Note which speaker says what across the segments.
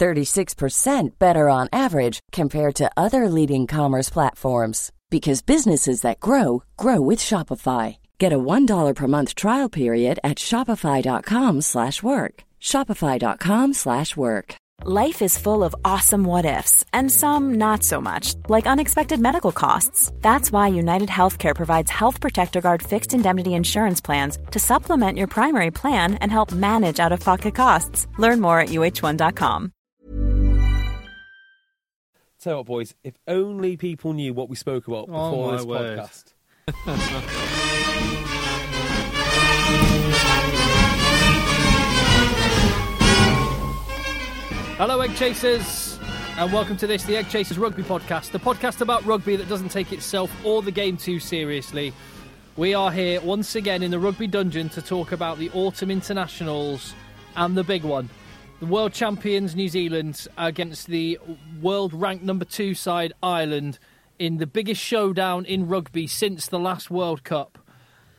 Speaker 1: 36% better on average compared to other leading commerce platforms because businesses that grow grow with Shopify. Get a $1 per month trial period at shopify.com/work. shopify.com/work.
Speaker 2: Life is full of awesome what ifs and some not so much, like unexpected medical costs. That's why United Healthcare provides Health Protector Guard fixed indemnity insurance plans to supplement your primary plan and help manage out of pocket costs. Learn more at uh1.com.
Speaker 3: Tell you what, boys, if only people knew what we spoke about
Speaker 4: Oh,
Speaker 3: before
Speaker 4: my
Speaker 3: this
Speaker 4: word.
Speaker 3: podcast.
Speaker 4: Hello, Egg Chasers, and welcome to this, the Egg Chasers Rugby Podcast, the podcast about rugby that doesn't take itself or the game too seriously. We are here once again in the rugby dungeon to talk about the autumn internationals and the big one. The world champions New Zealand against the world ranked number two side Ireland in the biggest showdown in rugby since the last World Cup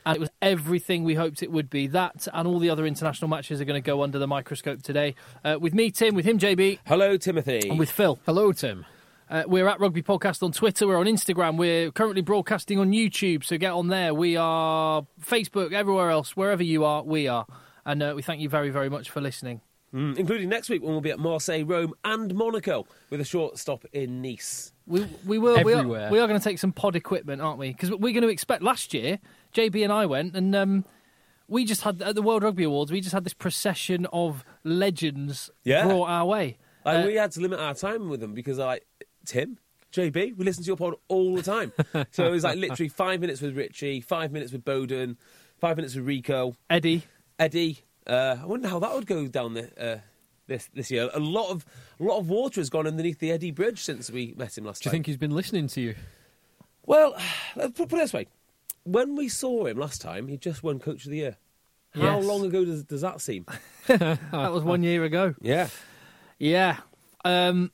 Speaker 4: and it was everything we hoped it would be. That and all the other international matches are going to go under the microscope today. Uh, with me, Tim, with him, JB,
Speaker 3: Hello, Timothy.
Speaker 4: and with Phil.
Speaker 5: Hello, Tim.
Speaker 4: Uh, we're at Rugby Podcast on Twitter. We're on Instagram. We're currently broadcasting on YouTube, so get on there. We are Facebook, everywhere else, wherever you are, we are. And uh, we thank you very, very much for listening.
Speaker 3: Mm, including next week when we'll be at Marseille, Rome, and Monaco with a short stop in Nice.
Speaker 4: We we were we are,
Speaker 5: Everywhere.
Speaker 4: we are going to take some pod equipment, aren't we? Because we're going to expect last year. JB and I went, and um, we just had at the World Rugby Awards. We just had this procession of legends
Speaker 3: Yeah.
Speaker 4: brought our way.
Speaker 3: Like,
Speaker 4: Uh,
Speaker 3: we had to limit our time with them because, like, Tim, JB, we listen to your pod all the time. so it was like literally five minutes with Richie, five minutes with Bowden, five minutes with Rico,
Speaker 4: Eddie,
Speaker 3: Eddie. Uh, I wonder how that would go down the, uh, this this year. A lot of a lot of water has gone underneath the Eddie Bridge since we met him last
Speaker 5: Do you
Speaker 3: time.
Speaker 5: think he's been listening to you?
Speaker 3: Well, let's put, put it this way: when we saw him last time, he just won Coach of the Year. How
Speaker 4: Yes.
Speaker 3: long ago does, does that seem?
Speaker 4: that was one year ago.
Speaker 3: Yeah.
Speaker 4: Yeah. Um,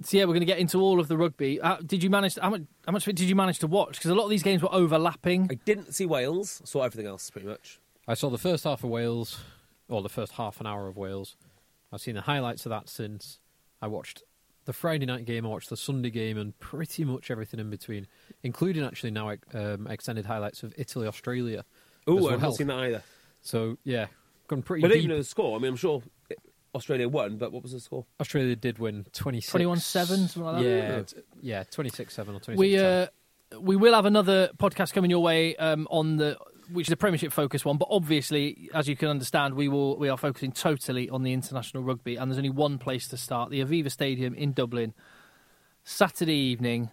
Speaker 4: so yeah, we're going to get into all of the rugby. Uh, did you manage? To, how much? How much of it did you manage to watch? Because a lot of these games were overlapping.
Speaker 3: I didn't see Wales. Saw everything else pretty much.
Speaker 5: I saw the first half of Wales, or the first half an hour of Wales. I've seen the highlights of that since. I watched the Friday night game, I watched the Sunday game, and pretty much everything in between, including actually now um, extended highlights of Italy Australia. as
Speaker 3: Oh,
Speaker 5: well.
Speaker 3: I've not seen that either.
Speaker 5: So yeah, gone pretty
Speaker 3: But
Speaker 5: deep.
Speaker 3: even though the score, I mean, I'm sure Australia won, but what was the score?
Speaker 5: Australia did win 26...
Speaker 4: 21-7, something like that?
Speaker 5: Yeah, t- yeah, twenty six seven or twenty six.
Speaker 4: we uh, we will have another podcast coming your way um, on the which is a Premiership focused one, but obviously, as you can understand, we will we are focusing totally on the international rugby, and there's only one place to start: the Aviva Stadium in Dublin, Saturday evening.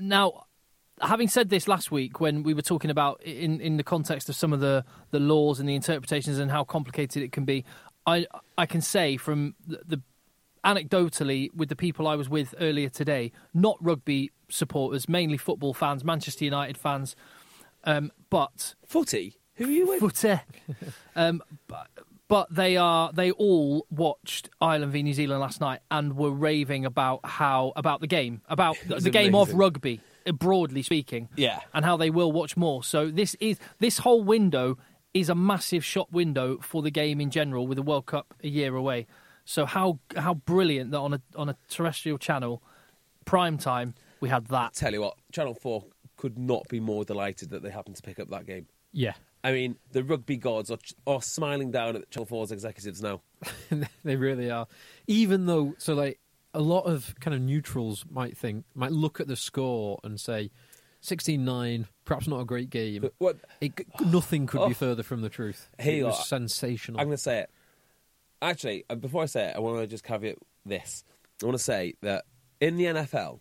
Speaker 4: Now, having said this last week, when we were talking about in in the context of some of the the laws and the interpretations and how complicated it can be, I I can say from the, the anecdotally with the people I was with earlier today, not rugby supporters, mainly football fans, Manchester United fans, um, but
Speaker 3: Footy. Who are you with?
Speaker 4: but uh, um, but, but they are they all watched Ireland v New Zealand last night and were raving about how about the game about the,
Speaker 3: was
Speaker 4: the game of
Speaker 3: amazing.
Speaker 4: rugby uh, broadly speaking,
Speaker 3: Yeah.
Speaker 4: and how they will watch more. So this is this whole window is a massive shop window for the game in general, with the World Cup a year away. So how how brilliant that on a on a terrestrial channel, prime time we had that.
Speaker 3: Tell you what, Channel Four could not be more delighted that they happened to pick up that game.
Speaker 5: yeah,
Speaker 3: I mean, the rugby gods are, are smiling down at Channel 4's executives now.
Speaker 5: they really are. Even though, so like a lot of kind of neutrals might think, might look at the score and say, 16-9, perhaps not a great game.
Speaker 3: But what,
Speaker 5: It, c- nothing could
Speaker 3: Oh.
Speaker 5: be further from the truth.
Speaker 3: Hey,
Speaker 5: it
Speaker 3: I-
Speaker 5: was sensational.
Speaker 3: I'm going to say it. Actually, uh, before I say it, I want to just caveat this. I want to say that in the NFL,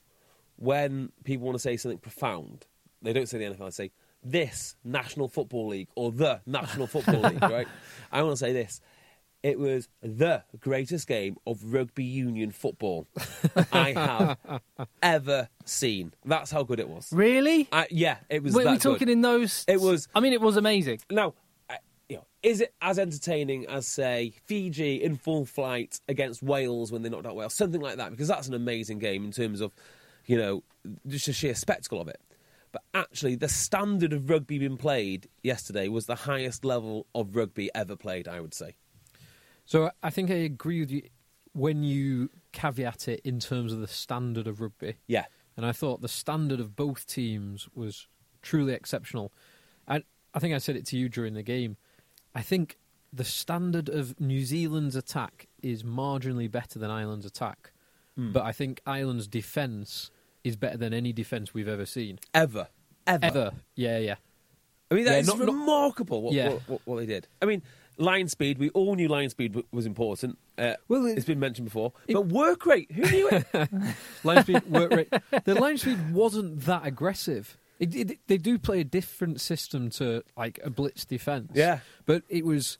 Speaker 3: when people want to say something profound, they don't say the NFL, they say this National Football League or the National Football League, right? I want to say this. It was the greatest game of rugby union football I have ever seen. That's how good it was.
Speaker 4: Really?
Speaker 3: I, yeah, it was.
Speaker 4: Were
Speaker 3: that
Speaker 4: we talking
Speaker 3: good.
Speaker 4: in those?
Speaker 3: It was-
Speaker 4: I mean, it was amazing.
Speaker 3: Now, I, you know, is it as entertaining as say Fiji in full flight against Wales when they knocked out Wales, something like that? Because that's an amazing game in terms of, you know, just the sheer spectacle of it. But actually, the standard of rugby being played yesterday was the highest level of rugby ever played. I would say.
Speaker 5: So I think I agree with you when you caveat it in terms of the standard of rugby.
Speaker 3: Yeah.
Speaker 5: And I thought the standard of both teams was truly exceptional. I, I think I said it to you during the game. I think the standard of New Zealand's attack is marginally better than Ireland's attack.
Speaker 3: Hmm.
Speaker 5: But I think Ireland's defence is better than any defence we've ever seen.
Speaker 3: Ever. Ever.
Speaker 5: Ever. Yeah, yeah.
Speaker 3: I mean, that
Speaker 5: Yeah,
Speaker 3: is
Speaker 5: not- not-
Speaker 3: remarkable what,
Speaker 5: Yeah.
Speaker 3: what, what, what they did. I mean, line speed, we all knew line speed w- was important. Uh,
Speaker 5: Well, it-
Speaker 3: it's been mentioned before. but work rate, who knew it?
Speaker 5: Line speed work rate. The line speed wasn't that aggressive. It, it, they do play a different system to like a blitz defense.
Speaker 3: Yeah.
Speaker 5: but it was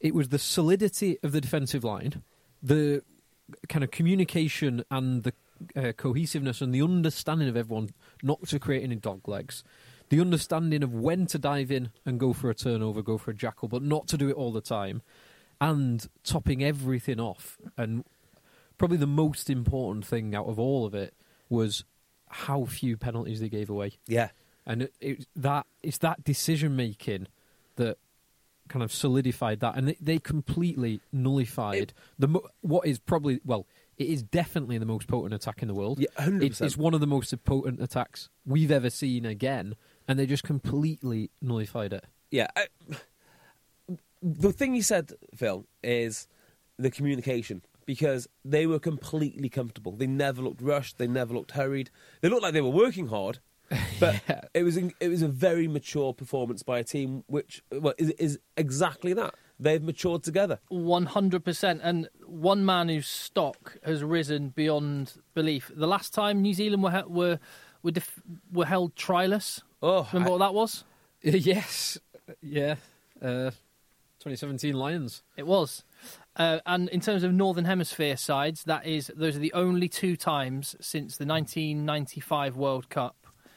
Speaker 5: it was the solidity of the defensive line, the kind of communication and the uh, cohesiveness and the understanding of everyone not to create any dog legs, the understanding of when to dive in and go for a turnover, go for a jackal, but not to do it all the time, and topping everything off. And probably the most important thing out of all of it was how few penalties they gave away.
Speaker 3: yeah.
Speaker 5: And it, it, that it's that decision making that kind of solidified that, and they, they completely nullified the mo- what is probably well, it is definitely the most potent attack in the world.
Speaker 3: Yeah, 100%.
Speaker 5: It's, it's one of the most potent attacks we've ever seen again, and they just completely nullified it.
Speaker 3: yeah. I, the thing you said, Phil, is the communication because they were completely comfortable. They never looked rushed. They never looked hurried. They looked like they were working hard, but it was it was a very mature performance by a team, which well, is, is exactly that. They've matured together.
Speaker 4: One hundred percent. And one man whose stock has risen beyond belief. The last time New Zealand were he- were were, def- were held trialless.
Speaker 3: Oh,
Speaker 4: Remember
Speaker 3: I-
Speaker 4: what that was?
Speaker 5: yes, yeah, uh, 2017 Lions.
Speaker 4: It was. Uh, and in terms of Northern Hemisphere sides, that is those are the only two times since the 1995 World Cup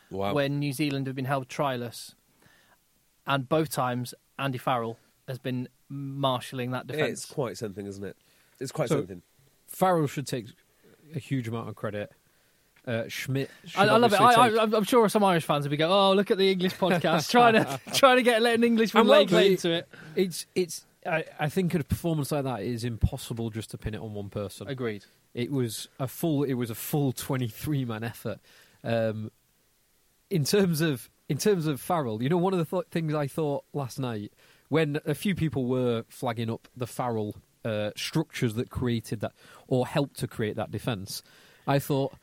Speaker 3: Wow.
Speaker 4: when New Zealand have been held trialless, and both times Andy Farrell has been marshalling that
Speaker 3: It's
Speaker 4: defence.
Speaker 3: quite something, isn't it? It's quite
Speaker 5: So-
Speaker 3: something.
Speaker 5: Farrell should take a huge amount of credit. Uh, Schmidt,
Speaker 4: I,
Speaker 5: should
Speaker 4: I love it. I,
Speaker 5: obviously
Speaker 4: I,
Speaker 5: take-
Speaker 4: I'm- I'm sure some Irish fans will be going, "Oh, look at the English podcast, trying to trying to get let an Englishman
Speaker 5: And
Speaker 4: lay
Speaker 5: well,
Speaker 4: claim
Speaker 5: they-
Speaker 4: to it."
Speaker 5: It's it's. I, I think a performance like that is impossible just to pin it on one person.
Speaker 4: Agreed.
Speaker 5: It was a full. It was a full twenty-three man effort. Um, in terms of in terms of Farrell, you know, one of the th- things I thought last night when a few people were flagging up the Farrell uh, structures that created that or helped to create that defence, I thought.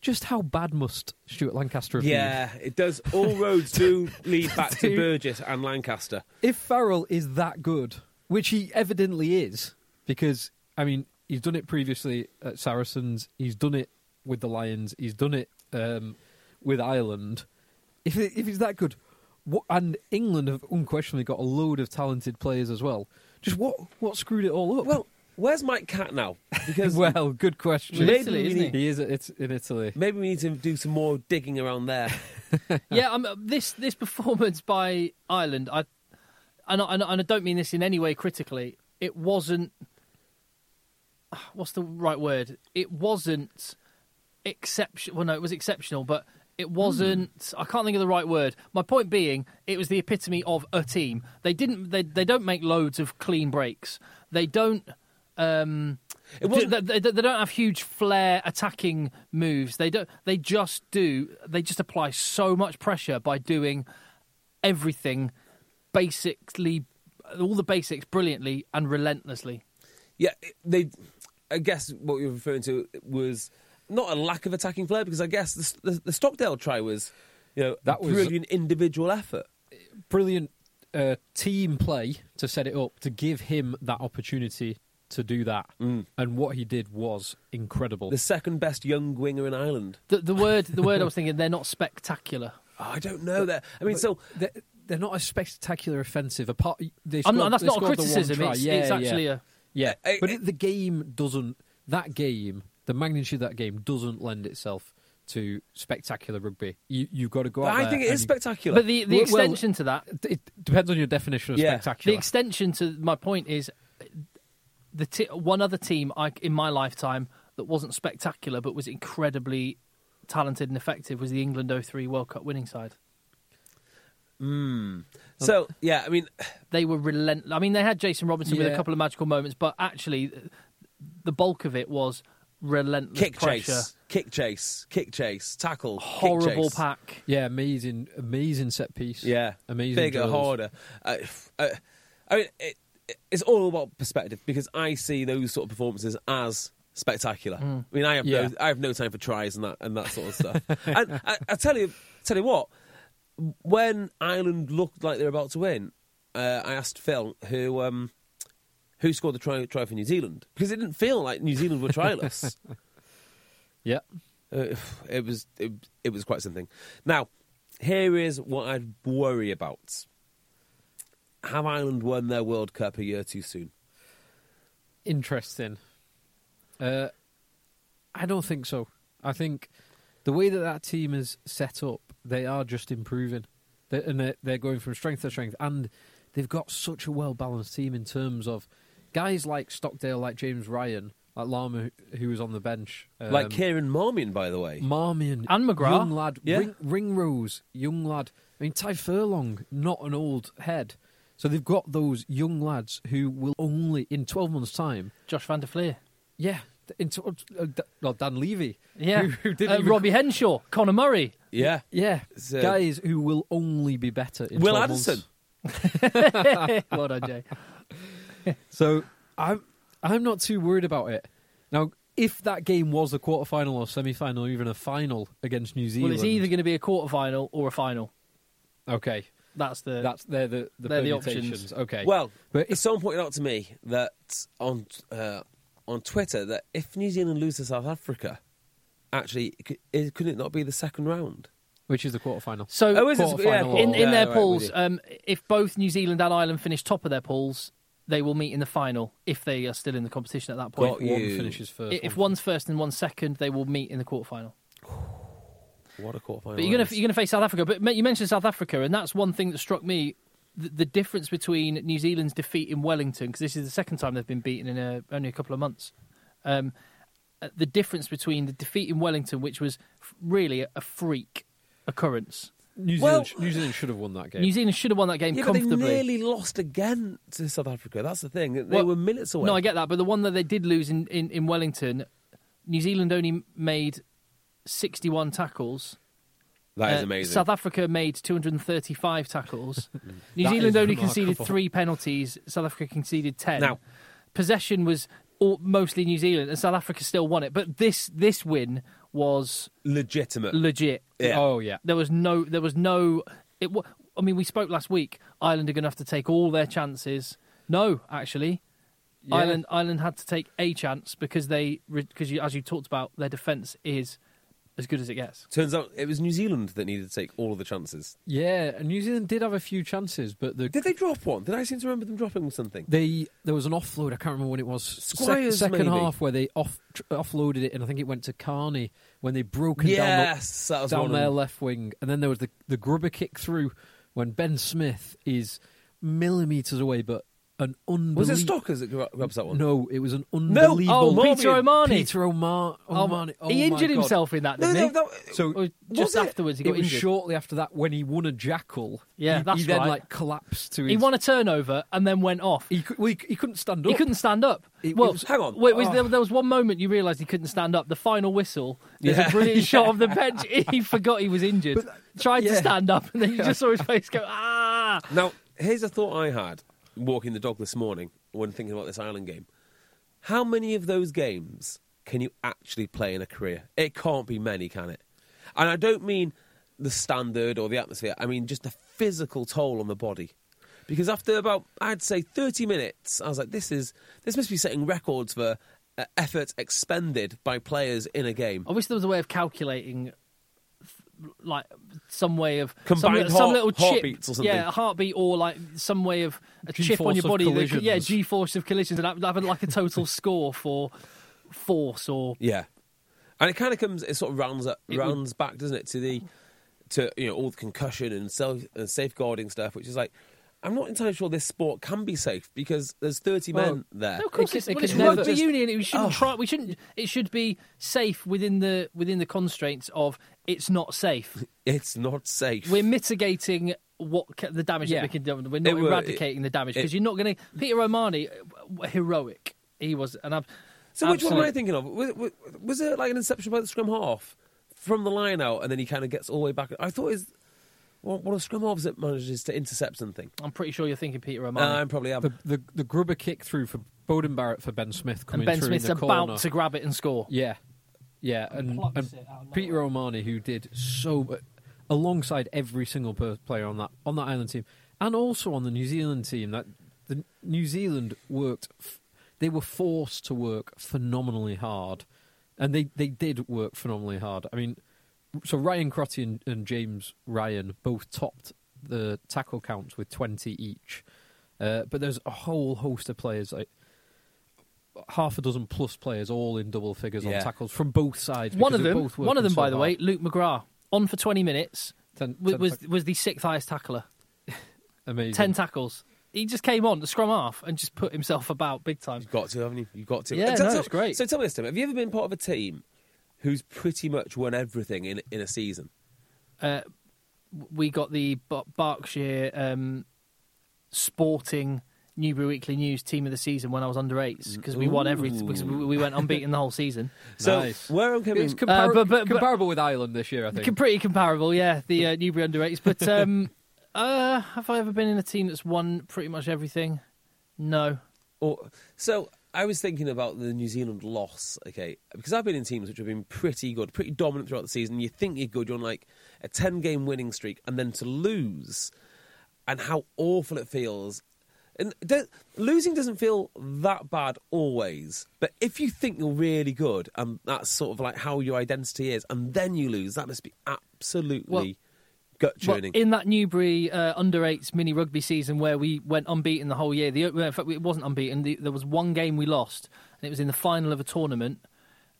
Speaker 5: Just how bad must Stuart Lancaster have been?
Speaker 3: Yeah, it does. All roads do lead back to
Speaker 5: Dude.
Speaker 3: Burgess and Lancaster.
Speaker 5: if Farrell is that good, which he evidently is, because I mean he's done it previously at Saracens, he's done it with the Lions, he's done it um, with Ireland. If it- if he's that good, what, and England have unquestionably got a load of talented players as well. Just what what screwed it all up?
Speaker 3: Well, where's Mike Cat now? Because
Speaker 5: well, good question.
Speaker 4: Well, Italy,
Speaker 5: Maybe we
Speaker 4: isn't he?
Speaker 5: need- he is. It's in Italy.
Speaker 3: maybe we need to do some more digging around there.
Speaker 4: yeah, um, this this performance by Ireland, I and, I and I don't mean this in any way critically. It wasn't. What's the right word? It wasn't exceptional. Well, no, it was exceptional, but it wasn't.
Speaker 3: Hmm.
Speaker 4: I can't think of the right word. My point being, it was the epitome of a team. They didn't. They they don't make loads of clean breaks. They don't. Um,
Speaker 3: It wasn't-
Speaker 4: they, they, they don't have huge flair attacking moves. They don't. They just do. They just apply so much pressure by doing everything basically, all the basics brilliantly and relentlessly.
Speaker 3: Yeah, it- they. I guess what you're referring to was not a lack of attacking flair, because I guess the, the, the Stockdale try was, you know,
Speaker 5: That was-
Speaker 3: really an individual effort.
Speaker 5: brilliant uh, team play to set it up to give him that opportunity to do that. And what he did was incredible.
Speaker 3: Mm. The second best young winger in Ireland. Oh,
Speaker 4: The, the word, the word I was thinking, they're not spectacular.
Speaker 3: I don't know that. I mean, so
Speaker 5: Th- they're not a spectacular offensive. Apart, they
Speaker 4: I'm
Speaker 5: scored,
Speaker 4: not, that's
Speaker 5: they
Speaker 4: not a
Speaker 5: scored the one
Speaker 4: criticism.
Speaker 5: try.
Speaker 4: It's,
Speaker 5: yeah,
Speaker 4: it's
Speaker 5: yeah.
Speaker 4: actually a.
Speaker 5: Yeah,
Speaker 3: I-
Speaker 5: but
Speaker 3: I-
Speaker 5: it, the game doesn't. That game, the magnitude of that game doesn't lend itself to spectacular rugby. You you've got to go
Speaker 3: But
Speaker 5: out.
Speaker 3: I
Speaker 5: there
Speaker 3: think it
Speaker 5: and
Speaker 3: is
Speaker 5: you-
Speaker 3: spectacular.
Speaker 4: But the, the
Speaker 5: Well-
Speaker 4: extension to that,
Speaker 5: It depends on your definition of
Speaker 3: Yeah.
Speaker 4: the
Speaker 5: spectacular.
Speaker 4: extension to my point is, the t- one other team I, in my lifetime that wasn't spectacular but was incredibly talented and effective was the England 03 World Cup winning side.
Speaker 3: Hmm. so yeah, I mean,
Speaker 4: They were relentless. I mean, they had Jason Robinson with a
Speaker 5: Yeah.
Speaker 4: couple of magical moments, but actually, the bulk of it was relentless
Speaker 3: kick
Speaker 4: pressure,
Speaker 3: chase, kick chase, kick chase, tackle, kick
Speaker 4: horrible
Speaker 3: chase.
Speaker 4: pack.
Speaker 5: yeah, amazing, amazing set piece.
Speaker 3: Yeah,
Speaker 5: amazing.
Speaker 3: bigger,
Speaker 5: drills.
Speaker 3: harder. Uh, uh, I mean, it, it- it's all about perspective because I see those sort of performances as spectacular. I mean, I have
Speaker 5: Mm. Yeah.
Speaker 3: no, I have no time for tries and that and that sort of stuff. and I, I tell you, tell you what, when Ireland looked like they were about to win, uh, I asked Phil who. Um, who scored the try, try for New Zealand? Because it didn't feel like New Zealand were tryless.
Speaker 5: Yeah,
Speaker 3: Uh, it was it, it was quite something. Now, here is what I'd worry about: Have Ireland won their World Cup a year too soon?
Speaker 5: interesting. Uh, I don't think so. I think the way that that team is set up, they are just improving, they and they're, they're going from strength to strength, and they've got such a well balanced team in terms of guys like Stockdale, like James Ryan, like Lama, who- who was on the bench,
Speaker 3: like
Speaker 5: um,
Speaker 3: Kieran Marmion, by the way.
Speaker 5: Marmion
Speaker 4: And McGrath.
Speaker 5: young lad,
Speaker 3: Yeah.
Speaker 5: Ring, Ringrose, young lad. I mean, Ty Furlong, not an old head. So they've got those young lads who will only in twelve months' time.
Speaker 4: Josh Van der Fleer.
Speaker 5: Yeah, in tw- uh, D- well, Dan Levy.
Speaker 4: Yeah,
Speaker 5: who, who didn't
Speaker 4: Uh,
Speaker 5: even-
Speaker 4: Robbie Henshaw, Connor Murray.
Speaker 3: yeah,
Speaker 5: Yeah,
Speaker 3: So-
Speaker 5: guys who will only be better. in
Speaker 3: Will
Speaker 5: 12 months.
Speaker 3: Addison.
Speaker 4: well done, Jay.
Speaker 5: So I'm I'm not too worried about it. Now, if that game was a quarterfinal or semi-final, or even a final against New
Speaker 4: Well,
Speaker 5: Zealand,
Speaker 4: it's either going to be a quarter final or a final.
Speaker 5: okay.
Speaker 4: That's the
Speaker 5: That's they're the the
Speaker 4: They're the
Speaker 5: permutations.
Speaker 4: options.
Speaker 5: Okay.
Speaker 3: Well,
Speaker 5: But if-
Speaker 3: someone pointed out to me that on uh, on Twitter that if New Zealand lose to South Africa, actually, it could, it, could it not be the second round?
Speaker 5: which is the quarterfinal.
Speaker 4: so.
Speaker 3: Oh, is it- yeah,
Speaker 5: Quarterfinal
Speaker 4: in, in
Speaker 5: or-
Speaker 3: Yeah,
Speaker 4: their
Speaker 3: right,
Speaker 4: pools,
Speaker 3: with you.
Speaker 4: um, if both New Zealand and Ireland finish top of their pools, they will meet in the final if they are still in the competition at that point.
Speaker 3: Got you.
Speaker 5: one finishes first.
Speaker 4: I- If
Speaker 5: one-
Speaker 4: one's first and one's second, they will meet in the quarterfinal.
Speaker 3: What a quarterfinal!
Speaker 4: But you're going
Speaker 3: is.
Speaker 4: to you're going to face South Africa. But ma- you mentioned South Africa, and that's one thing that struck me: the, the difference between New Zealand's defeat in Wellington, because this is the second time they've been beaten in a, only a couple of months. Um, uh, the difference between the defeat in Wellington, which was f- really a, a freak occurrence.
Speaker 5: New,
Speaker 3: Well-
Speaker 5: Zealand, New Zealand should have won that game.
Speaker 4: New Zealand should have won that game
Speaker 3: yeah, but they
Speaker 4: comfortably.
Speaker 3: nearly lost again to South Africa. That's the thing. They
Speaker 4: Well,
Speaker 3: were minutes away.
Speaker 4: No, I get that, but the one that they did lose in, in, in Wellington, New Zealand only made 61 tackles.
Speaker 3: that is
Speaker 4: Uh,
Speaker 3: amazing.
Speaker 4: South Africa made 235 tackles. New
Speaker 5: That
Speaker 4: Zealand
Speaker 5: is
Speaker 4: only conceded
Speaker 5: remarkable.
Speaker 4: three penalties. South Africa conceded 10.
Speaker 3: Now-
Speaker 4: possession was all, mostly New Zealand, and South Africa still won it. But this this win was
Speaker 3: Legitimate.
Speaker 4: legit.
Speaker 3: yeah.
Speaker 5: Oh yeah.
Speaker 4: There was no. There was no. It. wa- I mean, we spoke last week. Ireland are going to have to take all their chances. No, actually,
Speaker 5: Yeah.
Speaker 4: Ireland Ireland had to take a chance because they because you, as you talked about, their defence is as good as it gets.
Speaker 3: Turns out it was New Zealand that needed to take all of the chances.
Speaker 5: Yeah, and New Zealand did have a few chances, but the,
Speaker 3: Did they drop one? Did I seem to remember them dropping something?
Speaker 5: they there was an offload. I can't remember when it was. Sec-
Speaker 3: Squires,
Speaker 5: second
Speaker 3: maybe?
Speaker 5: half where they off tr- offloaded it, and I think it went to Carney when they broken
Speaker 3: Yes, that
Speaker 5: down
Speaker 3: was
Speaker 5: the,
Speaker 3: one
Speaker 5: down
Speaker 3: of
Speaker 5: their
Speaker 3: them.
Speaker 5: left wing, and then there was the the grubber kick through when Ben Smith is millimeters away, but an unbelievable.
Speaker 3: Was it Stockers that gra- grabs that one?
Speaker 5: No, it was an
Speaker 3: No,
Speaker 5: unbelievable.
Speaker 3: Marmion.
Speaker 4: Peter O'Mahony.
Speaker 5: Peter Omar-
Speaker 4: Oh,
Speaker 5: Omani. Oh,
Speaker 4: he
Speaker 5: my
Speaker 4: injured
Speaker 5: God.
Speaker 4: himself in that,
Speaker 3: No,
Speaker 4: didn't
Speaker 3: no,
Speaker 4: he?
Speaker 3: no.
Speaker 4: Or
Speaker 5: So
Speaker 3: Was
Speaker 4: just
Speaker 3: it?
Speaker 4: afterwards, he
Speaker 5: it
Speaker 4: got
Speaker 5: was
Speaker 4: injured.
Speaker 5: shortly after that when he won a jackal.
Speaker 4: Yeah,
Speaker 5: he,
Speaker 4: that's
Speaker 5: he then
Speaker 4: right.
Speaker 5: like collapsed to his.
Speaker 4: He won a turnover and then went off.
Speaker 5: He, cou- well, he, he couldn't stand up.
Speaker 4: He couldn't stand up.
Speaker 5: It
Speaker 4: well,
Speaker 5: was-
Speaker 3: hang on.
Speaker 4: Wait, was
Speaker 5: Oh.
Speaker 4: there, there was one moment you realised he couldn't stand up. The final whistle. There's
Speaker 3: Yeah.
Speaker 4: a brilliant shot of the bench. He forgot he was injured. tried to
Speaker 5: yeah.
Speaker 4: stand up, and then you just saw his face go ah.
Speaker 3: Now, here's a thought I had walking the dog this morning when thinking about this Ireland game. How many of those games can you actually play in a career? It can't be many, can it? And I don't mean the standard or the atmosphere. I mean just the physical toll on the body. Because after about, I'd say, 30 minutes, I was like, this is this must be setting records for uh, effort expended by players in a game.
Speaker 4: I wish there was a way of calculating th- like some way of some,
Speaker 3: Combined
Speaker 4: li- some
Speaker 3: heart-
Speaker 4: little chip,
Speaker 3: heartbeats or something.
Speaker 4: yeah, a heartbeat or like some way of a chip on
Speaker 5: G-force
Speaker 4: your
Speaker 5: of
Speaker 4: body. That, could- yeah,
Speaker 5: collisions.
Speaker 4: G force of collisions and have, have like a total score for force or
Speaker 3: Yeah, and it kind of comes. It sort of rounds up,
Speaker 4: It would-
Speaker 3: rounds back, doesn't it, to the to you know all the concussion and self and safeguarding stuff, which is like. I'm not entirely sure this sport can be safe because there's 30 men there.
Speaker 4: No, of course,
Speaker 5: could-
Speaker 4: it's,
Speaker 5: it
Speaker 4: well,
Speaker 5: could
Speaker 4: it's
Speaker 5: never-
Speaker 4: rugby
Speaker 5: just-
Speaker 4: union. We
Speaker 3: Oh.
Speaker 4: shouldn't try. We shouldn't. It should be safe within the within the constraints of it's not safe.
Speaker 3: It's not safe.
Speaker 4: We're mitigating what ca- the damage
Speaker 5: Yeah.
Speaker 4: that we can do. We're not
Speaker 3: were-
Speaker 4: eradicating the damage because
Speaker 3: it-
Speaker 4: you're not going to. Peter Romani, uh, w- heroic. He was, and I'm.
Speaker 3: so which one am I
Speaker 4: absolute-
Speaker 3: thinking of? Was, was, was it like an inception by the scrum half from the line out and then he kind of gets all the way back? I thought is well, one of the scrum halves that manages to intercept something.
Speaker 4: I'm pretty sure you're thinking Peter
Speaker 3: Uh,
Speaker 4: Romani.
Speaker 3: I probably am.
Speaker 5: The, the the grubber kick through for Bowden Barrett for Ben Smith
Speaker 4: and
Speaker 5: coming
Speaker 4: Ben
Speaker 5: through
Speaker 4: Smith's
Speaker 5: in the
Speaker 4: about
Speaker 5: corner.
Speaker 4: to grab it and score.
Speaker 5: Yeah, yeah, and,
Speaker 4: plucks
Speaker 5: and
Speaker 4: it out of
Speaker 5: Peter O'Mani, who did so mu- alongside every single per- player on that on that island team, and also on the New Zealand team. That the New Zealand worked, f- they were forced to work phenomenally hard, and they they did work phenomenally hard. I mean, so Ryan Crotty and, and James Ryan both topped the tackle counts with twenty each, uh, but there's a whole host of players like. Half a dozen plus players, all in double figures
Speaker 3: Yeah.
Speaker 5: on tackles from both sides.
Speaker 4: One
Speaker 5: because
Speaker 4: of
Speaker 5: they're
Speaker 4: them,
Speaker 5: both
Speaker 4: one of
Speaker 5: working
Speaker 4: them,
Speaker 5: so
Speaker 4: by the way,
Speaker 5: hard.
Speaker 4: Luke McGrath, on for 20 minutes,
Speaker 5: Ten-
Speaker 4: was
Speaker 5: ten
Speaker 4: was,
Speaker 5: tack-
Speaker 4: was the sixth highest tackler.
Speaker 5: amazing.
Speaker 4: 10 tackles. He just came on the scrum half and just put himself about big time.
Speaker 3: You've got to, haven't you? You've got to.
Speaker 4: Yeah,
Speaker 3: And tell-
Speaker 4: no,
Speaker 3: tell-
Speaker 4: it's great.
Speaker 3: So tell me this, Tim. Have you ever been part of a team who's pretty much won everything in, in a season?
Speaker 4: uh, we got the Ber- Berkshire um, Sporting Newbury Weekly News Team of the Season when I was under eights because we won every because we we went unbeaten the whole season.
Speaker 3: So
Speaker 5: Nice.
Speaker 3: where I'm coming,
Speaker 5: It's compar-
Speaker 4: Uh, but- but- but-
Speaker 5: comparable with Ireland this year, I think.
Speaker 4: Com- pretty comparable, yeah. The uh, Newbury under eights, but um, uh, have I ever been in a team that's won pretty much everything? No.
Speaker 3: or, so I was thinking about the New Zealand loss, okay, because I've been in teams which have been pretty good, pretty dominant throughout the season. You think you're good, you're on like a ten game winning streak, and then to lose, and how awful it feels. And do losing doesn't feel that bad always, but if you think you're really good and that's sort of like how your identity is, and then you lose, that must be absolutely
Speaker 4: Well-
Speaker 3: gut
Speaker 4: Well,
Speaker 3: churning.
Speaker 4: in that Newbury uh, under eights mini rugby season where we went unbeaten the whole year, the, well, in fact it wasn't unbeaten. The, there was one game we lost, and it was in the final of a tournament,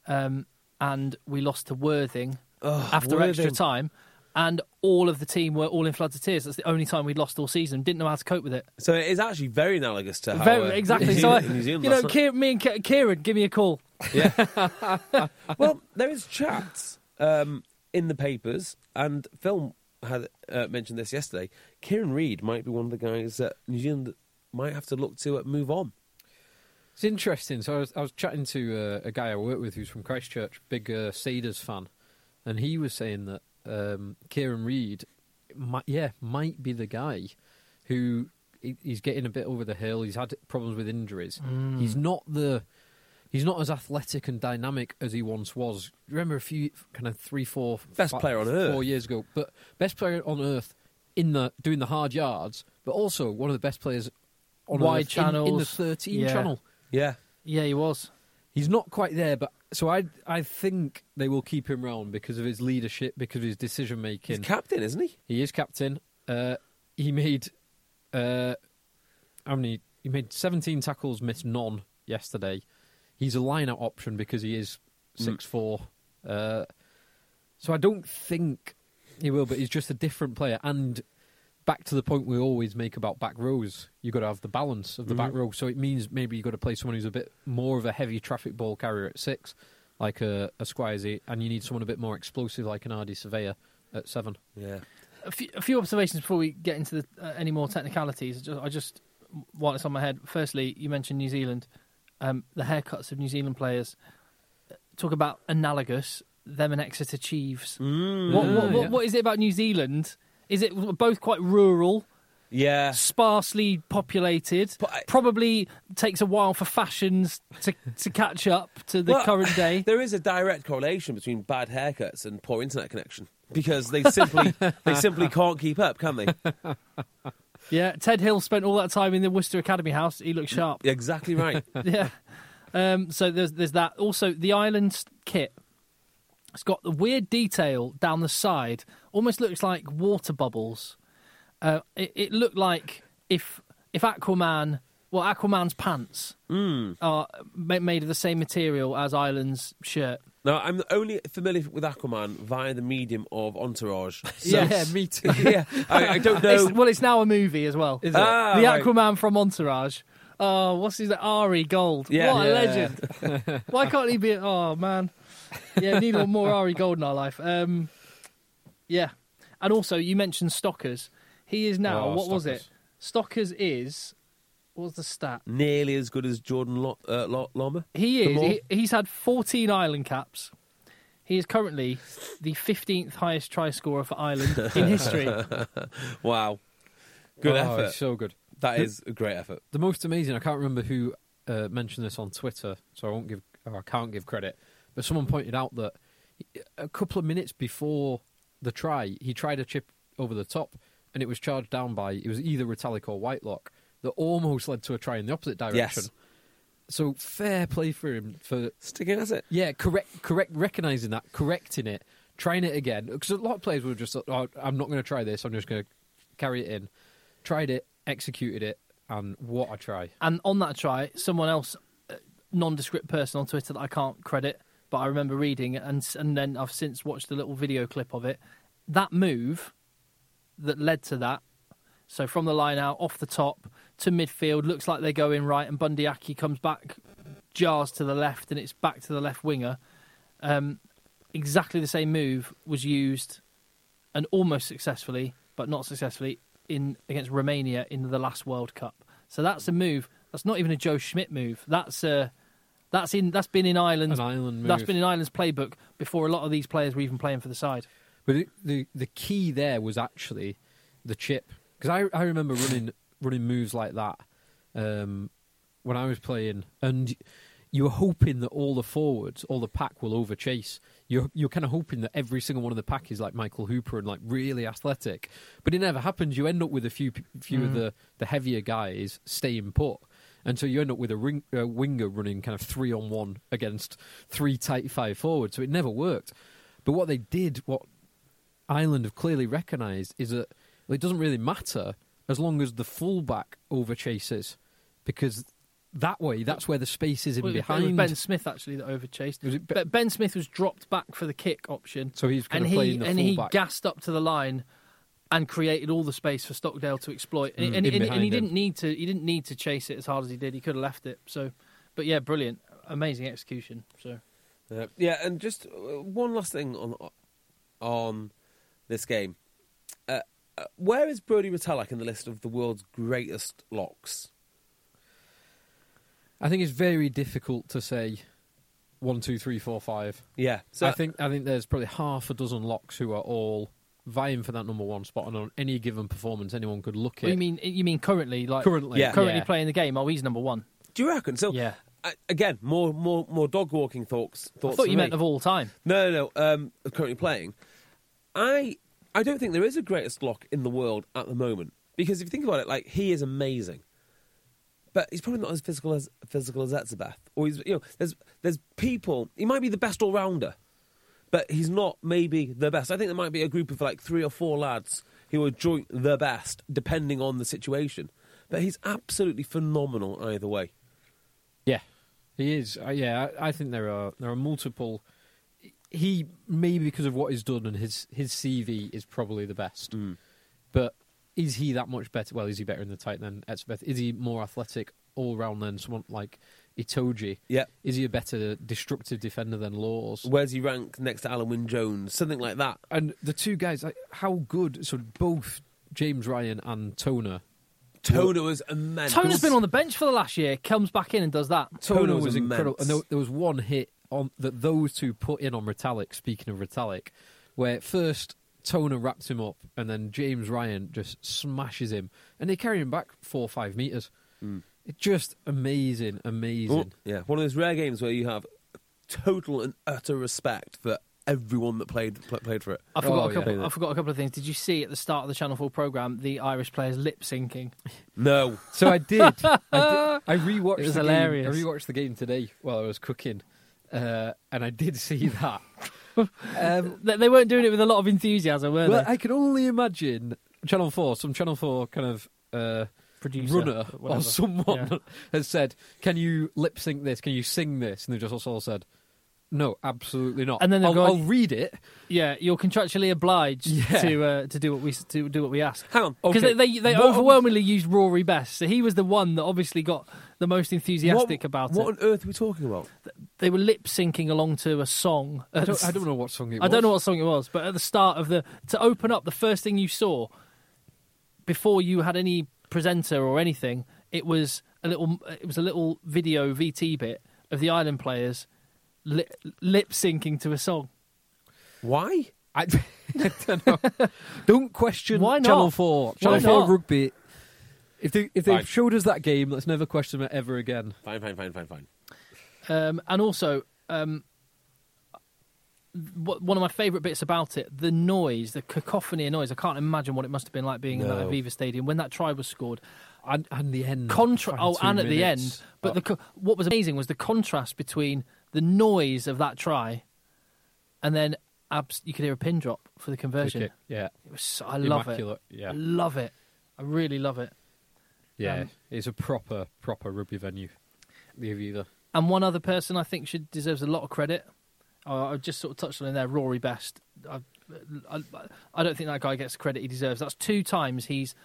Speaker 4: um, and we lost to Worthing after extra
Speaker 3: Worthing.
Speaker 4: time, and all of the team were all in floods of tears. That's the only time we'd lost all season. Didn't know how to cope with it.
Speaker 3: so it is actually very analogous to how
Speaker 4: Very,
Speaker 3: uh,
Speaker 4: exactly.
Speaker 3: New
Speaker 4: So I,
Speaker 3: Zealand- New
Speaker 4: you
Speaker 3: Zealand
Speaker 4: know,
Speaker 3: last night-
Speaker 4: Kieran, me and Ki- Kieran, give me a call.
Speaker 3: well, there is chat um, in the papers, and Phil had uh, mentioned this yesterday. Kieran Reid might be one of the guys that New Zealand might have to look to uh, move on.
Speaker 5: It's interesting. So I was, I was chatting to uh, a guy I work with who's from Christchurch, big uh, Cedars fan, and he was saying that um, Kieran Reid, might, yeah, might be the guy who he- he's getting a bit over the hill. He's had problems with injuries.
Speaker 3: Mm.
Speaker 5: He's not the he's not as athletic and dynamic as he once was. Remember a few kind of three, four,
Speaker 3: Best player on earth.
Speaker 5: four years ago, but best player on earth in the doing the hard yards, but also one of the best players on
Speaker 4: Wide
Speaker 5: earth in- in, the
Speaker 4: channels.
Speaker 5: thirteen
Speaker 4: Yeah.
Speaker 5: channel.
Speaker 3: Yeah,
Speaker 4: Yeah, he was.
Speaker 5: He's not quite there, but so I I think they will keep him round because of his leadership, because of his decision
Speaker 3: he's
Speaker 5: making.
Speaker 3: captain, isn't he?
Speaker 5: he is captain. Uh, he made uh, how many? He made seventeen tackles, missed none yesterday. He's a line-out option because he is six four. Uh, so I don't think he will, but he's just a different player. And back to the point we always make about back rows, you've got to have the balance of the back row. So it means maybe you've got to play someone who's a bit more of a heavy traffic ball carrier at six, like a, a Squires, and you need someone a bit more explosive, like an RD Surveyor at seven.
Speaker 3: Yeah.
Speaker 4: a few, a few observations before we get into the, uh, any more technicalities. Ju- I just, while it's on my head, firstly, you mentioned New Zealand, um, the haircuts of New Zealand players. uh, Talk about analogous them and Exeter Chiefs.
Speaker 3: Mm.
Speaker 4: What, what,
Speaker 5: Yeah.
Speaker 4: what, what is it about New Zealand? Is it both quite rural,
Speaker 3: Yeah.
Speaker 4: sparsely populated?
Speaker 3: But I-
Speaker 4: Probably takes a while for fashions to, to catch up to the
Speaker 3: Well,
Speaker 4: current day.
Speaker 3: There is a direct correlation between bad haircuts and poor internet connection because they simply they simply can't keep up, can they?
Speaker 4: Yeah, Ted Hill spent all that time in the Worcester Academy house. He looked sharp.
Speaker 3: Exactly right.
Speaker 4: yeah. Um, so there's there's that. Also, the island kit. It's got the weird detail down the side, almost looks like water bubbles. Uh, it, it looked like if if Aquaman, well, Aquaman's pants are ma- made of the same material as Ireland's shirt.
Speaker 3: Now, I'm only familiar with Aquaman via the medium of Entourage. So,
Speaker 4: Yeah,
Speaker 5: me too.
Speaker 3: yeah, I, I don't know.
Speaker 4: It's, well, it's now a movie as well.
Speaker 5: Is it?
Speaker 3: Ah,
Speaker 4: the
Speaker 3: right.
Speaker 4: Aquaman from Entourage. Oh, what's his Ari Gold?
Speaker 3: Yeah.
Speaker 4: what a
Speaker 5: Yeah.
Speaker 4: legend! Why can't he be? Oh man, yeah, we need a lot more Ari Gold in our life. Um, yeah, and also you mentioned Stockers. He is now.
Speaker 5: Oh,
Speaker 4: what was
Speaker 5: Stockers.
Speaker 4: it? Stockers is. What was the stat?
Speaker 3: Nearly as good as Jordan Lo- uh, Lo- Lama.
Speaker 4: He
Speaker 3: The
Speaker 4: is.
Speaker 3: more-
Speaker 4: He, he's had 14 Ireland caps. He is currently the 15th highest try scorer for Ireland in history.
Speaker 3: Wow. Good
Speaker 5: Oh,
Speaker 3: effort.
Speaker 5: it's so good.
Speaker 3: That is a great effort.
Speaker 5: The most amazing. I can't remember who uh, mentioned this on Twitter, so I won't give. Or I can't give credit. But someone pointed out that a couple of minutes before the try, he tried a chip over the top, and it was charged down by. It was either Retallick or Whitelock that almost led to a try in the opposite direction.
Speaker 3: Yes.
Speaker 5: So fair play for him for
Speaker 3: Sticking at it.
Speaker 5: Yeah, correct, correct, recognizing that, correcting it, trying it again. Because a lot of players would just, oh, I'm not going to try this. I'm just going to carry it in. Tried it, executed it, and what a try!
Speaker 4: And on that try, someone else, uh, nondescript person on Twitter that I can't credit, but I remember reading, and s- and then I've since watched a little video clip of it. That move that led to that. So from the line out, off the top to midfield, looks like they go in right, and Bundyaki comes back, jars to the left, and it's back to the left winger. Um, exactly the same move was used, and almost successfully, but not successfully, in against Romania in the last World Cup. So that's a move. That's not even a Joe Schmidt move. That's a that's in that's been in Ireland's
Speaker 5: An island
Speaker 4: that's
Speaker 5: move.
Speaker 4: been in Ireland's playbook before a lot of these players were even playing for the side.
Speaker 5: But it, the the key there was actually the chip because I I remember running running moves like that um, when I was playing, and you were hoping that all the forwards, all the pack will overchase. You're you're kind of hoping that every single one of the pack is like Michael Hooper and like really athletic, but it never happens. You end up with a few p- few of the the heavier guys staying put. And so you end up with a ring, uh, winger running kind of three on one against three tight five forwards. So it never worked. But what they did, what Ireland have clearly recognised is that it doesn't really matter as long as the fullback overchases, because that way, that's where the space is in
Speaker 4: Well, it was-
Speaker 5: behind.
Speaker 4: It was Ben Smith actually that overchased.
Speaker 5: Was it Be-
Speaker 4: But ben Smith was dropped back for the kick option.
Speaker 5: So he's kinda
Speaker 4: and he
Speaker 5: playing the
Speaker 4: and he
Speaker 5: fullback.
Speaker 4: gassed up to the line and created all the space for Stockdale to exploit. And, and,
Speaker 5: Mm, In
Speaker 4: and, and he
Speaker 5: behind him.
Speaker 4: didn't need to. He didn't need to chase it as hard as he did. He could have left it. So, but yeah, brilliant, amazing execution. So
Speaker 3: Uh, yeah, and just uh, one last thing on on this game. Uh, uh, where is Brody Retallick in the list of the world's greatest locks?
Speaker 5: I think it's very difficult to say one, two, three, four, five.
Speaker 3: Yeah, so
Speaker 5: I think I think there's probably half a dozen locks who are all vying for that number one spot, and on any given performance, anyone could look at.
Speaker 4: you mean you mean currently like
Speaker 5: Currently,
Speaker 3: Yeah.
Speaker 4: currently
Speaker 5: yeah.
Speaker 4: playing the game? Oh, he's number one.
Speaker 3: Do you reckon? So
Speaker 4: Yeah.
Speaker 3: I- again, more more more dog walking thoughts. thoughts
Speaker 4: I thought
Speaker 3: for
Speaker 4: you meant
Speaker 3: me.
Speaker 4: of all time.
Speaker 3: No, no, no. Um, currently playing, I I don't think there is a greatest lock in the world at the moment because if you think about it, like he is amazing, but he's probably not as physical as physical as Etzebeth. Or he's you know there's there's people he might be the best all rounder, but he's not maybe the best. I think there might be a group of like three or four lads who are joint the best depending on the situation, but he's absolutely phenomenal either way.
Speaker 5: Yeah, he is. Uh, yeah, I, I think there are there are multiple. He maybe because of what he's done and his his CV is probably the best. But is he that much better? Well, is he better in the tight than Etzebeth? Is he more athletic all round than someone like Itoji?
Speaker 3: Yeah.
Speaker 5: Is he a better destructive defender than Laws?
Speaker 3: Where's he rank next to Alan Wynne Jones? Something like that.
Speaker 5: And the two guys, like, how good? So both James Ryan and Toner.
Speaker 3: Toner was immense.
Speaker 4: Toner's been on the bench for the last year. Comes back in and does that.
Speaker 3: Toner
Speaker 5: Toner
Speaker 3: was
Speaker 5: Oh, was, incredible.
Speaker 3: immense.
Speaker 5: And there, there was one hit on that those two put in on Retallick, speaking of Retallick, where first Toner wraps him up and then James Ryan just smashes him and they carry him back four or five metres.
Speaker 4: Mm.
Speaker 5: It's just amazing, amazing.
Speaker 3: Oh, yeah, one of those rare games where you have total and utter respect for everyone that played pl- played for it.
Speaker 4: I forgot
Speaker 5: Oh,
Speaker 4: a couple.
Speaker 5: yeah.
Speaker 4: I forgot a couple of things. Did you see at the start of the Channel Four program the Irish players lip syncing?
Speaker 3: No,
Speaker 5: So I did. I, did, I rewatched.
Speaker 4: It was
Speaker 5: the game-
Speaker 4: hilarious.
Speaker 5: I rewatched the game today while I was cooking, uh, and I did see that. Um,
Speaker 4: They, they weren't doing it with a lot of enthusiasm, were
Speaker 5: well,
Speaker 4: they?
Speaker 5: I can only imagine Channel 4, some Channel 4 kind of uh,
Speaker 4: Producer,
Speaker 5: runner or
Speaker 4: whatever.
Speaker 5: someone
Speaker 4: Yeah.
Speaker 5: has said, Can you lip sync this? Can you sing this? And they've just also all said, No, absolutely not.
Speaker 4: And then they've
Speaker 5: I'll,
Speaker 4: gone-
Speaker 5: I'll read it.
Speaker 4: Yeah, you're contractually obliged
Speaker 5: Yeah.
Speaker 4: to uh, to do what we s- to do what we ask.
Speaker 3: Hang on.
Speaker 4: Because
Speaker 5: Okay.
Speaker 4: they, they, they
Speaker 5: What-
Speaker 4: overwhelmingly used Rory Best, so he was the one that obviously got the most enthusiastic
Speaker 3: what,
Speaker 4: about
Speaker 3: What
Speaker 4: it.
Speaker 3: on earth are we talking about?
Speaker 4: They were lip syncing along to a song.
Speaker 5: I don't, I don't know what song it
Speaker 4: I
Speaker 5: was.
Speaker 4: don't know what song it was, but at the start of the to open up, the first thing you saw before you had any presenter or anything, it was a little it was a little video VT bit of the Island Players li- lip syncing to a song.
Speaker 3: Why?
Speaker 5: I, I don't know. Don't question
Speaker 4: Why not?
Speaker 5: Channel Four. Channel
Speaker 4: Why
Speaker 5: Four
Speaker 4: not?
Speaker 5: Rugby. If they if they
Speaker 3: Fine.
Speaker 5: showed us that game, let's never question it ever again.
Speaker 3: Fine, fine, fine, fine, fine.
Speaker 4: Um, and also, um, wh- one of my favourite bits about it, the noise, the cacophony of noise. I can't imagine what it must have been like being in that
Speaker 5: No.
Speaker 4: Aviva Stadium when that try was scored.
Speaker 5: And, and the end.
Speaker 4: Contra-
Speaker 5: Fucking
Speaker 4: oh,
Speaker 5: two
Speaker 4: and at the end.
Speaker 5: minutes.
Speaker 4: But the co- what was amazing was the contrast between the noise of that try and then abs- you could hear a pin drop for the
Speaker 5: Free
Speaker 4: conversion.
Speaker 5: kick, Oh, Yeah,
Speaker 4: It was so- I love
Speaker 5: Immaculate,
Speaker 4: it.
Speaker 5: yeah.
Speaker 4: I love it. I really love it.
Speaker 5: yeah.
Speaker 4: Um,
Speaker 5: it's a proper proper rugby venue. The Aviva.
Speaker 4: And one other person I think should deserves a lot of credit. I I just sort of touched on in there, Rory Best. I, I, I don't think that guy gets the credit he deserves. That's two times he's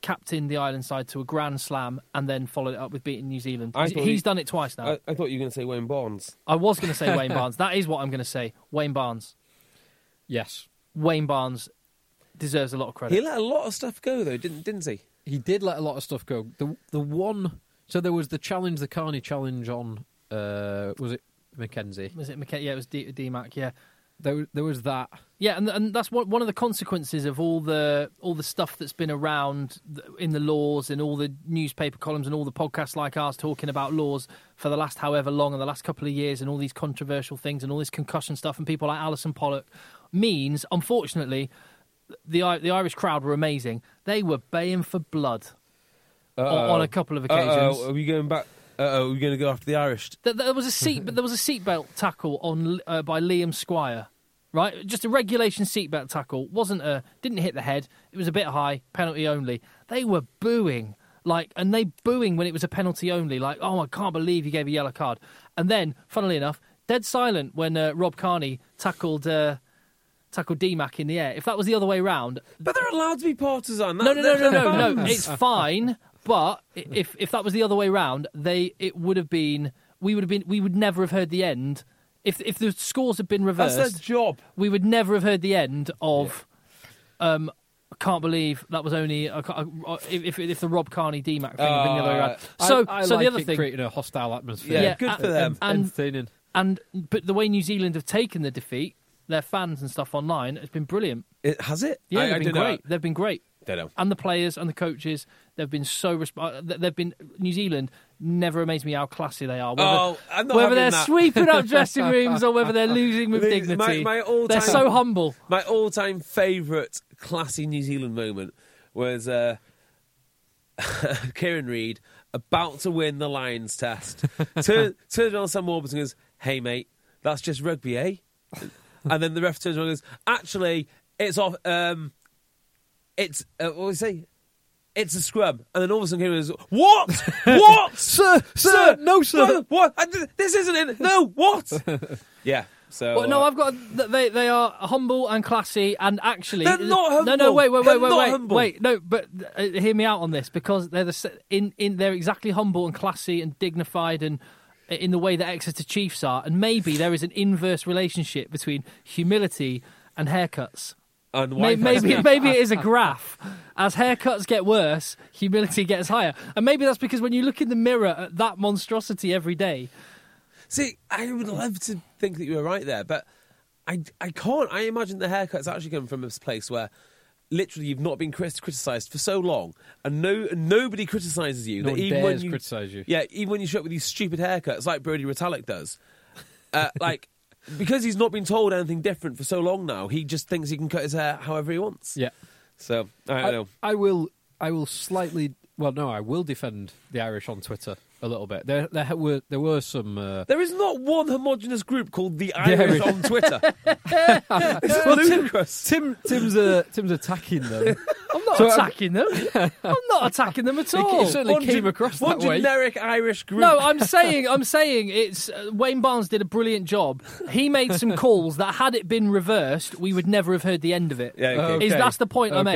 Speaker 4: captained the Ireland side to a Grand Slam and then followed it up with beating New Zealand.
Speaker 3: I
Speaker 4: He's,
Speaker 3: thought he-
Speaker 4: he's done it twice now.
Speaker 3: I, I thought you were going to say Wayne Barnes.
Speaker 4: I was going to say Wayne Barnes. That is what I'm going to say. Wayne Barnes.
Speaker 5: Yes,
Speaker 4: Wayne Barnes deserves a lot of credit.
Speaker 3: He let a lot of stuff go though, didn't didn't he?
Speaker 5: he did let a lot of stuff go. The the one. So there was the challenge, the Carney challenge on. Uh, was it Mackenzie?
Speaker 4: Was it McKay? Yeah, it was D- DMAC. Yeah.
Speaker 5: There was- there was that.
Speaker 4: Yeah, and and that's one one of the consequences of all the all the stuff that's been around th- in the laws and all the newspaper columns and all the podcasts like ours talking about laws for the last however long and the last couple of years and all these controversial things and all this concussion stuff and people like Alison Pollock means unfortunately the I- the Irish crowd were amazing. They were baying for blood on, on a couple of occasions.
Speaker 3: Uh-oh, are we going back? Uh oh, we're going to go after the Irish.
Speaker 4: There, there was a seat, but there was a seatbelt tackle on uh, by Liam Squire, right? Just a regulation seatbelt tackle. wasn't a didn't hit the head. It was a bit high, penalty only. They were booing like, and they booing when it was a penalty only. Like, oh, I can't believe he gave a yellow card. And then, funnily enough, dead silent when uh, Rob Carney tackled. Uh, Tackled DMAC in the air. If that was the other way round,
Speaker 3: But they're allowed to be partisan. That,
Speaker 4: no, no, no,
Speaker 3: that-
Speaker 4: no, no, no. It's fine, but i- if if that was the other way round, they it would have been we would have been we would never have heard the end if if the scores had been
Speaker 3: That's
Speaker 4: reversed.
Speaker 3: their job.
Speaker 4: we would never have heard the end of. Um, I can't believe that was only I can't- I- I- if, if if the Rob Carney DMAC thing had been the other way
Speaker 3: Uh,
Speaker 4: around.
Speaker 5: I-
Speaker 4: So
Speaker 5: I
Speaker 4: so
Speaker 5: like
Speaker 4: the other
Speaker 5: it
Speaker 4: thing
Speaker 5: creating a hostile atmosphere.
Speaker 3: Yeah, good for
Speaker 4: and-
Speaker 3: them.
Speaker 4: And,
Speaker 5: entertaining.
Speaker 4: and but the way New Zealand have taken the defeat, their fans and stuff online, has been brilliant.
Speaker 3: It, has it?
Speaker 4: Yeah,
Speaker 3: I,
Speaker 4: they've
Speaker 3: I
Speaker 4: been
Speaker 3: don't
Speaker 4: great. They've been great
Speaker 3: Know. Don't know.
Speaker 4: and the players and the coaches. They've been so resp- uh, th- they've been New Zealand never amazed me how classy they are. Whether,
Speaker 3: Oh, I'm not
Speaker 4: whether
Speaker 3: having
Speaker 4: they're
Speaker 3: that.
Speaker 4: sweeping up dressing rooms or whether they're losing with
Speaker 3: The-
Speaker 4: dignity,
Speaker 3: my- my all-time-
Speaker 4: they're so humble.
Speaker 3: My all-time favourite classy New Zealand moment was uh, Kieran Reid about to win the Lions test. Turn, turns around to Sam Warburton and goes, "Hey mate, that's just rugby, eh?" And then the ref turns around and goes, "Actually, it's off. Um, it's uh, what do we say? It's a scrum." And then all of a sudden, Kieran goes, "What? What,
Speaker 5: Sir, sir, no, sir."
Speaker 3: What? what? I did- this isn't it. No, what?" yeah. So
Speaker 4: Well, no,
Speaker 3: uh,
Speaker 4: I've got th- they. They are humble and classy, and actually,
Speaker 3: They're not
Speaker 4: No, no,
Speaker 3: humble.
Speaker 4: wait, wait,
Speaker 3: They're
Speaker 4: wait, wait,
Speaker 3: not
Speaker 4: wait,
Speaker 3: humble.
Speaker 4: wait. No, but uh, hear me out on this because they're the se- in in they're exactly humble and classy and dignified and uh, in the way that Exeter Chiefs are, and maybe there is an inverse relationship between humility and haircuts.
Speaker 3: and
Speaker 4: May-
Speaker 3: Wi-Fi
Speaker 4: Maybe,
Speaker 3: speed.
Speaker 4: maybe, it is a graph. As haircuts get worse, humility gets higher. And maybe that's because when you look in the mirror at that monstrosity every day,
Speaker 3: See, I would love to think that you were right there, but I, I can't. I imagine the haircut's actually come from a place where literally you've not been crit- criticised for so long, and no and nobody criticises you.
Speaker 5: No
Speaker 3: that
Speaker 5: one
Speaker 3: even when
Speaker 5: dares
Speaker 3: you
Speaker 5: criticise you.
Speaker 3: Yeah, even when you show up with these stupid haircuts, like Brody Retallick does, uh, like because he's not been told anything different for so long now, he just thinks he can cut his hair however he wants.
Speaker 5: Yeah.
Speaker 3: So I don't know.
Speaker 5: I will. I will slightly. Well, no, I will defend the Irish on Twitter a little bit. There, there were there were some. Uh,
Speaker 3: There is not one homogenous group called the
Speaker 5: There
Speaker 3: Irish
Speaker 5: is.
Speaker 3: on Twitter. it's
Speaker 5: Well, Tim-
Speaker 3: ludicrous.
Speaker 5: Tim Tim's uh, Tim's attacking them.
Speaker 4: I'm not
Speaker 5: So, um,
Speaker 4: attacking them. I'm not attacking them at
Speaker 5: It-
Speaker 4: all.
Speaker 5: it certainly
Speaker 3: One
Speaker 5: came
Speaker 3: gen-
Speaker 5: across
Speaker 3: one
Speaker 5: that way.
Speaker 3: generic Irish group.
Speaker 4: No, I'm saying, I'm saying it's uh, Wayne Barnes did a brilliant job. He made some calls that had it been reversed, we would never have heard the end of it.
Speaker 3: Yeah, okay.
Speaker 4: Is
Speaker 5: Okay.
Speaker 4: that's the point I
Speaker 5: Okay.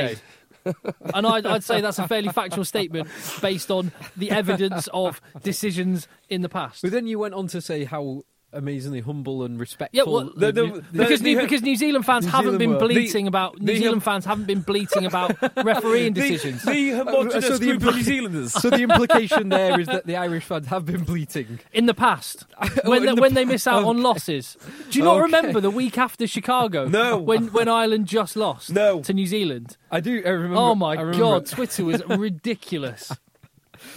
Speaker 4: made? And I'd, I'd say that's a fairly factual statement based on the evidence of decisions in the past.
Speaker 5: But then you went on to say how amazingly humble and respectful.
Speaker 4: Yeah, well,
Speaker 3: the-
Speaker 5: the-
Speaker 3: the-
Speaker 5: the-
Speaker 4: because
Speaker 3: the-
Speaker 4: New, because New Zealand fans
Speaker 5: New
Speaker 4: haven't
Speaker 5: Zealand
Speaker 4: been
Speaker 5: were-
Speaker 4: bleating
Speaker 3: the-
Speaker 4: about New
Speaker 3: the-
Speaker 4: Zealand fans haven't been bleating about refereeing decisions.
Speaker 3: The, the homogenous
Speaker 5: So the
Speaker 3: group of
Speaker 5: impli-
Speaker 3: New Zealanders.
Speaker 5: so the implication there is that the Irish fans have been bleating.
Speaker 4: In the past,
Speaker 5: Oh,
Speaker 4: when,
Speaker 5: in
Speaker 4: they,
Speaker 5: the
Speaker 4: when they miss out on losses, do you not
Speaker 5: Okay.
Speaker 4: remember the week after Chicago?
Speaker 3: No.
Speaker 4: when when Ireland just lost
Speaker 3: No.
Speaker 4: to New Zealand.
Speaker 5: I do. I remember.
Speaker 4: oh my
Speaker 5: I remember-
Speaker 4: god, Twitter was ridiculous.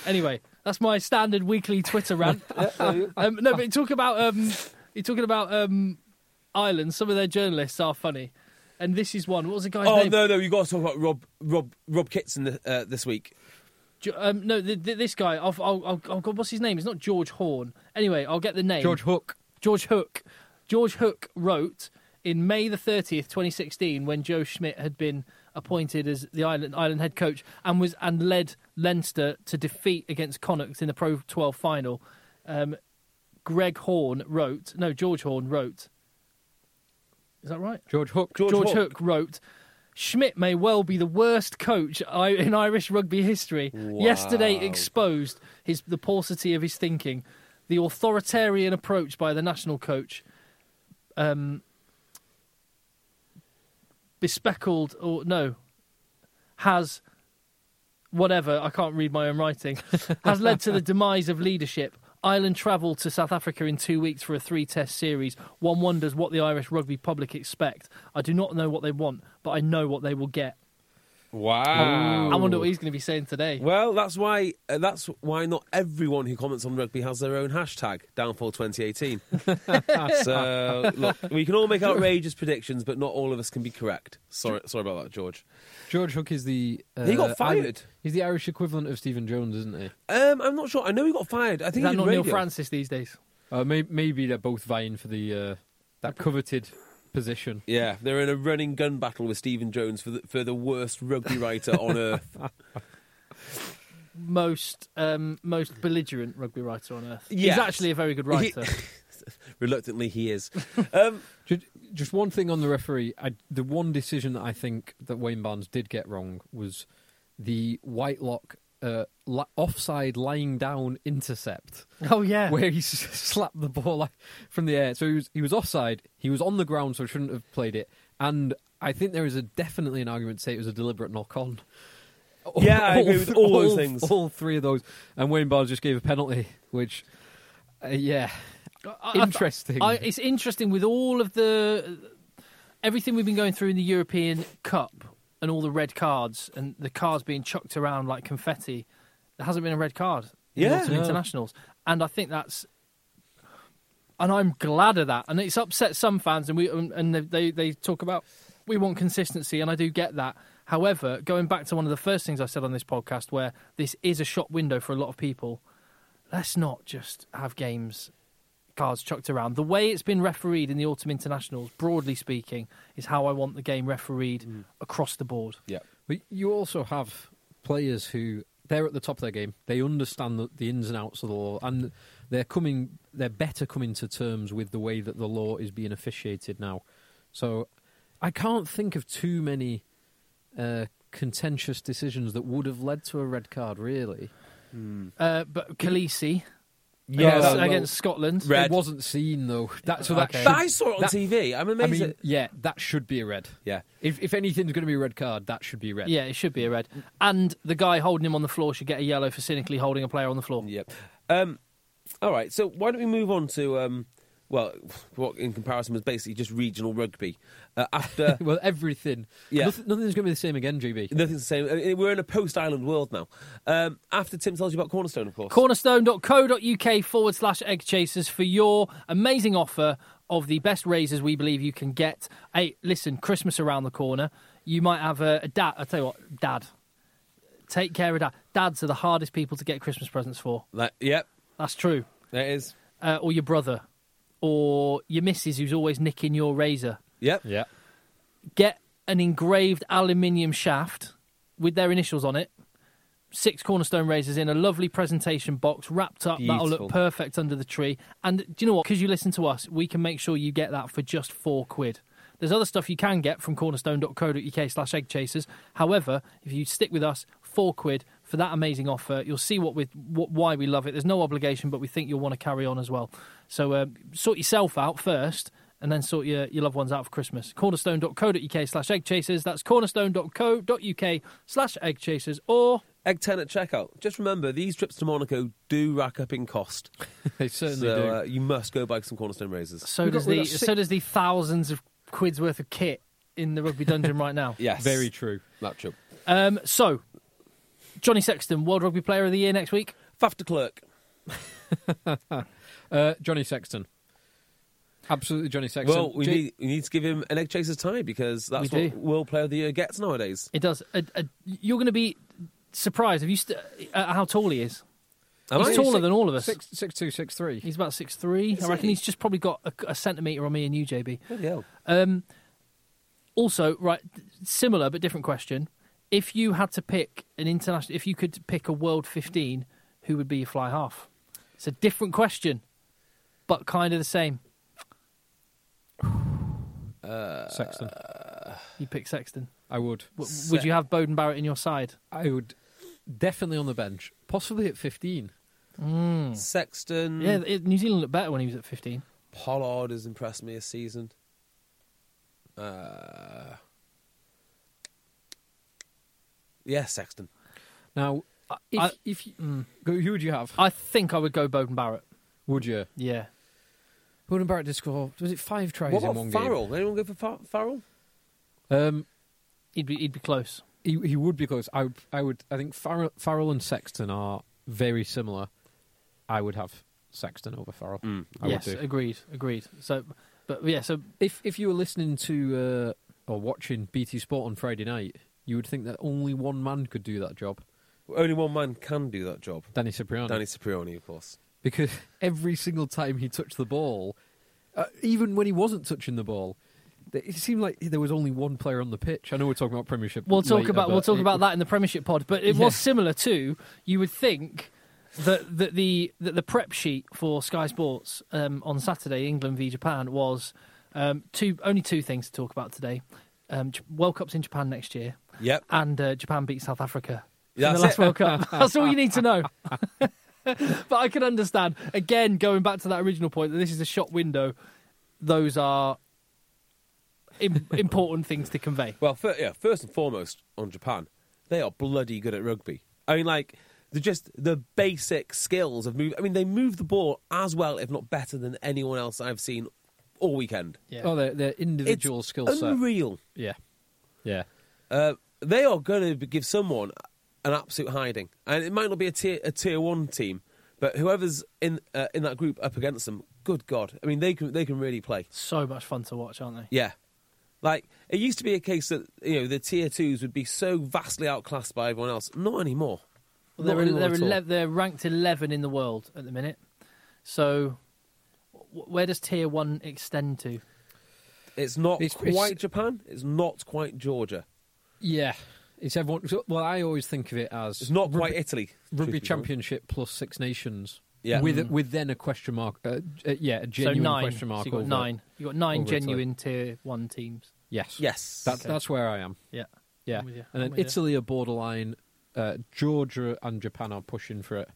Speaker 4: anyway, that's my standard weekly Twitter rant. um, no, but you talk about um, you're talking about um, Ireland. Some of their journalists are funny, and this is one. What was the guy's
Speaker 3: Oh
Speaker 4: name?
Speaker 3: no, no, you got to talk about Rob, Rob, Rob Kitson th- uh, this week.
Speaker 4: Jo- um, no, th- th- this guy. I'll, I'll, I'll, oh god, what's his name? It's not George Horn. Anyway, I'll get the name.
Speaker 5: George Hook.
Speaker 4: George Hook. George Hook wrote in May the 30th, 2016, when Joe Schmidt had been appointed as the Ireland, Ireland head coach and was and led Leinster to defeat against Connacht in the Pro 12 final. Um, Greg Horn wrote, no, George Horn wrote. Is that right?
Speaker 5: George Hook.
Speaker 4: George, Hook wrote, Schmidt may well be the worst coach I- in Irish rugby history. Yesterday exposed his the paucity of his thinking, the authoritarian approach by the national coach, um, bespeckled or no, has whatever I can't read my own writing has led to the demise of leadership. Ireland travel to South Africa in two weeks for a three test series. One wonders what the Irish rugby public expect. I do not know what they want, but I know what they will get.
Speaker 3: Wow.
Speaker 4: I wonder what he's going to be saying today.
Speaker 3: Well, that's why uh, that's why not everyone who comments on rugby has their own hashtag downfall 2018. so look, we can all make outrageous predictions, but not all of us can be correct. Sorry, sorry about that, George.
Speaker 5: George Hook is the. Uh,
Speaker 3: He got fired.
Speaker 5: Irish- he's the Irish equivalent of Stephen Jones, isn't he?
Speaker 3: Um, I'm not sure. I know he got fired. I
Speaker 4: Is
Speaker 3: think
Speaker 4: that
Speaker 3: he did
Speaker 4: not
Speaker 3: radio.
Speaker 4: Neil Francis these days?
Speaker 5: Uh, may, maybe they're both vying for the uh, that coveted position.
Speaker 3: Yeah, they're in a running gun battle with Stephen Jones for the, for the worst rugby writer on earth.
Speaker 4: Most um, most belligerent rugby writer on earth.
Speaker 3: Yes.
Speaker 4: He's actually a very good writer.
Speaker 3: Reluctantly, he is. Um,
Speaker 5: Ju- Just one thing on the referee. I, the one decision that I think that Wayne Barnes did get wrong was the Whitelock uh, li offside lying down intercept,
Speaker 4: oh yeah.
Speaker 5: where he s- slapped the ball like, from the air. So he was he was offside. He was on the ground, so he shouldn't have played it. And I think there is a definitely an argument to say it was a deliberate knock on.
Speaker 3: Yeah, I agree with all those
Speaker 5: all-
Speaker 3: things.
Speaker 5: All three of those, and Wayne Barnes just gave a penalty, which, uh, yeah,
Speaker 4: I- I-
Speaker 5: interesting.
Speaker 4: I, it's interesting with all of the everything we've been going through in the European Cup and all the red cards and the cards being chucked around like confetti. There hasn't been a red card in
Speaker 3: Yeah.
Speaker 4: autumn
Speaker 5: No.
Speaker 4: internationals, and I think that's. And I'm glad of that, and it's upset some fans, and we and and they they talk about we want consistency, and I do get that. However, going back to one of the first things I said on this podcast, where this is a shop window for a lot of people, let's not just have games cards chucked around. The way it's been refereed in the autumn internationals, broadly speaking, is how I want the game refereed across the board.
Speaker 3: yeah.
Speaker 5: But you also have players who they're at the top of their game. They understand the, the ins and outs of the law, and they're coming. They're better coming to terms with the way that the law is being officiated now. So, I can't think of too many uh, contentious decisions that would have led to a red card. Really,
Speaker 4: Uh, but Khaleesi
Speaker 3: Yeah,
Speaker 4: against,
Speaker 3: well-
Speaker 4: against Scotland.
Speaker 3: Red.
Speaker 5: it wasn't seen though. That so that
Speaker 4: Okay.
Speaker 5: should,
Speaker 3: But I saw it on
Speaker 5: that-
Speaker 3: TV. I'm
Speaker 5: I
Speaker 3: amazed.
Speaker 5: mean,
Speaker 3: at-
Speaker 5: yeah, that should be a red.
Speaker 3: yeah.
Speaker 5: If if anything's going to be a red card, that should be red.
Speaker 4: Yeah, it should be a red. And the guy holding him on the floor should get a yellow for cynically holding a player on the floor.
Speaker 3: Yep. Um, all right. So why don't we move on to um, well, what in comparison was basically just regional rugby. Uh, after
Speaker 5: Well, everything.
Speaker 3: Yeah.
Speaker 5: Nothing, nothing's going to be the same again, GB.
Speaker 3: nothing's the same. I mean, We're in a post-island world now. Um, after Tim tells you about Cornerstone, of course.
Speaker 4: Cornerstone.co.uk forward slash egg chasers for your amazing offer of the best razors we believe you can get. Hey, listen, Christmas around the corner. You might have a, a dad. I tell you what, dad. Take care of dad. Dads are the hardest people to get Christmas presents for.
Speaker 3: That- yep.
Speaker 4: That's true.
Speaker 3: It is.
Speaker 4: Uh, or your brother, or your missus who's always nicking your razor.
Speaker 3: Yep.
Speaker 5: Yeah.
Speaker 4: Get an engraved aluminium shaft with their initials on it. Six cornerstone razors in a lovely presentation box wrapped up. That'll
Speaker 5: Beautiful.
Speaker 4: look perfect under the tree. And do you know what? Because you listen to us, we can make sure you get that for just four quid. There's other stuff you can get from cornerstone.co.uk slash egg chasers. However, if you stick with us, four quid for that amazing offer. You'll see what with what, why we love it. There's no obligation, but we think you'll want to carry on as well. So uh, sort yourself out first and then sort your, your loved ones out for Christmas. Cornerstone.co.uk slash egg chasers. That's cornerstone.co.uk slash egg chasers or
Speaker 3: Egg 10 at checkout. Just remember, these trips to Monaco do rack up in cost.
Speaker 5: They certainly
Speaker 3: so
Speaker 5: do.
Speaker 3: Uh, you must go buy some Cornerstone razors.
Speaker 4: so
Speaker 5: We've got-
Speaker 4: does
Speaker 5: we've
Speaker 4: the
Speaker 5: got six-
Speaker 4: so does the thousands of quid's worth of kit in the rugby dungeon right now.
Speaker 3: Yes.
Speaker 5: Very true.
Speaker 3: That true.
Speaker 4: Um, so Johnny Sexton, World Rugby Player of the Year next week.
Speaker 3: Faf de Klerk.
Speaker 5: Uh, Johnny Sexton. Absolutely, Johnny Sexton.
Speaker 3: Well, we
Speaker 5: J-
Speaker 3: need, we need to give him an Egg Chaser's tie because that's
Speaker 4: We
Speaker 3: what
Speaker 4: do.
Speaker 3: World Player of the Year gets nowadays.
Speaker 4: It does. Uh, uh, you're going to be surprised. Have you st- uh, how tall he is?
Speaker 3: Am
Speaker 4: He's
Speaker 3: I?
Speaker 4: taller than all of us.
Speaker 5: Six, six two, six three.
Speaker 4: He's about six three. I reckon
Speaker 3: he?
Speaker 4: he's just probably got a, a centimetre on me and you, JB.
Speaker 3: Bloody hell.
Speaker 4: Um, also, right, similar but different question. If you had to pick an international, if you could pick a world 15, who would be your fly half? It's a different question, but kind of the same.
Speaker 3: Uh,
Speaker 5: Sexton.
Speaker 4: You pick Sexton.
Speaker 5: I would.
Speaker 4: W- would you have Bowden Barrett in your side?
Speaker 5: I would definitely on the bench, possibly at 15. Hmm.
Speaker 3: Sexton.
Speaker 4: Hmm. Yeah, it, New Zealand looked better when he was at 15.
Speaker 3: Pollard has impressed me this season. Uh, yeah, Sexton.
Speaker 5: Now, if,
Speaker 4: I-
Speaker 5: if you, hmm. go, who would you have?
Speaker 4: I think I would go Bowden Barrett.
Speaker 5: would you?
Speaker 4: Yeah.
Speaker 5: Wooden Barrett did score. Was it five tries
Speaker 3: What
Speaker 5: in
Speaker 3: about
Speaker 5: one
Speaker 3: Farrell? Anyone go for Far- Farrell?
Speaker 5: game? Um,
Speaker 4: He'd be, he'd be close.
Speaker 5: he he would be close. I would. I would. I think Farrell, Farrell and Sexton are very similar. I would have Sexton over Farrell.
Speaker 3: Mm.
Speaker 5: I
Speaker 4: yes,
Speaker 5: would do.
Speaker 4: agreed, agreed. So, but yeah, so
Speaker 5: If if you were listening to uh, or watching BT Sport on Friday night, you would think that only one man could do that job,
Speaker 3: Only one man can do that job.
Speaker 5: Danny Cipriano,
Speaker 3: Danny Cipriani, of course.
Speaker 5: because every single time he touched the ball, uh, even when he wasn't touching the ball. th- It seemed like there was only one player on the pitch. I know we're talking about Premiership.
Speaker 4: We'll talk
Speaker 5: later,
Speaker 4: about
Speaker 5: but
Speaker 4: we'll talk
Speaker 5: it-
Speaker 4: about that in the Premiership pod. But it was similar too. You would think that that the that the prep sheet for Sky Sports um, on Saturday, England v Japan, was um, two only two things to talk about today. Um, J- World Cup's in Japan next year,
Speaker 3: Yep.
Speaker 4: and uh, Japan beat South Africa. in
Speaker 3: That's
Speaker 4: the last
Speaker 3: it.
Speaker 4: World Cup. That's all you need to know. but I can understand again going back to that original point that this is a shot window. Those are im- important things to convey.
Speaker 3: Well, fir- yeah, first and foremost on Japan, they are bloody good at rugby. I mean, like, they're just the basic skills of move. I mean, they move the ball as well, if not better, than anyone else I've seen all weekend.
Speaker 4: Yeah.
Speaker 5: Oh, their, their individual
Speaker 3: It's
Speaker 5: skill set.
Speaker 3: Unreal.
Speaker 5: Yeah. Yeah.
Speaker 3: Uh, they are going to give someone an absolute hiding, and it might not be a tier, a tier one team, but whoever's in uh, in that group up against them, good God, I mean they can they can really play.
Speaker 4: so much fun to watch, aren't they?
Speaker 3: Yeah, like it used to be a case that you know the tier twos would be so vastly outclassed by everyone else. Not anymore.
Speaker 4: Well,
Speaker 3: Not
Speaker 4: they're,
Speaker 3: anymore
Speaker 4: they're,
Speaker 3: at all.
Speaker 4: ele- they're ranked 11 in the world at the minute. So, w- where does tier one extend to?
Speaker 3: It's not
Speaker 5: It's-
Speaker 3: quite
Speaker 5: it's-
Speaker 3: Japan. It's not quite Georgia.
Speaker 5: Yeah. It's everyone. so- Well, I always think of it as
Speaker 3: It's not quite Italy.
Speaker 5: rugby
Speaker 3: truth be told.
Speaker 5: championship plus Six Nations.
Speaker 3: Yeah.
Speaker 5: With with then a question mark. Uh, uh, yeah, a genuine
Speaker 4: Mm. so nine.
Speaker 5: question
Speaker 4: so
Speaker 5: mark.
Speaker 4: you got
Speaker 5: over-
Speaker 4: nine. You got nine
Speaker 5: over Italy.
Speaker 4: genuine tier one teams.
Speaker 5: Yes.
Speaker 3: Yes.
Speaker 5: That, That's where I am.
Speaker 4: Yeah.
Speaker 5: Yeah.
Speaker 4: I'm with you.
Speaker 5: And
Speaker 4: I'm
Speaker 5: then
Speaker 4: with you.
Speaker 5: Italy are borderline. Uh, Georgia and Japan are pushing for it.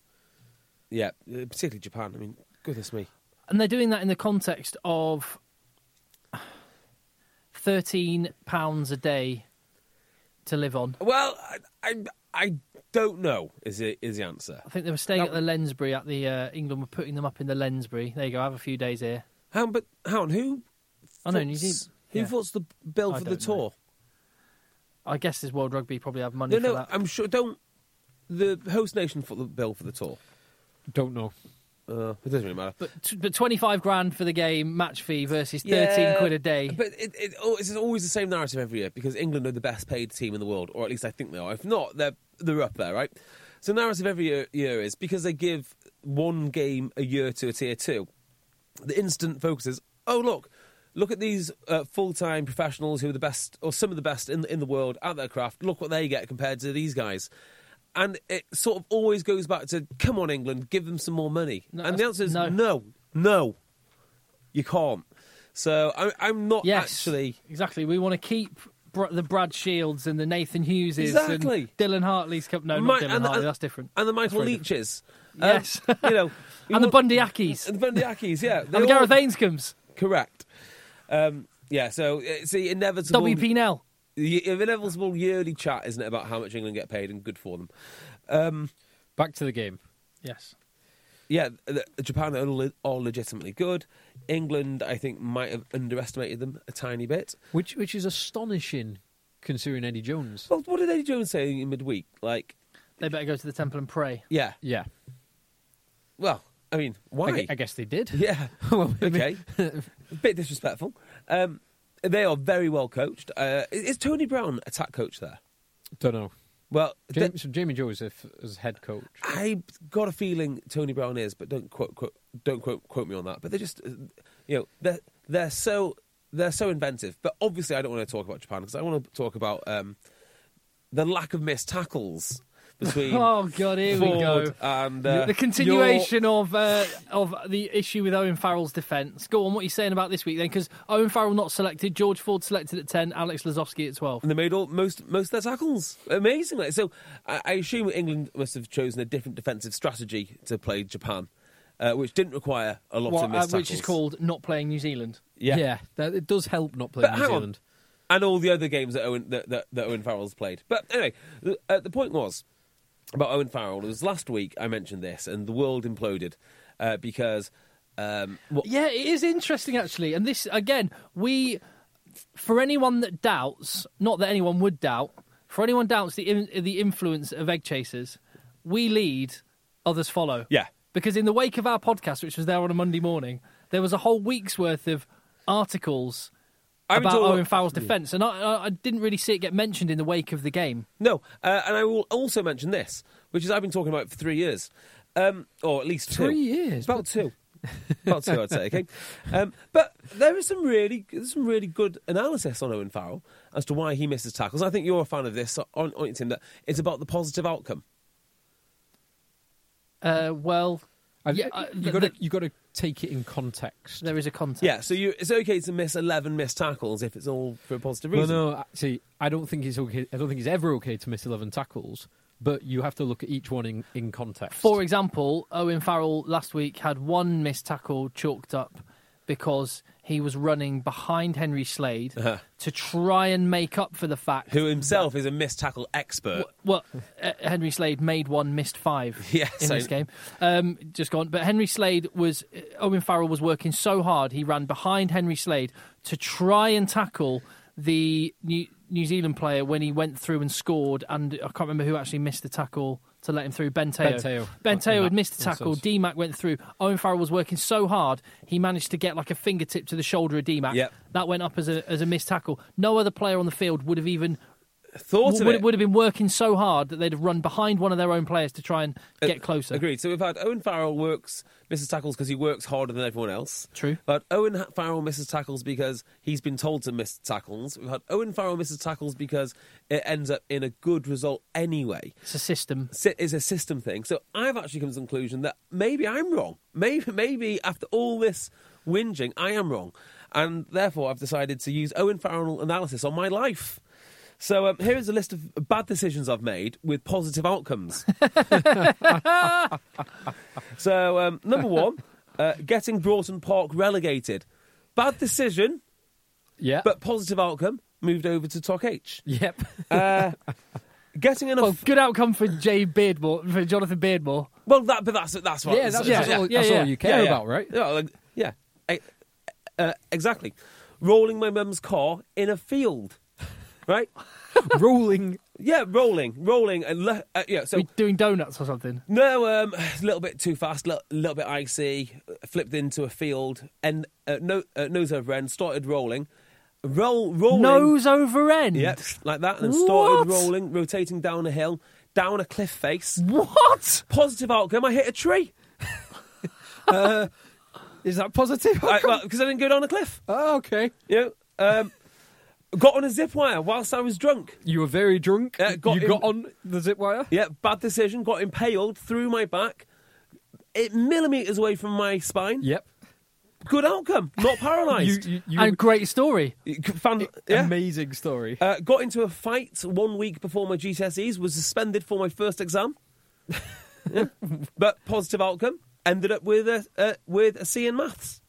Speaker 3: yeah, uh, particularly Japan. I mean, goodness me.
Speaker 4: And they're doing that in the context of 13 pounds a day to live on.
Speaker 3: Well, I I, I don't know. Is the is the answer?
Speaker 4: I think they were staying
Speaker 3: That
Speaker 4: at the Lensbury at the uh, England were putting them up in the Lensbury. There you go. Have a few days here.
Speaker 3: How but how and who?
Speaker 4: I know, New
Speaker 3: foots-
Speaker 4: Zealand-
Speaker 3: Who
Speaker 4: yeah.
Speaker 3: foots the bill
Speaker 4: I
Speaker 3: for the
Speaker 4: don't know.
Speaker 3: tour?
Speaker 4: I guess this World Rugby probably have money
Speaker 3: No,
Speaker 4: for
Speaker 3: no,
Speaker 4: that.
Speaker 3: I'm sure. Don't the host nation foot the bill for the tour?
Speaker 5: Don't know.
Speaker 3: Uh, it doesn't really matter.
Speaker 4: But, t- but 25 grand for the game match fee versus 13 quid a day.
Speaker 3: But it, it, oh, it's always the same narrative every year because England are the best paid team in the world, or at least I think they are. If not, they're they're up there, right? So narrative every year, year is because they give one game a year to a tier two. The instant focus is, oh look, look at these uh, full-time professionals who are the best or some of the best in in the world at their craft. Look what they get compared to these guys. And it sort of always goes back to, come on, England, give them some more money.
Speaker 4: No,
Speaker 3: and the
Speaker 4: that's-
Speaker 3: answer is
Speaker 4: no.
Speaker 3: no, no, you can't. So I, I'm not
Speaker 4: Yes,
Speaker 3: actually.
Speaker 4: exactly. We want to keep Br- the Brad Shields and the Nathan Hugheses
Speaker 3: Exactly.
Speaker 4: and Dylan Hartley's cup. No,
Speaker 3: Mi-
Speaker 4: not
Speaker 3: and
Speaker 4: Dylan
Speaker 3: the-
Speaker 4: Hartley.
Speaker 3: and-
Speaker 4: that's different.
Speaker 3: And the Michael
Speaker 4: very
Speaker 3: Leaches.
Speaker 4: Yes.
Speaker 3: Um, you know. we
Speaker 4: And the
Speaker 3: want-
Speaker 4: Bundyakis.
Speaker 3: And the Bundyakis, yeah.
Speaker 4: and the
Speaker 3: They're all-
Speaker 4: Gareth Ainscombs,
Speaker 3: Correct. Um, yeah, so it's the inevitable.
Speaker 4: WP Nell.
Speaker 3: the inevitable yearly chat, isn't it, about how much England get paid and good for them.
Speaker 5: Back to the game.
Speaker 4: Yes.
Speaker 3: Yeah, the, Japan are, le- are legitimately good. England, I think, might have underestimated them a tiny bit.
Speaker 5: Which which is astonishing considering Eddie Jones.
Speaker 3: Well, what did Eddie Jones say in midweek? Like,
Speaker 4: They better go to the temple and pray.
Speaker 3: yeah,
Speaker 5: Yeah.
Speaker 3: well, I mean,
Speaker 5: I,
Speaker 3: why?
Speaker 5: gu- I guess they did.
Speaker 3: Yeah. okay. a bit disrespectful. Um, they are very well coached. Uh, is- is Tony Brown attack coach there?
Speaker 5: Don't know.
Speaker 3: Well, th-
Speaker 5: James, Jamie Joseph as head coach.
Speaker 3: I got a feeling Tony Brown is, but don't quote, quote don't quote, quote me on that. But they're just, uh, you know, they're they're so they're so inventive. But obviously, I don't want to talk about Japan because I want to talk about um, the lack of missed tackles between
Speaker 4: Oh God, here we go.
Speaker 3: Ford and uh,
Speaker 4: the continuation of uh, of the issue with Owen Farrell's defence. Go on, what are you saying about this week then? Because Owen Farrell not selected, George Ford selected at ten, Alex Lazowski at twelve.
Speaker 3: and they made all most most of their tackles. Amazingly, so I, I assume England must have chosen a different defensive strategy to play Japan, uh, which didn't require a lot
Speaker 4: What-
Speaker 3: of
Speaker 4: uh,
Speaker 3: missed tackles.
Speaker 4: which is called not playing New Zealand.
Speaker 3: yeah.
Speaker 5: that, it does help not playing
Speaker 3: But
Speaker 5: New
Speaker 3: hang on.
Speaker 5: Zealand.
Speaker 3: and all the other games that Owen that, that, that Owen Farrell's played. But anyway, the, uh, the point was about Owen Farrell. It was last week I mentioned this, and the world imploded uh, because um, what,
Speaker 4: Yeah, it is interesting actually. And this again, we for anyone that doubts, not that anyone would doubt, for anyone doubts the in, the influence of egg chasers, we lead, others follow.
Speaker 3: Yeah.
Speaker 4: Because in the wake of our podcast, which was there on a Monday morning, there was a whole week's worth of articles
Speaker 3: I would
Speaker 4: about
Speaker 3: talk-
Speaker 4: Owen Farrell's defence, and I, I- I didn't really see it get mentioned in the wake of the game.
Speaker 3: No, uh, and I will also mention this, which is I've been talking about it for three years, um, or at least two.
Speaker 5: Three years?
Speaker 3: about two, about two, I'd say. Okay, um, but there is some really, there's some really good analysis on Owen Farrell as to why he misses tackles. I think you're a fan of this on, on your team that it's about the positive outcome.
Speaker 4: Uh, well,
Speaker 5: I've-
Speaker 4: yeah, uh,
Speaker 5: you
Speaker 4: th-
Speaker 5: got to
Speaker 4: th-
Speaker 5: you got to take it in context.
Speaker 4: there is a context.
Speaker 3: Yeah, so you, it's okay to miss eleven missed tackles if it's all for a positive
Speaker 5: Well,
Speaker 3: reason.
Speaker 5: no, I- see, I don't think it's okay. I don't think it's ever okay to miss eleven tackles, but you have to look at each one in, in context.
Speaker 4: For example, Owen Farrell last week had one missed tackle chalked up because he was running behind Henry Slade to try and make up for the fact.
Speaker 3: Who himself is a missed tackle expert.
Speaker 4: Well, uh, Henry Slade made one, missed five
Speaker 3: Yeah,
Speaker 4: in
Speaker 3: so-
Speaker 4: this game. Um, just gone. But Henry Slade was, uh, Owen Farrell was working so hard, he ran behind Henry Slade to try and tackle the New, New Zealand player when he went through and scored. And I can't remember who actually missed the tackle to let him through. Benteo.
Speaker 5: Benteo.
Speaker 4: Benteo had missed the
Speaker 5: That's
Speaker 4: tackle.
Speaker 5: us.
Speaker 4: D-Mac went through. Owen Farrell was working so hard, he managed to get like a fingertip to the shoulder of D-Mac.
Speaker 3: Yep.
Speaker 4: That went up as a, as a missed tackle. No other player on the field would have even
Speaker 3: Thought
Speaker 4: would,
Speaker 3: of
Speaker 4: would-
Speaker 3: it.
Speaker 4: would have been working so hard that they'd have run behind one of their own players to try and
Speaker 3: Uh,
Speaker 4: get closer.
Speaker 3: Agreed. So we've had Owen Farrell works misses tackles because he works harder than everyone else.
Speaker 4: True.
Speaker 3: But Owen Ha- Farrell misses tackles because he's been told to miss tackles. We've had Owen Farrell misses tackles because it ends up in a good result anyway.
Speaker 4: It's a system.
Speaker 3: Si- It's a system thing. So I've actually come to the conclusion that maybe I'm wrong. Maybe maybe after all this whinging, I am wrong, and therefore I've decided to use Owen Farrell analysis on my life. So um, here is a list of bad decisions I've made with positive outcomes. So um, number one, uh, getting Broughton Park relegated, bad decision
Speaker 5: yeah,
Speaker 3: but positive outcome. Moved over to Toc H.
Speaker 5: yep,
Speaker 3: Uh, getting enough.
Speaker 4: Well, good outcome for Jay Beardmore, for Jonathan Beardmore.
Speaker 3: Well, that but that's that's what.
Speaker 5: yeah, that's,
Speaker 4: yeah,
Speaker 5: that's all,
Speaker 4: yeah,
Speaker 5: that's
Speaker 4: yeah.
Speaker 5: all you care
Speaker 3: yeah.
Speaker 5: about, right?
Speaker 3: Yeah, like, yeah, I- uh, exactly. Rolling my mum's car in a field, right?
Speaker 5: Rolling
Speaker 3: yeah, rolling, rolling, and le- uh, yeah. So
Speaker 4: Be doing donuts or something.
Speaker 3: no, um, a little bit too fast, a little bit icy. Flipped into a field and uh, no, uh, nose over end, started rolling, roll, rolling,
Speaker 4: Nose over end.
Speaker 3: Yep, like that, and then started
Speaker 4: What?
Speaker 3: rolling, rotating down a hill, down a cliff face.
Speaker 4: What?
Speaker 3: Positive outcome. I hit a tree
Speaker 5: Is that positive?
Speaker 3: because I, well, 'cause I didn't go down a cliff.
Speaker 5: oh, okay.
Speaker 3: You know, um, got on a zip wire whilst I was drunk.
Speaker 5: You were very drunk.
Speaker 3: Yeah, got
Speaker 5: you
Speaker 3: him-
Speaker 5: got on the zip wire.
Speaker 3: Yeah, bad decision. Got impaled through my back. It millimeters away from my spine.
Speaker 5: Yep.
Speaker 3: Good outcome. Not
Speaker 5: You,
Speaker 3: paralysed.
Speaker 5: you, you
Speaker 4: And great story.
Speaker 3: Fan- yeah.
Speaker 5: amazing story.
Speaker 3: Uh, got into a fight one week before my GCSEs, was suspended for my first exam. Yeah. But positive outcome. Ended up with a uh, with a C in maths.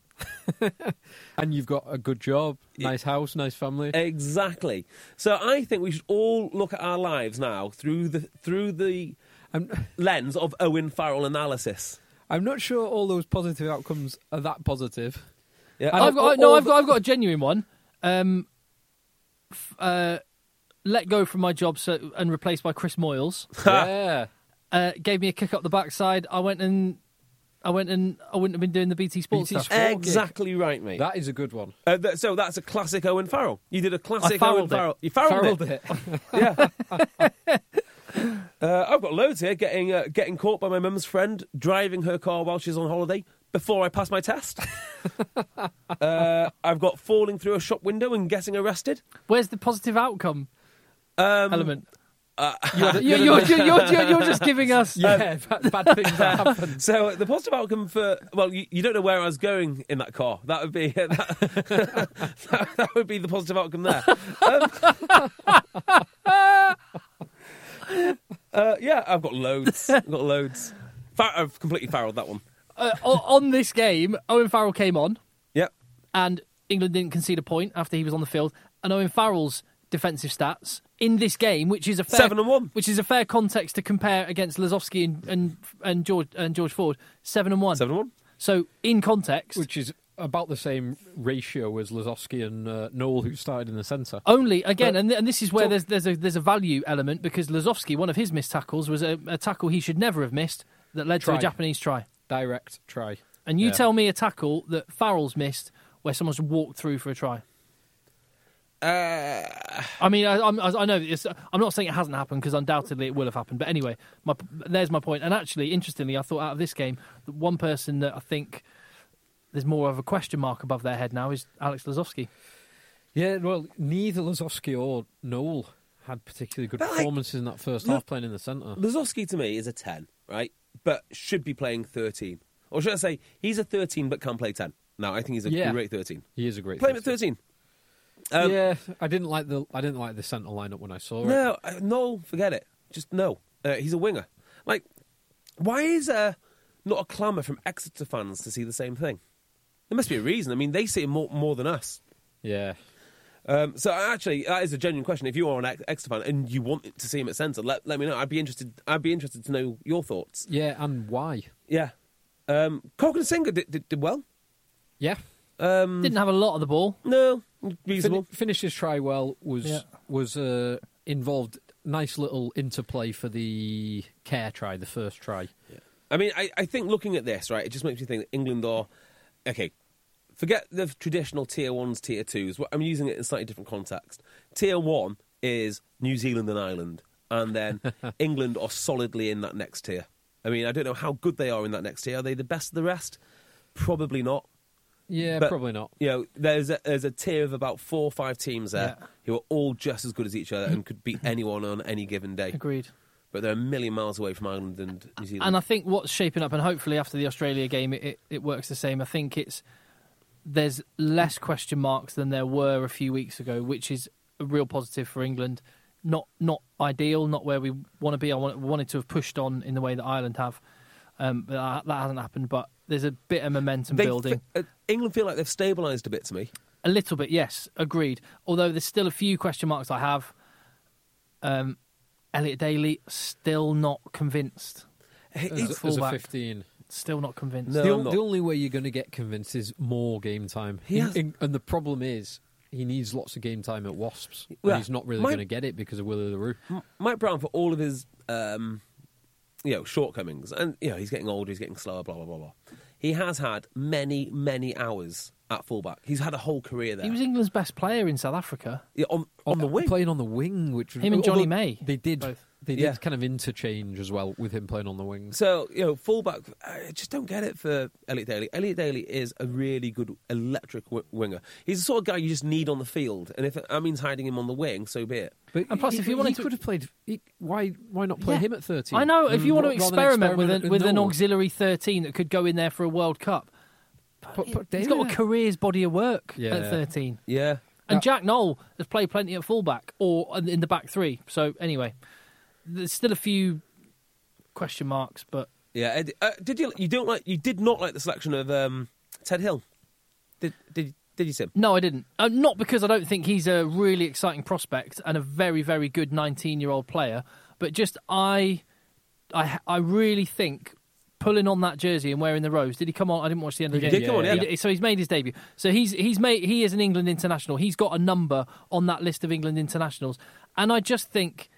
Speaker 5: and you've got a good job, nice house, nice family.
Speaker 3: Exactly. So I think we should all look at our lives now through the through the
Speaker 5: I'm,
Speaker 3: lens of Owen Farrell analysis.
Speaker 5: I'm not sure all those positive outcomes are that positive.
Speaker 3: Yeah.
Speaker 5: And
Speaker 4: I've
Speaker 5: all-
Speaker 4: got,
Speaker 3: oh,
Speaker 4: no,
Speaker 5: all
Speaker 4: I've
Speaker 5: the-
Speaker 4: got, I've got a genuine one. Um, f- uh, let go from my job so, and replaced by Chris Moyles.
Speaker 5: yeah.
Speaker 4: Uh, gave me a kick up the backside. I went and I went and I wouldn't have been doing the BT Sports
Speaker 5: BT
Speaker 4: stuff.
Speaker 5: Sport.
Speaker 3: Exactly right, mate.
Speaker 5: That is a good one.
Speaker 3: Uh, th- so that's a classic Owen Farrell. You did a classic
Speaker 4: I
Speaker 3: Owen
Speaker 4: farrelled it.
Speaker 3: Farrell. You farrelled,
Speaker 5: Farrelled
Speaker 3: it.
Speaker 5: it.
Speaker 3: Yeah. uh, I've got loads here. Getting uh, getting caught by my mum's friend driving her car while she's on holiday before I pass my test. uh, I've got falling through a shop window and getting arrested.
Speaker 4: Where's the positive outcome
Speaker 3: Um,
Speaker 4: element?
Speaker 5: You had a-
Speaker 4: You're,
Speaker 5: you
Speaker 4: you're,
Speaker 5: had a-
Speaker 4: you're, you're, you're just giving us.
Speaker 5: yeah, bad, bad things that happen.
Speaker 3: So uh, the positive outcome for well, you, you don't know where I was going in that car. That would be that, that, that would be the positive outcome there. Um, uh, yeah, I've got loads. I've got loads. Far, I've completely farrelled that one.
Speaker 4: Uh, o- on this game, Owen Farrell came on
Speaker 3: Yep.
Speaker 4: and England didn't concede a point after he was on the field. And Owen Farrell's defensive stats in this game, which is a fair,
Speaker 3: Seven and one.
Speaker 4: which is a fair context to compare against Lazowski and and, and George and George Ford, seven and one.
Speaker 3: Seven one.
Speaker 4: So in context,
Speaker 5: Which is about the same ratio as Lazowski and uh, Noel, who started in the centre.
Speaker 4: only again, and, and this is where
Speaker 5: So-
Speaker 4: there's there's a there's a value element because Lazowski, one of his missed tackles, was a, a tackle he should never have missed that led to
Speaker 5: Try.
Speaker 4: a Japanese try.
Speaker 5: Direct try.
Speaker 4: And you
Speaker 5: Yeah.
Speaker 4: tell me a tackle that Farrell's missed where someone's walked through for a try.
Speaker 3: Uh,
Speaker 4: I mean, I, I'm, I know it's, I'm not saying it hasn't happened because undoubtedly it will have happened. But anyway, my, there's my point. And actually, interestingly, I thought out of this game, the one person that I think there's more of a question mark above their head now is Alex Lazowski.
Speaker 5: Yeah, well, neither Lazowski or Noel had particularly good
Speaker 3: But, like,
Speaker 5: performances in that first
Speaker 3: look-
Speaker 5: half playing in the centre.
Speaker 3: Lazowski to me is a ten, right? But should be playing thirteen, or should I say he's a thirteen but can play ten? No, I think he's a
Speaker 5: Yeah.
Speaker 3: great thirteen.
Speaker 5: He is a great
Speaker 3: Play him at
Speaker 5: finisher.
Speaker 3: thirteen. Um,
Speaker 5: yeah, I didn't like the I didn't like the centre lineup when I saw it.
Speaker 3: No, uh, no, forget it. Just no. Uh, he's a winger. Like, why is there not a clamour from Exeter fans to see the same thing? There must be a reason. I mean, they see it more, more than us.
Speaker 5: Yeah,
Speaker 3: Um, so actually, that is a genuine question. If you are an Ex- Exeter fan and you want to see him at centre, let, let me know. I'd be interested. I'd be interested to know your thoughts.
Speaker 5: yeah, and why?
Speaker 3: Yeah. Um, Cochran Singer did, did, did well.
Speaker 5: Yeah, Hmm.
Speaker 3: Um,
Speaker 4: Didn't have a lot of the ball.
Speaker 3: no,
Speaker 5: fin-
Speaker 3: reasonable.
Speaker 5: finished his try well. Was
Speaker 4: Yeah.
Speaker 5: was uh, involved. Nice little interplay for the care try, the first try.
Speaker 3: I mean, I, I think looking at this, right, it just makes me think that England are okay. Forget the traditional tier ones, tier twos. Well, I'm using it in a slightly different context. Tier one is New Zealand and Ireland, and then England are solidly in that next tier. I mean, I don't know how good they are in that next tier. Are they the best of the rest? Probably not.
Speaker 5: Yeah,
Speaker 3: But-
Speaker 5: probably not.
Speaker 3: You know, there's a, there's a tier of about four or five teams there
Speaker 4: Yeah.
Speaker 3: who are all just as good as each other and could beat anyone on any given day.
Speaker 4: Agreed.
Speaker 3: But they're a million miles away from Ireland and New Zealand.
Speaker 4: And I think what's shaping up, and hopefully after the Australia game, it, it, it works the same. I think it's there's less question marks than there were a few weeks ago, which is a real positive for England. Not not ideal, not where we want to be. I want, wanted to have pushed on in the way that Ireland have, um, but that, that hasn't happened. But there's a bit of momentum
Speaker 3: They
Speaker 4: building,
Speaker 3: fe- uh, England feel like they've stabilised a bit to me.
Speaker 4: a little bit. Yes, agreed. Although there's still a few question marks I have. Um, Elliot Daly still not convinced.
Speaker 5: As, a- as a
Speaker 4: fullback.
Speaker 5: fifteen,
Speaker 4: Still not convinced.
Speaker 3: No,
Speaker 5: the,
Speaker 3: I'm
Speaker 5: on-
Speaker 3: not.
Speaker 5: the only way you're going to get convinced is more game time.
Speaker 3: He
Speaker 5: In-
Speaker 3: has-
Speaker 5: in- and the problem is he needs lots of game time at Wasps,
Speaker 3: Yeah.
Speaker 5: and he's not really
Speaker 3: My-
Speaker 5: going to get it because of Willie LaRue.
Speaker 3: Mike Brown for all of his, um, you know, shortcomings, and you know he's getting older, he's getting slower, blah blah blah blah. He has had many many hours at fullback. He's had a whole career there.
Speaker 4: He was England's best player in South Africa.
Speaker 3: Yeah, on, on the wing.
Speaker 5: playing on the wing, which
Speaker 4: Him and Johnny
Speaker 5: although
Speaker 4: May,
Speaker 5: They did
Speaker 4: both.
Speaker 5: They did
Speaker 3: Yeah.
Speaker 5: kind of interchange as well with him playing on the wings.
Speaker 3: So you know, fullback. I just don't get it for Elliot Daly. Elliot Daly is a really good electric w- winger. He's the sort of guy you just need on the field, and if that means hiding him on the wing, so be it.
Speaker 5: But
Speaker 4: And plus,
Speaker 5: he-
Speaker 4: if you
Speaker 5: he
Speaker 4: wanted to-
Speaker 5: could have played, he- why why not play
Speaker 4: Yeah.
Speaker 5: him at thirteen?
Speaker 4: I know. If you
Speaker 5: Mm,
Speaker 4: want
Speaker 5: ra-
Speaker 4: to
Speaker 5: rather than
Speaker 4: experiment with an,
Speaker 5: experiment
Speaker 4: with an
Speaker 5: Noel.
Speaker 4: auxiliary 13 that could go in there for a World Cup,
Speaker 5: Put- put
Speaker 4: he's
Speaker 5: Daly
Speaker 4: got a
Speaker 5: there.
Speaker 4: career's body of work
Speaker 5: Yeah.
Speaker 4: at 13.
Speaker 3: Yeah,
Speaker 4: And Jack Knoll has played plenty at fullback or in the back three. So anyway, there's still a few question marks, but
Speaker 3: yeah. Ed- uh, did you you don't like you did not like the selection of um, Ted Hill? Did did did you Sim?
Speaker 4: no, I didn't. Uh, not because I don't think he's a really exciting prospect and a very very good 19 year old player, but just I, I, I really think pulling on that jersey and wearing the rose. Did he come on? I didn't watch the end of the
Speaker 5: He
Speaker 4: game.
Speaker 5: did
Speaker 3: come on, yeah.
Speaker 4: He- so he's made his debut. So he's he's made he is an England international. He's got a number on that list of England internationals, and I just think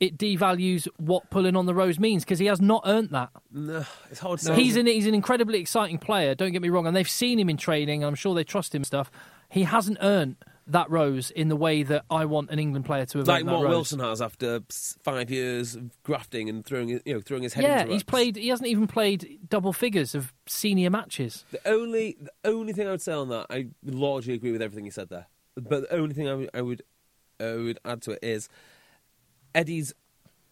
Speaker 4: it devalues what pulling on the rose means because he has not earned that.
Speaker 3: No, it's hard to say.
Speaker 4: He's an he's an incredibly exciting player. Don't get me wrong, and they've seen him in training. I'm sure they trust him and stuff. He hasn't earned that rose in the way that I want an England player to have
Speaker 3: like
Speaker 4: earned that
Speaker 3: what
Speaker 4: rose.
Speaker 3: Wilson has after s- five years of grafting and throwing his- you know throwing his head.
Speaker 4: Yeah,
Speaker 3: into ruts.
Speaker 4: he's played. He hasn't even played double figures of senior matches.
Speaker 3: The only the only thing I would say on that, I largely agree with everything you said there. But the only thing I would I would, I would add to it is Eddie's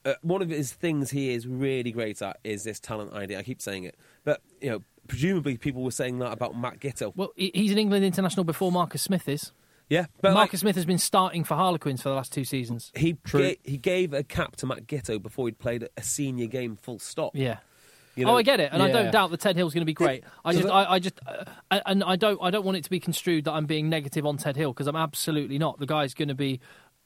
Speaker 3: uh, one of his things he is really great at is this talent idea. I keep saying it, but you know, presumably people were saying that about Matt Gitto.
Speaker 4: Well, he- he's an England international before Marcus Smith is.
Speaker 3: yeah, but like,
Speaker 4: Marcus Smith has been starting for Harlequins for the last two seasons.
Speaker 3: he
Speaker 5: True.
Speaker 3: ga- he gave a cap to Matt Gitto before he'd played a senior game. Full stop.
Speaker 4: Yeah.
Speaker 3: You know?
Speaker 4: oh, I get it, and I
Speaker 5: Yeah.
Speaker 4: don't doubt that Ted Hill's going to be great. I
Speaker 5: So
Speaker 4: just,
Speaker 5: that-
Speaker 4: I, I just, uh, and I don't, I don't want it to be construed that I'm being negative on Ted Hill because I'm absolutely not. The guy's going to be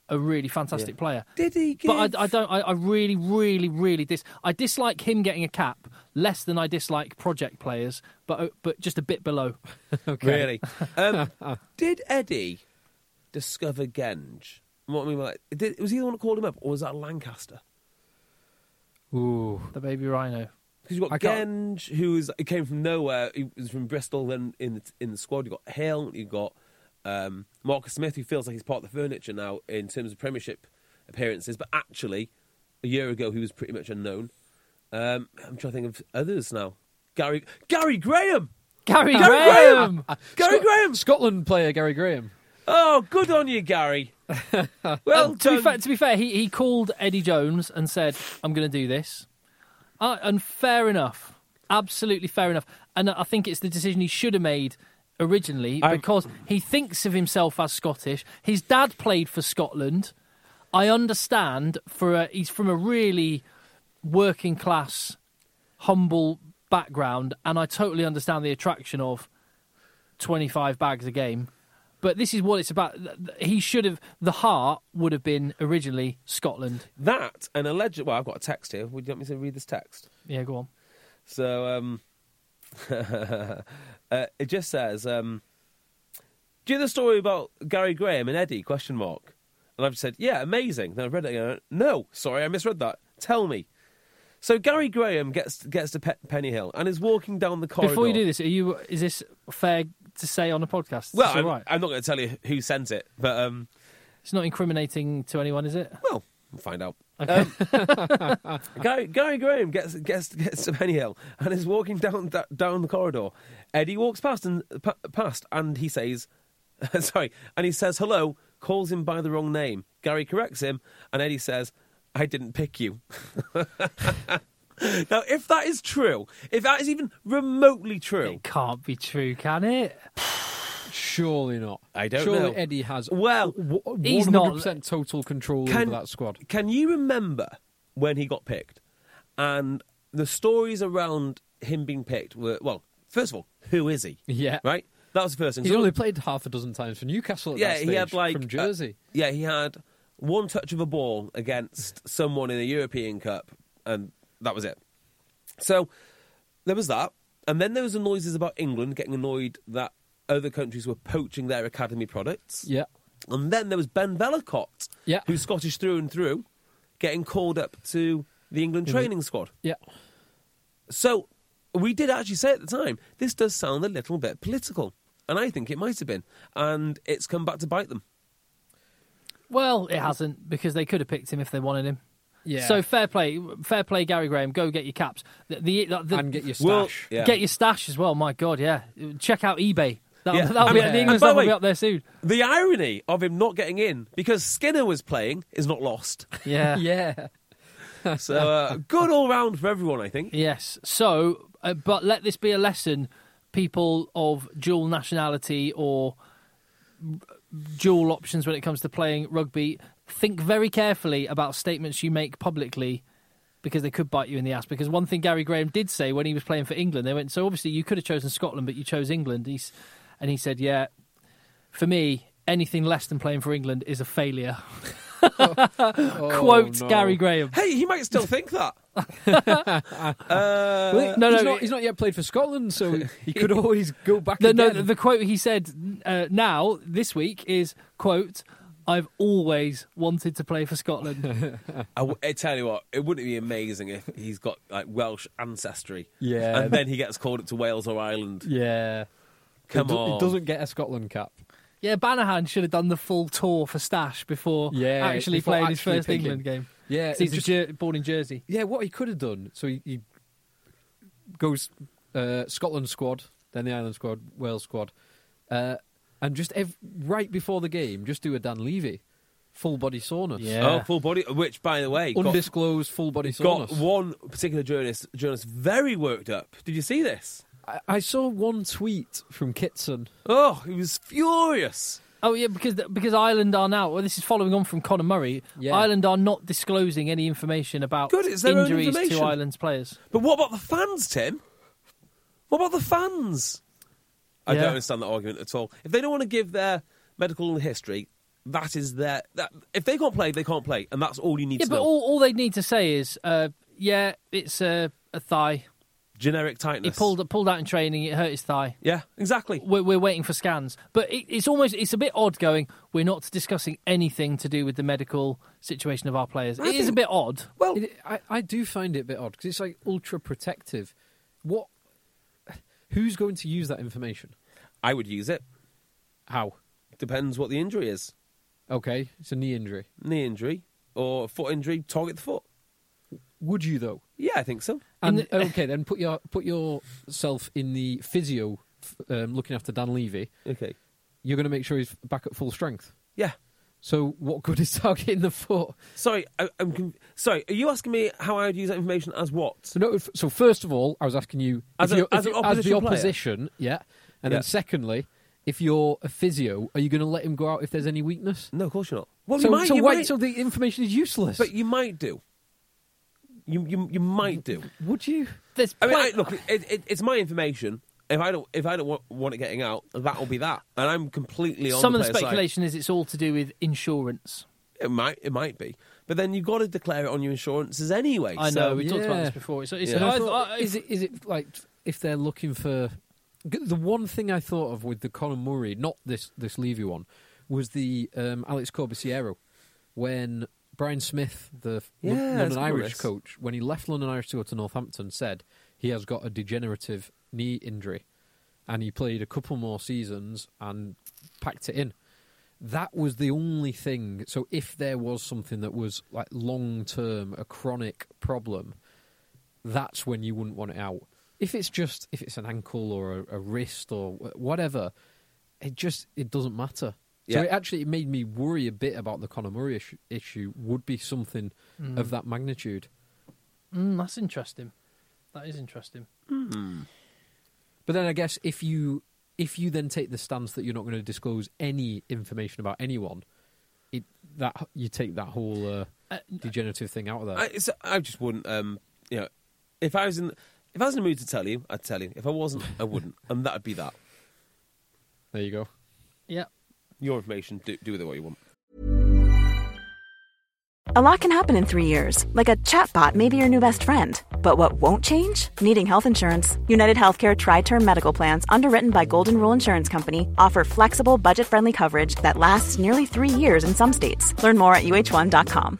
Speaker 4: a really fantastic player.
Speaker 3: Did he? Give,
Speaker 4: But I, I don't. I, I really, really, really dis. I dislike him getting a cap less than I dislike project players, but uh, but just a bit below.
Speaker 3: Really? Um, did Eddie discover Genge? What I mean by that, did, was he the one that called him up, or was that Lancaster?
Speaker 5: Ooh,
Speaker 4: The baby rhino.
Speaker 3: Because you've got
Speaker 5: I can't-
Speaker 3: Genge, who was, he came from nowhere. He was from Bristol, then in the, in the squad. You've got Hill, you've got um, Marcus Smith, who feels like he's part of the furniture now in terms of Premiership appearances. But actually, a year ago, he was pretty much unknown. Um, I'm trying to think of others now. Gary Gary Graham! Gary
Speaker 4: Gary Graham.
Speaker 3: Gary Graham!
Speaker 5: Scotland player Gary Graham.
Speaker 3: Oh, good on you, Gary. well,
Speaker 4: Um, to be
Speaker 3: done.
Speaker 4: fair, to be fair, he, he called Eddie Jones and said, "I'm going to do this," uh, and fair enough, absolutely fair enough. And I think it's the decision he should have made originally
Speaker 3: I'm-
Speaker 4: because he thinks of himself as Scottish. His dad played for Scotland. I understand. For a, he's from a really working class, humble background, and I totally understand the attraction of 25 bags a game. But this is what it's about. Th- th- He should have. The heart would have been originally Scotland.
Speaker 3: That and alleged. Well, I've got a text here. Would you want me to read this text?
Speaker 4: Yeah, go on.
Speaker 3: So um, uh, it just says, um, "Do you know the story about Gary Graham and Eddie?" Question mark. And I've said, "Yeah, amazing." Then I've read it. And I went, no, sorry, I misread that. Tell me. So Gary Graham gets gets to Pe- Penny Hill and is walking down the corridor.
Speaker 4: Before you do this, are you? Is this fair to say on a podcast?
Speaker 3: well,
Speaker 4: it's
Speaker 3: I'm,
Speaker 4: all right.
Speaker 3: I'm not going to tell you who sent it, but um,
Speaker 4: it's not incriminating to anyone, is it?
Speaker 3: Well, we'll find out. Um, Gary, Gary Graham gets gets gets to Penny Hill and is walking down da- down the corridor. Eddie walks past and pa- past, and he says, "Sorry," and he says hello, calls him by the wrong name. Gary corrects him, and Eddie says, "I didn't pick you." now, if that is true, if that is even remotely true,
Speaker 4: It can't be true, can it?
Speaker 5: Surely not.
Speaker 3: I don't
Speaker 5: Surely
Speaker 3: know.
Speaker 5: Eddie has
Speaker 3: Well,
Speaker 4: he's
Speaker 5: one
Speaker 4: not-
Speaker 5: hundred percent total control over that squad.
Speaker 3: Can you remember when he got picked? And the stories around him being picked were well, first of all, who is he?
Speaker 5: Yeah.
Speaker 3: Right? That was the first thing.
Speaker 5: He's
Speaker 3: So-
Speaker 5: only played half a dozen times for Newcastle. At
Speaker 3: yeah,
Speaker 5: that stage,
Speaker 3: he had like
Speaker 5: from
Speaker 3: uh,
Speaker 5: Jersey.
Speaker 3: yeah, he had one touch of a ball against someone in the European Cup, and that was it. So there was that, and then there was the noises about England getting annoyed that other countries were poaching their academy products.
Speaker 5: yeah,
Speaker 3: And then there was Ben Velicott,
Speaker 5: Yeah.
Speaker 3: who's Scottish through and through, getting called up to the England training squad.
Speaker 5: yeah.
Speaker 3: So we did actually say at the time, this does sound a little bit political. And I think it might have been. And it's come back to bite them.
Speaker 4: Well, it hasn't because they could have picked him if they wanted him.
Speaker 5: Yeah.
Speaker 4: So fair play, fair play, Gary Graham. Go get your caps. The, the, the, the-
Speaker 5: and get your stash.
Speaker 3: Well, yeah.
Speaker 4: Get your stash as well. My God, yeah. Check out eBay. That'll,
Speaker 3: Yeah.
Speaker 4: that'll be
Speaker 5: Yeah.
Speaker 4: the
Speaker 5: And
Speaker 4: England
Speaker 3: by
Speaker 4: stuff
Speaker 3: the
Speaker 4: will
Speaker 3: way-
Speaker 4: be up there soon.
Speaker 3: The irony of him not getting in because Skinner was playing is not lost.
Speaker 4: Yeah.
Speaker 5: yeah.
Speaker 3: So uh, good all round for everyone, I think.
Speaker 4: Yes. So, uh, but let this be a lesson, people of dual nationality or dual options when it comes to playing rugby. Think very carefully about statements you make publicly because they could bite you in the ass. Because one thing Gary Graham did say when he was playing for England, they went, So obviously you could have chosen Scotland, but you chose England. He's, and he said, Yeah, for me, anything less than playing for England is a failure. Quote
Speaker 5: Oh, no.
Speaker 4: Gary Graham.
Speaker 3: Hey, he might still think that. uh,
Speaker 5: Well,
Speaker 4: no,
Speaker 5: he's
Speaker 4: no,
Speaker 5: Not, he's not yet played for Scotland, so he could always go back.
Speaker 4: No, no.
Speaker 5: again.
Speaker 4: The, the quote he said uh, now this week is quote: "I've always wanted to play for Scotland."
Speaker 3: I, w- I tell you what, it wouldn't it be amazing if he's got like Welsh ancestry.
Speaker 5: Yeah.
Speaker 3: And then he gets called up to Wales or Ireland.
Speaker 5: yeah.
Speaker 3: Come
Speaker 5: it, do-
Speaker 3: on.
Speaker 5: It doesn't get a Scotland cap.
Speaker 4: yeah, Banahan should have done the full tour for Stash before
Speaker 5: Yeah,
Speaker 4: actually
Speaker 5: before
Speaker 4: playing
Speaker 5: actually
Speaker 4: his first
Speaker 5: picking.
Speaker 4: England game.
Speaker 5: Yeah,
Speaker 4: 'Cause he's
Speaker 5: it's just-
Speaker 4: a Jer- born in Jersey.
Speaker 5: Yeah, what he could have done. So he, he goes uh, Scotland squad, then the Ireland squad, Wales squad, uh, and just ev- right before the game, just do a Dan Levy full body soreness.
Speaker 4: Yeah.
Speaker 3: Oh, full body. Which, by the way, got,
Speaker 5: Undisclosed full body
Speaker 3: got
Speaker 5: soreness.
Speaker 3: one particular journalist journalist very worked up. Did you see this?
Speaker 5: I, I saw one tweet from Kitson.
Speaker 3: Oh, he was furious.
Speaker 4: Oh yeah, because because Ireland are now. Well, this is following on from Conor Murray.
Speaker 5: Yeah.
Speaker 4: Ireland are not disclosing any information about
Speaker 3: Good, it's their own
Speaker 4: injuries to
Speaker 3: information.
Speaker 4: Ireland's players.
Speaker 3: But what about the fans, Tim? What about the fans? I
Speaker 4: Yeah.
Speaker 3: don't understand that argument at all. If they don't want to give their medical history, that is their. That, if they can't play, they can't play, and that's all you need
Speaker 4: Yeah,
Speaker 3: to
Speaker 4: but
Speaker 3: know.
Speaker 4: all, all they need to say is, uh, "Yeah, it's a, a thigh.
Speaker 3: Generic
Speaker 4: He
Speaker 3: tightness.
Speaker 4: pulled pulled out in training. It hurt his thigh."
Speaker 3: Yeah, exactly.
Speaker 4: we're, we're waiting for scans. But it, it's almost it's a bit odd going. We're not discussing anything to do with the medical situation of our players. It is a bit odd.
Speaker 3: Well,
Speaker 5: It- I, I do find it a bit odd because it's like ultra protective. What? Who's going to use that information?
Speaker 3: I would use it.
Speaker 5: How?
Speaker 3: Depends what the injury is.
Speaker 5: Okay, it's a knee injury.
Speaker 3: Knee injury or foot injury, target the foot.
Speaker 5: Would you though?
Speaker 3: Yeah, I think so.
Speaker 5: And
Speaker 3: uh,
Speaker 5: okay, then put your put yourself in the physio f- um, looking after Dan Levy.
Speaker 3: Okay.
Speaker 5: You're going to make sure he's back at full strength.
Speaker 3: Yeah.
Speaker 5: So what good is targeting the foot?
Speaker 3: Sorry, I, I'm conf- sorry. Are you asking me how I would use that information as what?
Speaker 5: So no. if- So first of all, I was asking you
Speaker 3: As
Speaker 5: if
Speaker 3: a-
Speaker 5: you're- if
Speaker 3: as an
Speaker 5: you- the
Speaker 3: opposition player?
Speaker 5: opposition, yeah. And
Speaker 3: Yeah.
Speaker 5: then secondly, if you're a physio, are you going to let him go out if there's any weakness?
Speaker 3: No, of course you're not. Well,
Speaker 5: so
Speaker 3: you might.
Speaker 5: so
Speaker 3: you
Speaker 5: why-
Speaker 3: might
Speaker 5: so the information is useless.
Speaker 3: but you might do. You you you might do.
Speaker 5: would you?
Speaker 4: There's
Speaker 3: I mean, I,
Speaker 4: plen-
Speaker 3: look, it, it, it's my information. If I don't if I don't want, want it getting out, that will be that. And I'm completely on
Speaker 4: some
Speaker 3: the
Speaker 4: of the
Speaker 3: player's side.
Speaker 4: speculation is it's all to do with insurance.
Speaker 3: It might it might be, but then you've got to declare it on your insurances anyway.
Speaker 4: I know
Speaker 3: so-
Speaker 4: we talked about
Speaker 5: yeah.
Speaker 4: this before. It's, it's
Speaker 3: Yeah.
Speaker 5: And I
Speaker 4: I-
Speaker 5: thought,
Speaker 4: I-
Speaker 5: is it is it like if they're looking for the one thing I thought of with the Conor Murray, not this this Levy one, was the um, Alex Corbusiero when Brian Smith, the
Speaker 3: Yeah,
Speaker 5: Lon-
Speaker 3: it's
Speaker 5: London
Speaker 3: got
Speaker 5: Irish
Speaker 3: this.
Speaker 5: coach, when he left London Irish to go to Northampton, said he has got a degenerative knee injury, and he played a couple more seasons and packed it in. That was the only thing. So if there was something that was like long term, a chronic problem, that's when you wouldn't want it out. If it's just if it's an ankle or a, a wrist or wh- whatever, it just it doesn't matter.
Speaker 3: Yeah.
Speaker 5: So it actually it made me worry a bit about the Conor Murray issue, issue would be something of that magnitude.
Speaker 4: mm, that's interesting. That is interesting.
Speaker 5: But then I guess if you if you then take the stance that you're not going to disclose any information about anyone, it that you take that whole uh,
Speaker 4: Uh,
Speaker 5: degenerative thing out of there.
Speaker 3: I, it's, I just wouldn't. Um, you know, if I was in if I was in the mood to tell you, I'd tell you. If I wasn't, I wouldn't, and that'd be that.
Speaker 5: there you go.
Speaker 4: Yeah.
Speaker 3: Your information, do, do with it what you want.
Speaker 2: A lot can happen in three years, like a chatbot may be your new best friend. But what won't change? Needing health insurance. United Healthcare Tri Term Medical Plans, underwritten by Golden Rule Insurance Company, offer flexible, budget friendly coverage that lasts nearly three years in some states. Learn more at uh1.com.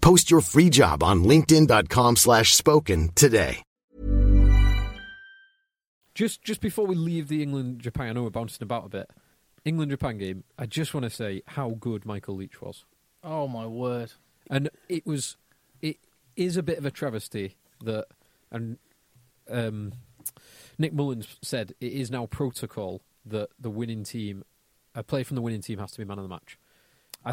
Speaker 6: Post your free job on linkedin.com/spoken slash spoken today.
Speaker 5: Just just before we leave the England Japan, I know we're bouncing about a bit. England Japan game. I just want to say how good Michael Leach was,
Speaker 4: Oh my word!
Speaker 5: and it was it is a bit of a travesty that and um, Nick Mullins said it is now protocol that the winning team, a player from the winning team, has to be man of the match. I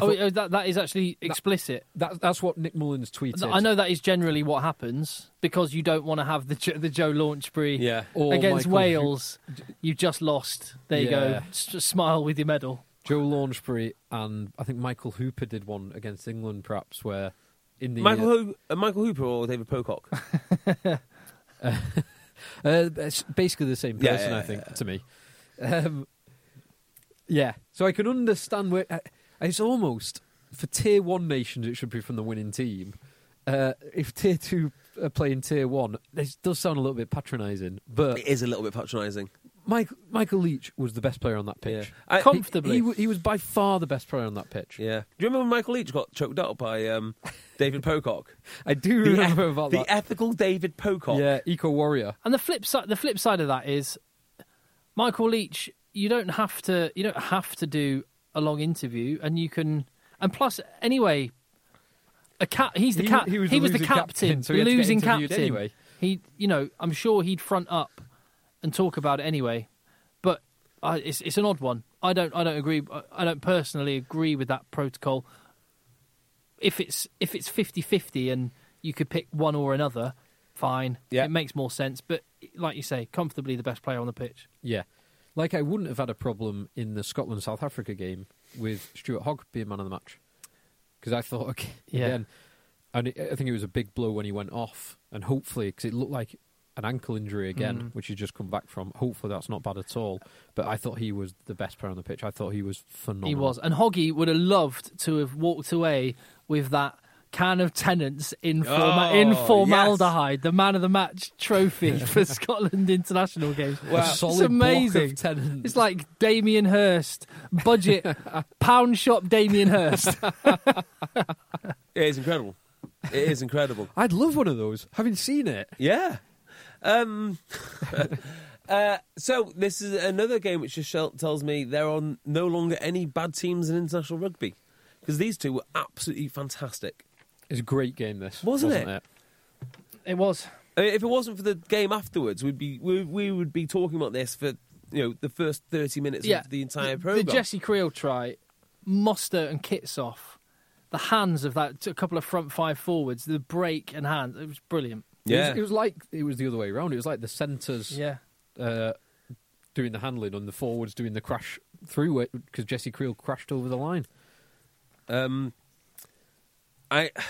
Speaker 4: oh,
Speaker 5: thought-
Speaker 4: oh, that that is actually explicit.
Speaker 5: that, that's what Nick Mullins tweeted.
Speaker 4: I know that is generally what happens because you don't want to have the jo- the Joe Launchbury
Speaker 3: Yeah.
Speaker 5: Or
Speaker 4: against
Speaker 5: Michael-
Speaker 4: Wales. You just lost. There you go.
Speaker 5: Yeah.
Speaker 4: S- smile with your medal.
Speaker 5: Joe Launchbury and I think Michael Hooper did one against England, perhaps where in the
Speaker 3: Michael, Ho- uh, Michael Hooper or David Pocock?
Speaker 5: Uh, it's basically the same
Speaker 3: Yeah,
Speaker 5: person,
Speaker 3: yeah,
Speaker 5: I think, to me. Um, yeah, so I can understand where uh, it's almost for tier one nations. It should be from the winning team. Uh, if tier two are playing tier one, this does sound a little bit patronising. But
Speaker 3: it is a little bit patronising.
Speaker 5: Mike, Michael Leach was the best player on that pitch.
Speaker 3: Yeah. I-
Speaker 4: Comfortably.
Speaker 5: He, he, wa- he was by far the best player on that pitch.
Speaker 3: Yeah. Do you remember when Michael Leach got choked up by um, David Pocock?
Speaker 5: I do
Speaker 3: The
Speaker 5: remember
Speaker 3: eth-
Speaker 5: about
Speaker 3: the
Speaker 5: that.
Speaker 3: ethical David Pocock.
Speaker 5: yeah, Eco Warrior.
Speaker 4: And the flip side, the flip side of that is, Michael Leach. You don't have to. You don't have to do a long interview, and you can. And plus, anyway, a cat. He's the
Speaker 5: He-
Speaker 4: cat.
Speaker 5: he
Speaker 4: He was,
Speaker 5: was the
Speaker 4: the
Speaker 5: losing
Speaker 4: captain.
Speaker 5: captain, so he had to get
Speaker 4: losing
Speaker 5: interviewed
Speaker 4: captain.
Speaker 5: anyway.
Speaker 4: He. You know, I'm sure he'd front up and talk about it anyway. But I, it's it's an odd one. I don't. I don't agree. I- I don't personally agree with that protocol. If it's if it's 50-50 and you could pick one or another, fine.
Speaker 3: Yeah.
Speaker 4: It makes more sense. But like you say, comfortably the best player on the pitch.
Speaker 5: Yeah. Like I wouldn't have had a problem in the Scotland South Africa game with Stuart Hogg being man of the match. Because I thought, okay,
Speaker 4: Yeah.
Speaker 5: again, and it, I think it was a big blow when he went off, and hopefully, because it looked like an ankle injury again,
Speaker 4: Mm.
Speaker 5: which he's just come back from. Hopefully, that's not bad at all. But I thought he was the best player on the pitch. I thought he was phenomenal.
Speaker 4: He was. And Hoggy would have loved to have walked away with that can of tenants in, forma-
Speaker 3: Oh,
Speaker 4: in
Speaker 3: yes.
Speaker 4: formaldehyde, the man of the match trophy for Scotland international games.
Speaker 5: a solid
Speaker 4: it's amazing.
Speaker 5: block of tenants.
Speaker 4: It's like Damien Hurst, budget pound shop Damien Hurst.
Speaker 3: It is incredible. It is incredible.
Speaker 5: I'd love one of those. Having seen it,
Speaker 3: Yeah. Um, uh, so this is another game which just shel- tells me there are no longer any bad teams in international rugby because these two were absolutely fantastic.
Speaker 5: it's a great game. This
Speaker 3: Wasn't
Speaker 5: wasn't
Speaker 3: it?
Speaker 5: it?
Speaker 4: it was.
Speaker 3: I mean, if it wasn't for the game afterwards, we'd be we, we would be talking about this for you know the first thirty minutes of the entire program.
Speaker 4: The Jesse Creel try, Moster and Kitsoff, the hands of that, a couple of front five forwards, the break and hands. It was brilliant.
Speaker 5: It
Speaker 3: yeah,
Speaker 5: was, it was like it was the other way around. It was like the centres.
Speaker 4: Yeah.
Speaker 5: uh, doing the handling and the forwards doing the crash through it because Jesse Creel crashed over the line.
Speaker 3: Um, I, I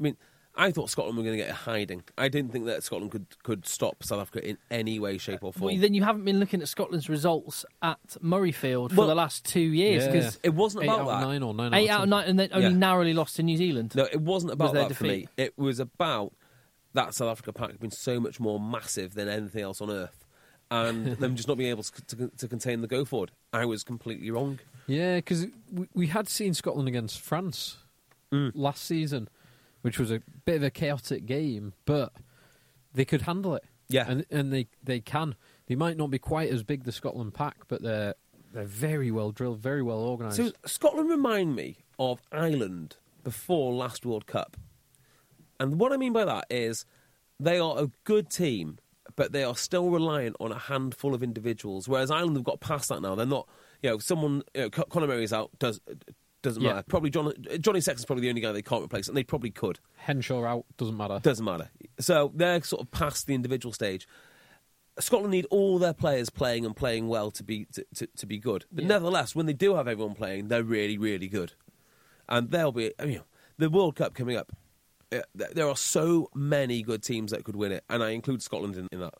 Speaker 3: mean, I thought Scotland were going to get a hiding. I didn't think that Scotland could could stop South Africa in any way, shape, or form.
Speaker 4: Well, then you haven't been looking at Scotland's results at Murrayfield for
Speaker 3: Well-
Speaker 4: the last two years
Speaker 5: Yeah.
Speaker 4: because
Speaker 3: it wasn't
Speaker 5: Eight
Speaker 3: about
Speaker 5: out of
Speaker 3: that.
Speaker 5: nine or nine
Speaker 4: eight
Speaker 5: out,
Speaker 4: out of nine, and then only
Speaker 3: Yeah.
Speaker 4: narrowly lost to New Zealand.
Speaker 3: No, it wasn't about
Speaker 4: their
Speaker 3: that for me.
Speaker 4: defeat.
Speaker 3: It was about that South Africa pack being so much more massive than anything else on earth, and them just not being able to, to, to contain the go forward. I was completely wrong.
Speaker 5: Yeah, because we, we had seen Scotland against France last season, which was a bit of a chaotic game, but they could handle it.
Speaker 3: Yeah.
Speaker 5: and and they they can. They might not be quite as big the Scotland pack, but they're they're very well drilled, very well organised.
Speaker 3: So Scotland remind me of Ireland before last World Cup, and what I mean by that is they are a good team, but they are still reliant on a handful of individuals. Whereas Ireland have got past that now. They're not, you know, someone you know, Co- Conor Murray's out does doesn't
Speaker 5: Yeah.
Speaker 3: matter. Probably John, Johnny Sexton's probably the only guy they can't replace, and they probably could.
Speaker 5: Henshaw out doesn't matter.
Speaker 3: Doesn't matter. So they're sort of past the individual stage. Scotland need all their players playing and playing well to be to, to, to be good. But nevertheless, when they do have everyone playing, they're really really good, and they'll be. I mean, the World Cup coming up, uh, th- there are so many good teams that could win it, and I include Scotland in, in that.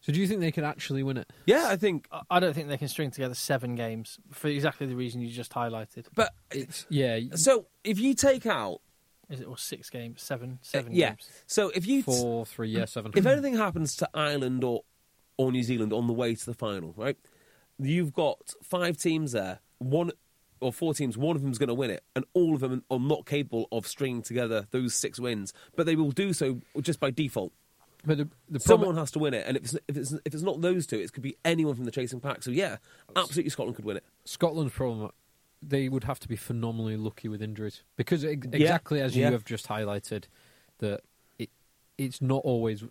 Speaker 5: So do you think they could actually win it?
Speaker 3: Yeah, I think.
Speaker 4: I- I don't think they can string together seven games for exactly the reason you just highlighted.
Speaker 3: But
Speaker 5: It's yeah.
Speaker 3: so if you take out
Speaker 4: Is it or six games? Seven, seven
Speaker 3: yeah.
Speaker 4: games.
Speaker 3: So if you
Speaker 5: Four, three, yeah, seven.
Speaker 3: if anything happens to Ireland or or New Zealand on the way to the final, right? You've got five teams there, one or four teams. One of them's going to win it, and all of them are not capable of stringing together those six wins. But they will do so just by default.
Speaker 5: but the, the problem,
Speaker 3: Someone has to win it, and if it's, if it's if it's not those two, it could be anyone from the chasing pack. So yeah, absolutely, Scotland could win it.
Speaker 5: Scotland's problem, they would have to be phenomenally lucky with injuries because ex- exactly as you
Speaker 3: yeah.
Speaker 5: have just highlighted, that it, it's not always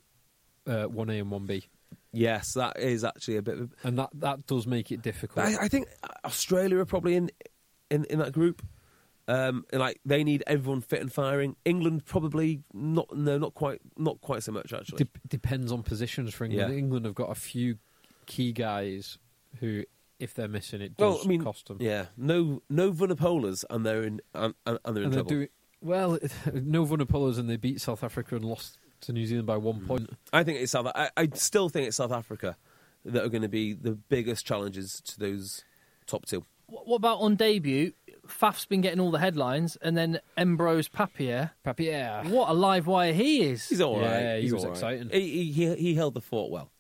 Speaker 5: uh, one A and one B,
Speaker 3: Yes, that is actually a bit. Of,
Speaker 5: and that that does make it difficult.
Speaker 3: I, I think Australia are probably in in, in that group. Um, and, like they need everyone fit and firing. England probably not. No, not quite. Not quite so much actually.
Speaker 5: Dep depends on positions for England.
Speaker 3: Yeah.
Speaker 5: England have got a few key guys who, if they're missing, it does
Speaker 3: well, I mean,
Speaker 5: cost them.
Speaker 3: yeah. No, no Vunapolas, and they're in and, and and they're in
Speaker 5: and they're
Speaker 3: trouble.
Speaker 5: doing well. No Vunapolas, and they beat South Africa and lost to New Zealand by
Speaker 3: Hmm.
Speaker 5: one point.
Speaker 3: I think it's South. I, I still think it's South Africa that are going to be the biggest challenges to those top two.
Speaker 4: What, what about on debut? Faf's been getting all the headlines, and then Ambrose Papier.
Speaker 5: Papier.
Speaker 4: What a live wire he is!
Speaker 3: He's all right.
Speaker 5: Yeah, he
Speaker 3: He's
Speaker 5: was
Speaker 3: all right.
Speaker 5: exciting.
Speaker 3: He, he he held the fort well.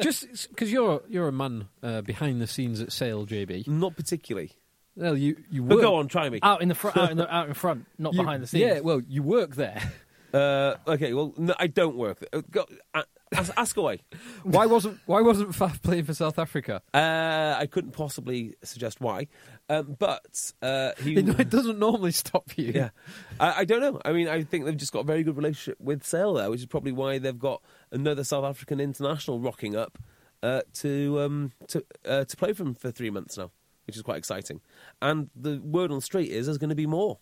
Speaker 5: Just because you're you're a man uh, behind the scenes at Sale, JB.
Speaker 3: Not particularly.
Speaker 5: Well, you you
Speaker 3: But
Speaker 5: work
Speaker 3: go on, try me.
Speaker 4: out in the front, out in the out in front, not
Speaker 5: you-
Speaker 4: behind the scenes.
Speaker 5: Yeah, well, you work there.
Speaker 3: Uh, okay, well, no, I don't work. th- uh, Go, uh, ask, ask away.
Speaker 5: why wasn't why wasn't Faf playing for South Africa?
Speaker 3: Uh, I couldn't possibly suggest why, um, but uh, he.
Speaker 5: It, it doesn't normally stop you.
Speaker 3: yeah, I, I don't know. I mean, I think they've just got a very good relationship with Sale there, which is probably why they've got another South African international rocking up uh, to um, to uh, to play for him for three months now, which is quite exciting. And the word on the street is there's going to be more,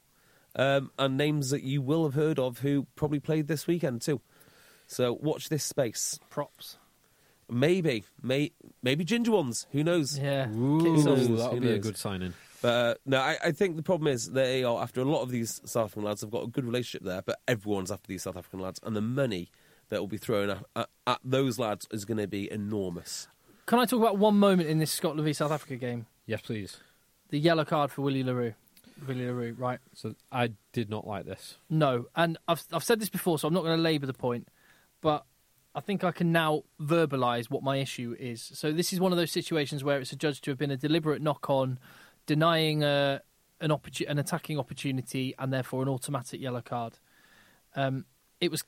Speaker 3: um, and names that you will have heard of who probably played this weekend too. So watch this space.
Speaker 4: props.
Speaker 3: Maybe, may, maybe ginger ones. Who knows?
Speaker 4: Yeah,
Speaker 5: Ooh,
Speaker 3: knows?
Speaker 4: Kick some-
Speaker 5: that
Speaker 3: Who
Speaker 5: would be a
Speaker 3: knows?
Speaker 5: good signing.
Speaker 3: But uh, no, I, I think the problem is they are after a lot of these South African lads. Have got a good relationship there, but everyone's after these South African lads, and the money that will be thrown at, at, at those lads is going to be enormous.
Speaker 4: Can I talk about one moment in this Scotland v South Africa game?
Speaker 5: Yes, please.
Speaker 4: The yellow card for Willie Larue. Willie Larue, right?
Speaker 5: So I did not like this.
Speaker 4: No, and I've I've said this before, so I'm not going to labour the point, but I think I can now verbalise what my issue is. So this is one of those situations where it's adjudged to have been a deliberate knock on, denying a, an opportu- an attacking opportunity, and therefore an automatic yellow card. Um, it was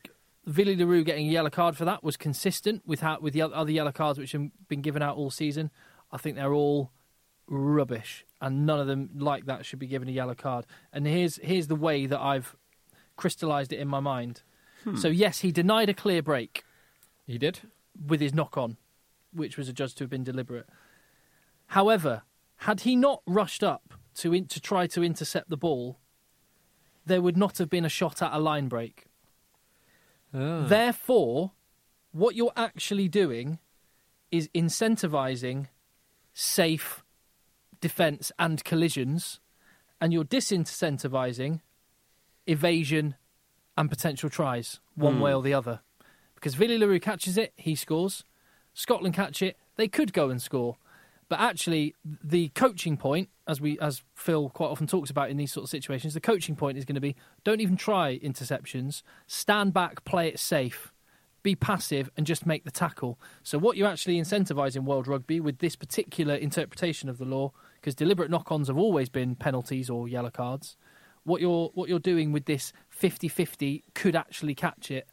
Speaker 4: Villy Larue getting a yellow card for that was consistent with how, with the oth- other yellow cards which have been given out all season. I think they're all rubbish, and none of them like that should be given a yellow card. And here's here's the way that I've crystallised it in my mind. So yes, he denied a clear break
Speaker 5: He did.
Speaker 4: with his knock on, which was adjudged to have been deliberate. However, had he not rushed up to in, to try to intercept the ball, there would not have been a shot at a line break.
Speaker 5: Ah.
Speaker 4: Therefore, what you're actually doing is incentivizing safe defense and collisions, and you're disincentivizing evasion and potential tries, one way or the other. Because Villy Larue catches it, he scores. Scotland catch it, they could go and score. But actually, the coaching point, as we as Phil quite often talks about in these sort of situations, the coaching point is going to be: don't even try interceptions. Stand back, play it safe, be passive, and just make the tackle. So what you actually incentivise in world rugby with this particular interpretation of the law, because deliberate knock-ons have always been penalties or yellow cards. What you're what you're doing with this 50-50 could actually catch it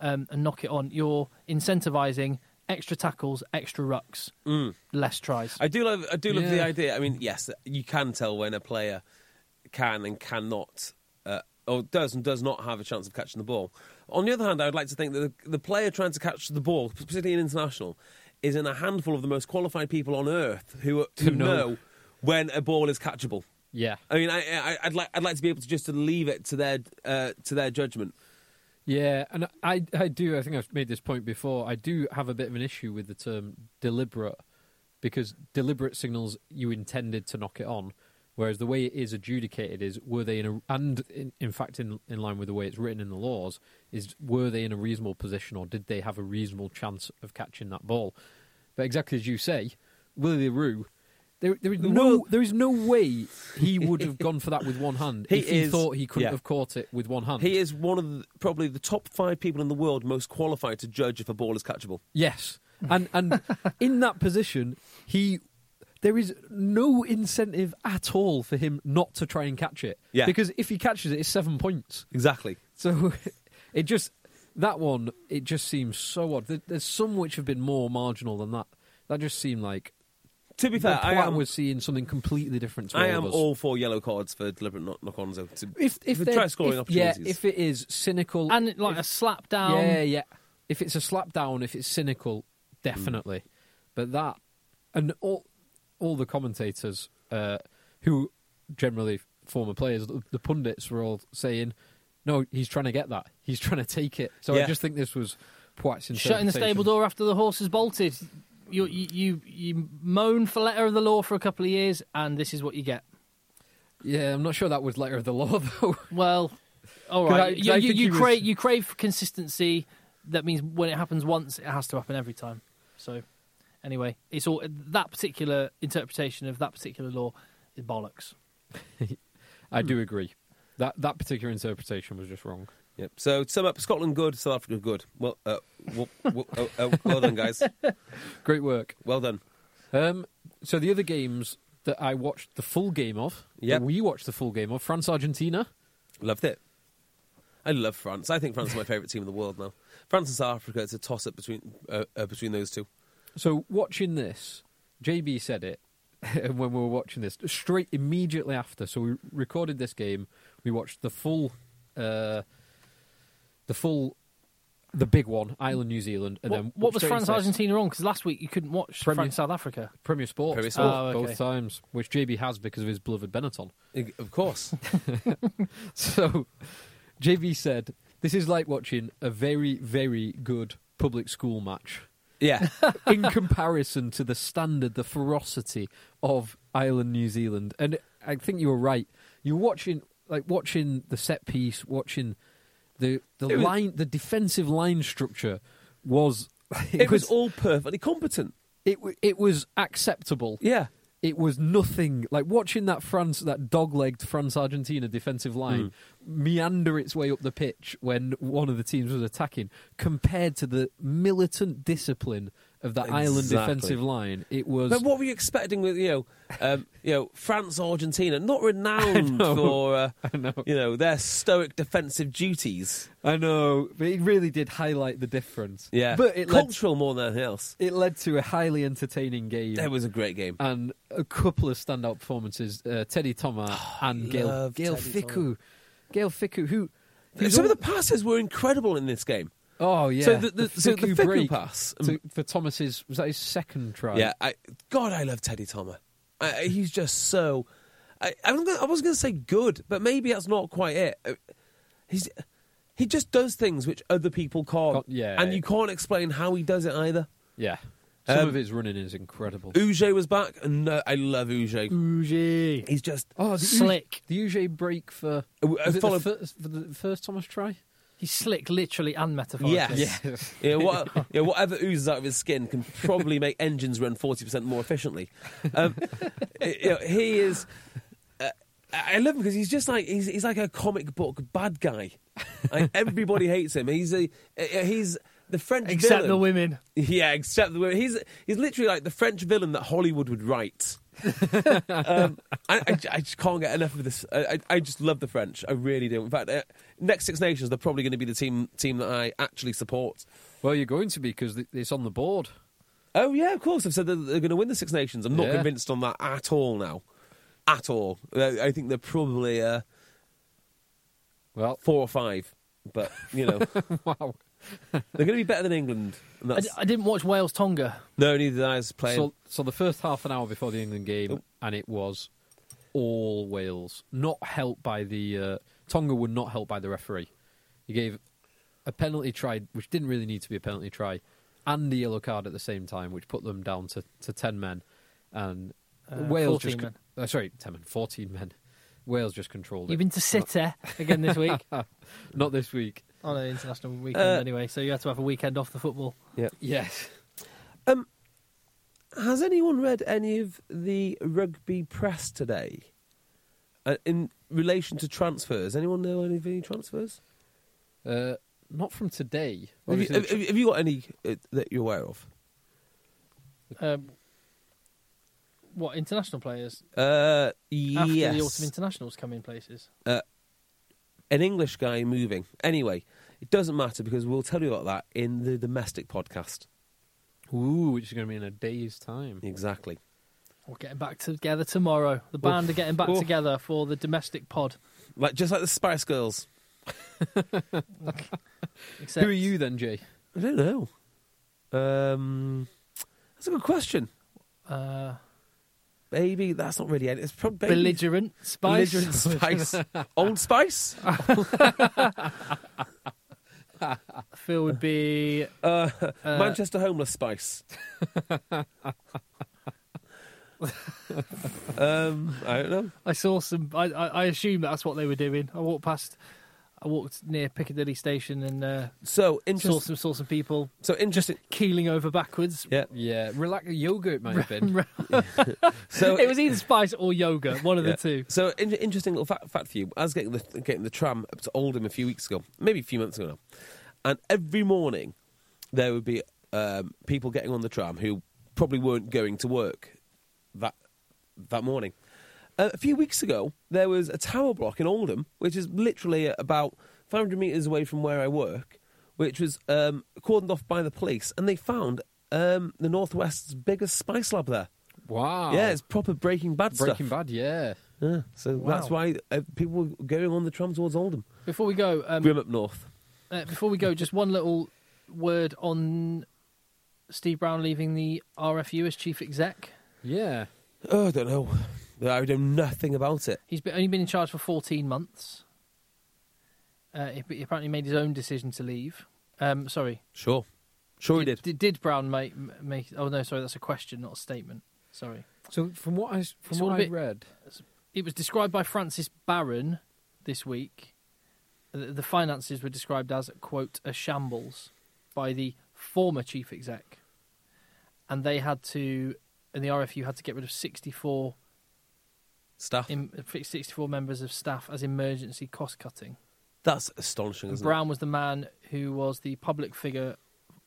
Speaker 4: um, and knock it on. You're incentivizing extra tackles, extra rucks,
Speaker 5: Mm.
Speaker 4: less tries.
Speaker 3: I do love. I do love the
Speaker 5: Yeah.
Speaker 3: idea. I mean, yes, you can tell when a player can and cannot, uh, or does and does not have a chance of catching the ball. On the other hand, I would like to think that the, the player trying to catch the ball, particularly in international, is in a handful of the most qualified people on earth who, are- who
Speaker 5: know.
Speaker 3: know when a ball is catchable.
Speaker 5: Yeah.
Speaker 3: I mean, I, I, I'd like I'd like to be able to just to leave it to their uh, to their judgment.
Speaker 5: Yeah, and I I do I think I've made this point before. I do have a bit of an issue with the term deliberate because deliberate signals you intended to knock it on, whereas the way it is adjudicated is were they in a and in, in fact in in line with the way it's written in the laws is were they in a reasonable position or did they have a reasonable chance of catching that ball? But exactly as you say, Willie Rue There, there is no,
Speaker 3: No.
Speaker 5: there is no way he would have gone for that with one hand
Speaker 3: He
Speaker 5: if he
Speaker 3: is-
Speaker 5: thought he couldn't
Speaker 3: yeah.
Speaker 5: have caught it with one hand.
Speaker 3: He is one of the, probably the top five people in the world most qualified to judge if a ball is catchable.
Speaker 5: Yes, and and in that position, he there is no incentive at all for him not to try and catch it.
Speaker 3: Yeah.
Speaker 5: because if he catches it, it's seven points.
Speaker 3: Exactly.
Speaker 5: So it just that one it just seems so odd. There- There's some which have been more marginal than that. That just seemed like
Speaker 3: To be fair,
Speaker 5: Platt
Speaker 3: I am,
Speaker 5: was seeing something completely different. To
Speaker 3: I
Speaker 5: all
Speaker 3: am
Speaker 5: of us.
Speaker 3: all for yellow cards for deliberate knock- knock-ons. though, To,
Speaker 5: if if
Speaker 3: to
Speaker 5: they're-
Speaker 3: try scoring
Speaker 5: if-
Speaker 3: opportunities.
Speaker 5: Yeah, if it is cynical
Speaker 4: and like a slap down.
Speaker 5: Yeah, yeah. If it's a slap down, if it's cynical, definitely. But that and all all the commentators uh, who generally former players, the, the pundits were all saying, "No, he's trying to get that. He's trying to take it." So I
Speaker 3: Yeah.
Speaker 5: just think this was Poit's
Speaker 4: Shutting the stable
Speaker 5: interpretation.
Speaker 4: door after the horse has bolted. You, you you you moan for letter of the law for a couple of years, and this is what you get.
Speaker 5: Yeah, I'm not sure that was letter of the law though.
Speaker 4: Well, all
Speaker 5: 'Cause I-
Speaker 4: right.
Speaker 5: 'cause
Speaker 4: you
Speaker 5: I
Speaker 4: you,
Speaker 5: think
Speaker 4: you
Speaker 5: he was-
Speaker 4: crave you crave for consistency. That means when it happens once, it has to happen every time. So, anyway, it's all that particular interpretation of that particular law is bollocks.
Speaker 5: I do agree. That that particular interpretation was just wrong.
Speaker 3: Yep. So to sum up, Scotland good, South Africa good. Well, uh, well, well, uh, uh, well done, guys.
Speaker 5: Great work.
Speaker 3: Well done.
Speaker 5: Um, so the other games that I watched the full game of,
Speaker 3: Yep.
Speaker 5: that we watched the full game of, France Argentina.
Speaker 3: Loved it. I love France. I think France is my favourite team in the world now. France and South Africa, it's a toss up between uh, uh, between those two.
Speaker 5: So watching this, JB said it when we were watching this straight immediately after. So we recorded this game. We watched the full, uh, the full, the big one, Ireland New Zealand, and
Speaker 4: What,
Speaker 5: then
Speaker 4: what was
Speaker 5: straight
Speaker 4: France
Speaker 5: into this.
Speaker 4: Argentina on? Because last week you couldn't watch
Speaker 5: Premier-
Speaker 4: France South Africa.
Speaker 5: Premier Sports,
Speaker 3: Premier
Speaker 5: both-
Speaker 4: Sports. Oh, okay.
Speaker 5: both times, which JB has because of his beloved Benetton.
Speaker 3: I- Of course.
Speaker 5: So, JV said, "This is like watching a very, very good public school match
Speaker 3: yeah.
Speaker 5: in comparison to the standard, the ferocity of Ireland, New Zealand." And I think you were right. You're watching, like watching the set piece, watching the the
Speaker 3: It was-
Speaker 5: line, the defensive line structure was it,
Speaker 3: It was all perfectly competent.
Speaker 5: it wa- it was acceptable
Speaker 3: Yeah.
Speaker 5: it was nothing like watching that France, that dog-legged France Argentina defensive line
Speaker 3: Mm.
Speaker 5: meander its way up the pitch when one of the teams was attacking. Compared to the militant discipline of the Ireland
Speaker 3: Exactly.
Speaker 5: defensive line, it was.
Speaker 3: But what were you expecting with you know, um, you know, France Argentina, not renowned
Speaker 5: know.
Speaker 3: for uh,
Speaker 5: I know.
Speaker 3: you know their stoic defensive duties.
Speaker 5: I know, but it really did highlight the difference.
Speaker 3: Yeah,
Speaker 5: but it led,
Speaker 3: cultural more than anything else.
Speaker 5: it led to a highly entertaining game.
Speaker 3: It was a great game.
Speaker 5: and a couple of standout performances: uh, Teddy Thomas and Gail
Speaker 3: Oh, love
Speaker 5: Gail
Speaker 3: Teddy
Speaker 5: Ficu, Gail Ficu, who. who's
Speaker 3: Some
Speaker 5: al-
Speaker 3: of the passes were incredible in this game.
Speaker 5: Oh yeah.
Speaker 3: So the- the- so the
Speaker 5: Fiku
Speaker 3: Fiku pass- um,
Speaker 5: to, for Thomas's was that his second try?
Speaker 3: Yeah, I, God, I love Teddy Thomas. I, I- he's just so. I, I was gonna, I was going to say good, but maybe that's not quite it. Uh, He's he just does things which other people can't.
Speaker 5: Can't- yeah.
Speaker 3: and you can't explain how he does it either.
Speaker 5: yeah. Some
Speaker 3: Um,
Speaker 5: of his running is incredible.
Speaker 3: Uge was back, and uh, I love Uge.
Speaker 4: Bougie.
Speaker 3: He's just
Speaker 5: Oh, the Uge-
Speaker 4: Slick.
Speaker 5: the Uge break for
Speaker 3: Uh,
Speaker 5: was it
Speaker 3: follow-
Speaker 5: the, fir- for the first Thomas try.
Speaker 4: He's slick, literally and metaphorically.
Speaker 3: yes. yeah, what, yeah, whatever oozes out of his skin can probably make engines run forty percent more efficiently. Um, you know, he is. Uh, I I love him because he's just like he's, he's like a comic book bad guy. Like, everybody hates him. He's a uh, he's the French
Speaker 4: Except
Speaker 3: villain.
Speaker 4: the women.
Speaker 3: Yeah, except the women. He's he's literally like the French villain that Hollywood would write. um, I, I, I just can't get enough of this. I, I, I just love the French. I really do. In fact, uh, next Six Nations, they're probably going to be the team team that I actually support.
Speaker 5: Well, you're going to be because it's on the board.
Speaker 3: Oh yeah, of course. I've said that they're going to win the Six Nations. I'm not
Speaker 5: Yeah.
Speaker 3: convinced on that at all now, at all. I I think they're probably uh,
Speaker 5: Well,
Speaker 3: four or five, but you know
Speaker 5: wow.
Speaker 3: they're going to be better than England. And
Speaker 4: I,
Speaker 3: that's,
Speaker 4: d- I didn't watch Wales Tonga.
Speaker 3: no, neither did I was playing.
Speaker 5: So, so the first half an hour before the England game, and it was all Wales, not helped by the uh, Tonga were not helped by the referee. He gave a penalty try, which didn't really need to be a penalty try, and the yellow card at the same time, which put them down to, to ten men, and
Speaker 4: Uh,
Speaker 5: Wales just
Speaker 4: 14
Speaker 5: con- uh, sorry, ten men, fourteen men. Wales just controlled
Speaker 4: You've
Speaker 5: it.
Speaker 4: been to City again this week
Speaker 5: Not this week.
Speaker 4: on an international weekend,
Speaker 3: Uh,
Speaker 4: anyway. So you had to have a weekend off the football.
Speaker 5: Yes.
Speaker 3: Um, Has anyone read any of the rugby press today uh, in relation to transfers? Anyone know any of any transfers?
Speaker 5: Uh, not from today.
Speaker 3: Have you,
Speaker 5: Obviously,
Speaker 3: have, have you got any uh, that you're aware of?
Speaker 4: Um, what international players
Speaker 3: Uh,
Speaker 4: after the
Speaker 3: yes.
Speaker 4: autumn internationals come in places?
Speaker 3: an English guy moving. Anyway, it doesn't matter because we'll tell you about that in the domestic podcast.
Speaker 5: Ooh, which is going to be in a day's time.
Speaker 3: Exactly.
Speaker 4: We're getting back together tomorrow. The band are getting back
Speaker 5: Oof.
Speaker 4: together for the domestic pod.
Speaker 3: Like just like the Spice Girls.
Speaker 4: Except
Speaker 5: Who are you then, Jay?
Speaker 3: I don't know. Um, that's a good question,
Speaker 4: Uh,
Speaker 3: baby. That's not really. any- It's probably
Speaker 4: belligerent spice. Uh,
Speaker 3: Belligerent Spice. Old Spice.
Speaker 4: Phil would be
Speaker 3: Uh,
Speaker 4: Uh,
Speaker 3: Manchester homeless spice. um, I don't know.
Speaker 4: I saw some. I, I, I assume that's what they were doing. I walked past. I walked near Piccadilly Station and uh,
Speaker 3: So
Speaker 4: saw
Speaker 3: interesting.
Speaker 4: some saw some people
Speaker 3: So interesting.
Speaker 4: keeling over backwards.
Speaker 3: Yeah.
Speaker 5: Yeah, relax. Yoga it might have been.
Speaker 3: So
Speaker 4: it was either spice or yoga, one of
Speaker 3: Yeah.
Speaker 4: the two.
Speaker 3: So in- interesting little fact, fact for you. I was getting the getting the tram up to Oldham a few weeks ago, maybe a few months ago now, and every morning there would be um, people getting on the tram who probably weren't going to work that that morning. Uh, a few weeks ago, there was a tower block in Oldham, which is literally about 500 metres away from where I work, which was um, cordoned off by the police, and they found um, the Northwest's biggest spice lab there.
Speaker 5: Wow.
Speaker 3: Yeah, it's proper Breaking Bad stuff.
Speaker 5: Oh. Breaking Bad. Yeah.
Speaker 3: Yeah, so that's
Speaker 4: Wow.
Speaker 3: why uh, people were going on the tram towards Oldham.
Speaker 4: Before we go, um,
Speaker 3: Grim up north.
Speaker 4: uh, before we go, just one little word on Steve Brown leaving the RFU as chief exec.
Speaker 5: Yeah.
Speaker 3: Oh, I don't know. I know nothing about it.
Speaker 4: He's been, only been in charge for 14 months. Uh, he, he apparently made his own decision to leave. Um, sorry.
Speaker 3: Sure. Sure, he did.
Speaker 4: Did, did Brown make, make. Oh, no, sorry, that's a question, not a statement. Sorry.
Speaker 5: So from what I s- from
Speaker 4: It's all
Speaker 5: what
Speaker 4: a
Speaker 5: I
Speaker 4: bit-
Speaker 5: read,
Speaker 4: It was described by Francis Barron this week. The, the finances were described as, quote, a shambles by the former chief exec. And they had to, and the RFU had to get rid of 64,
Speaker 3: Staff.
Speaker 4: em- 64 members of staff as emergency cost cutting.
Speaker 3: That's astonishing,
Speaker 4: And
Speaker 3: isn't
Speaker 4: Brown was the man who was the public figure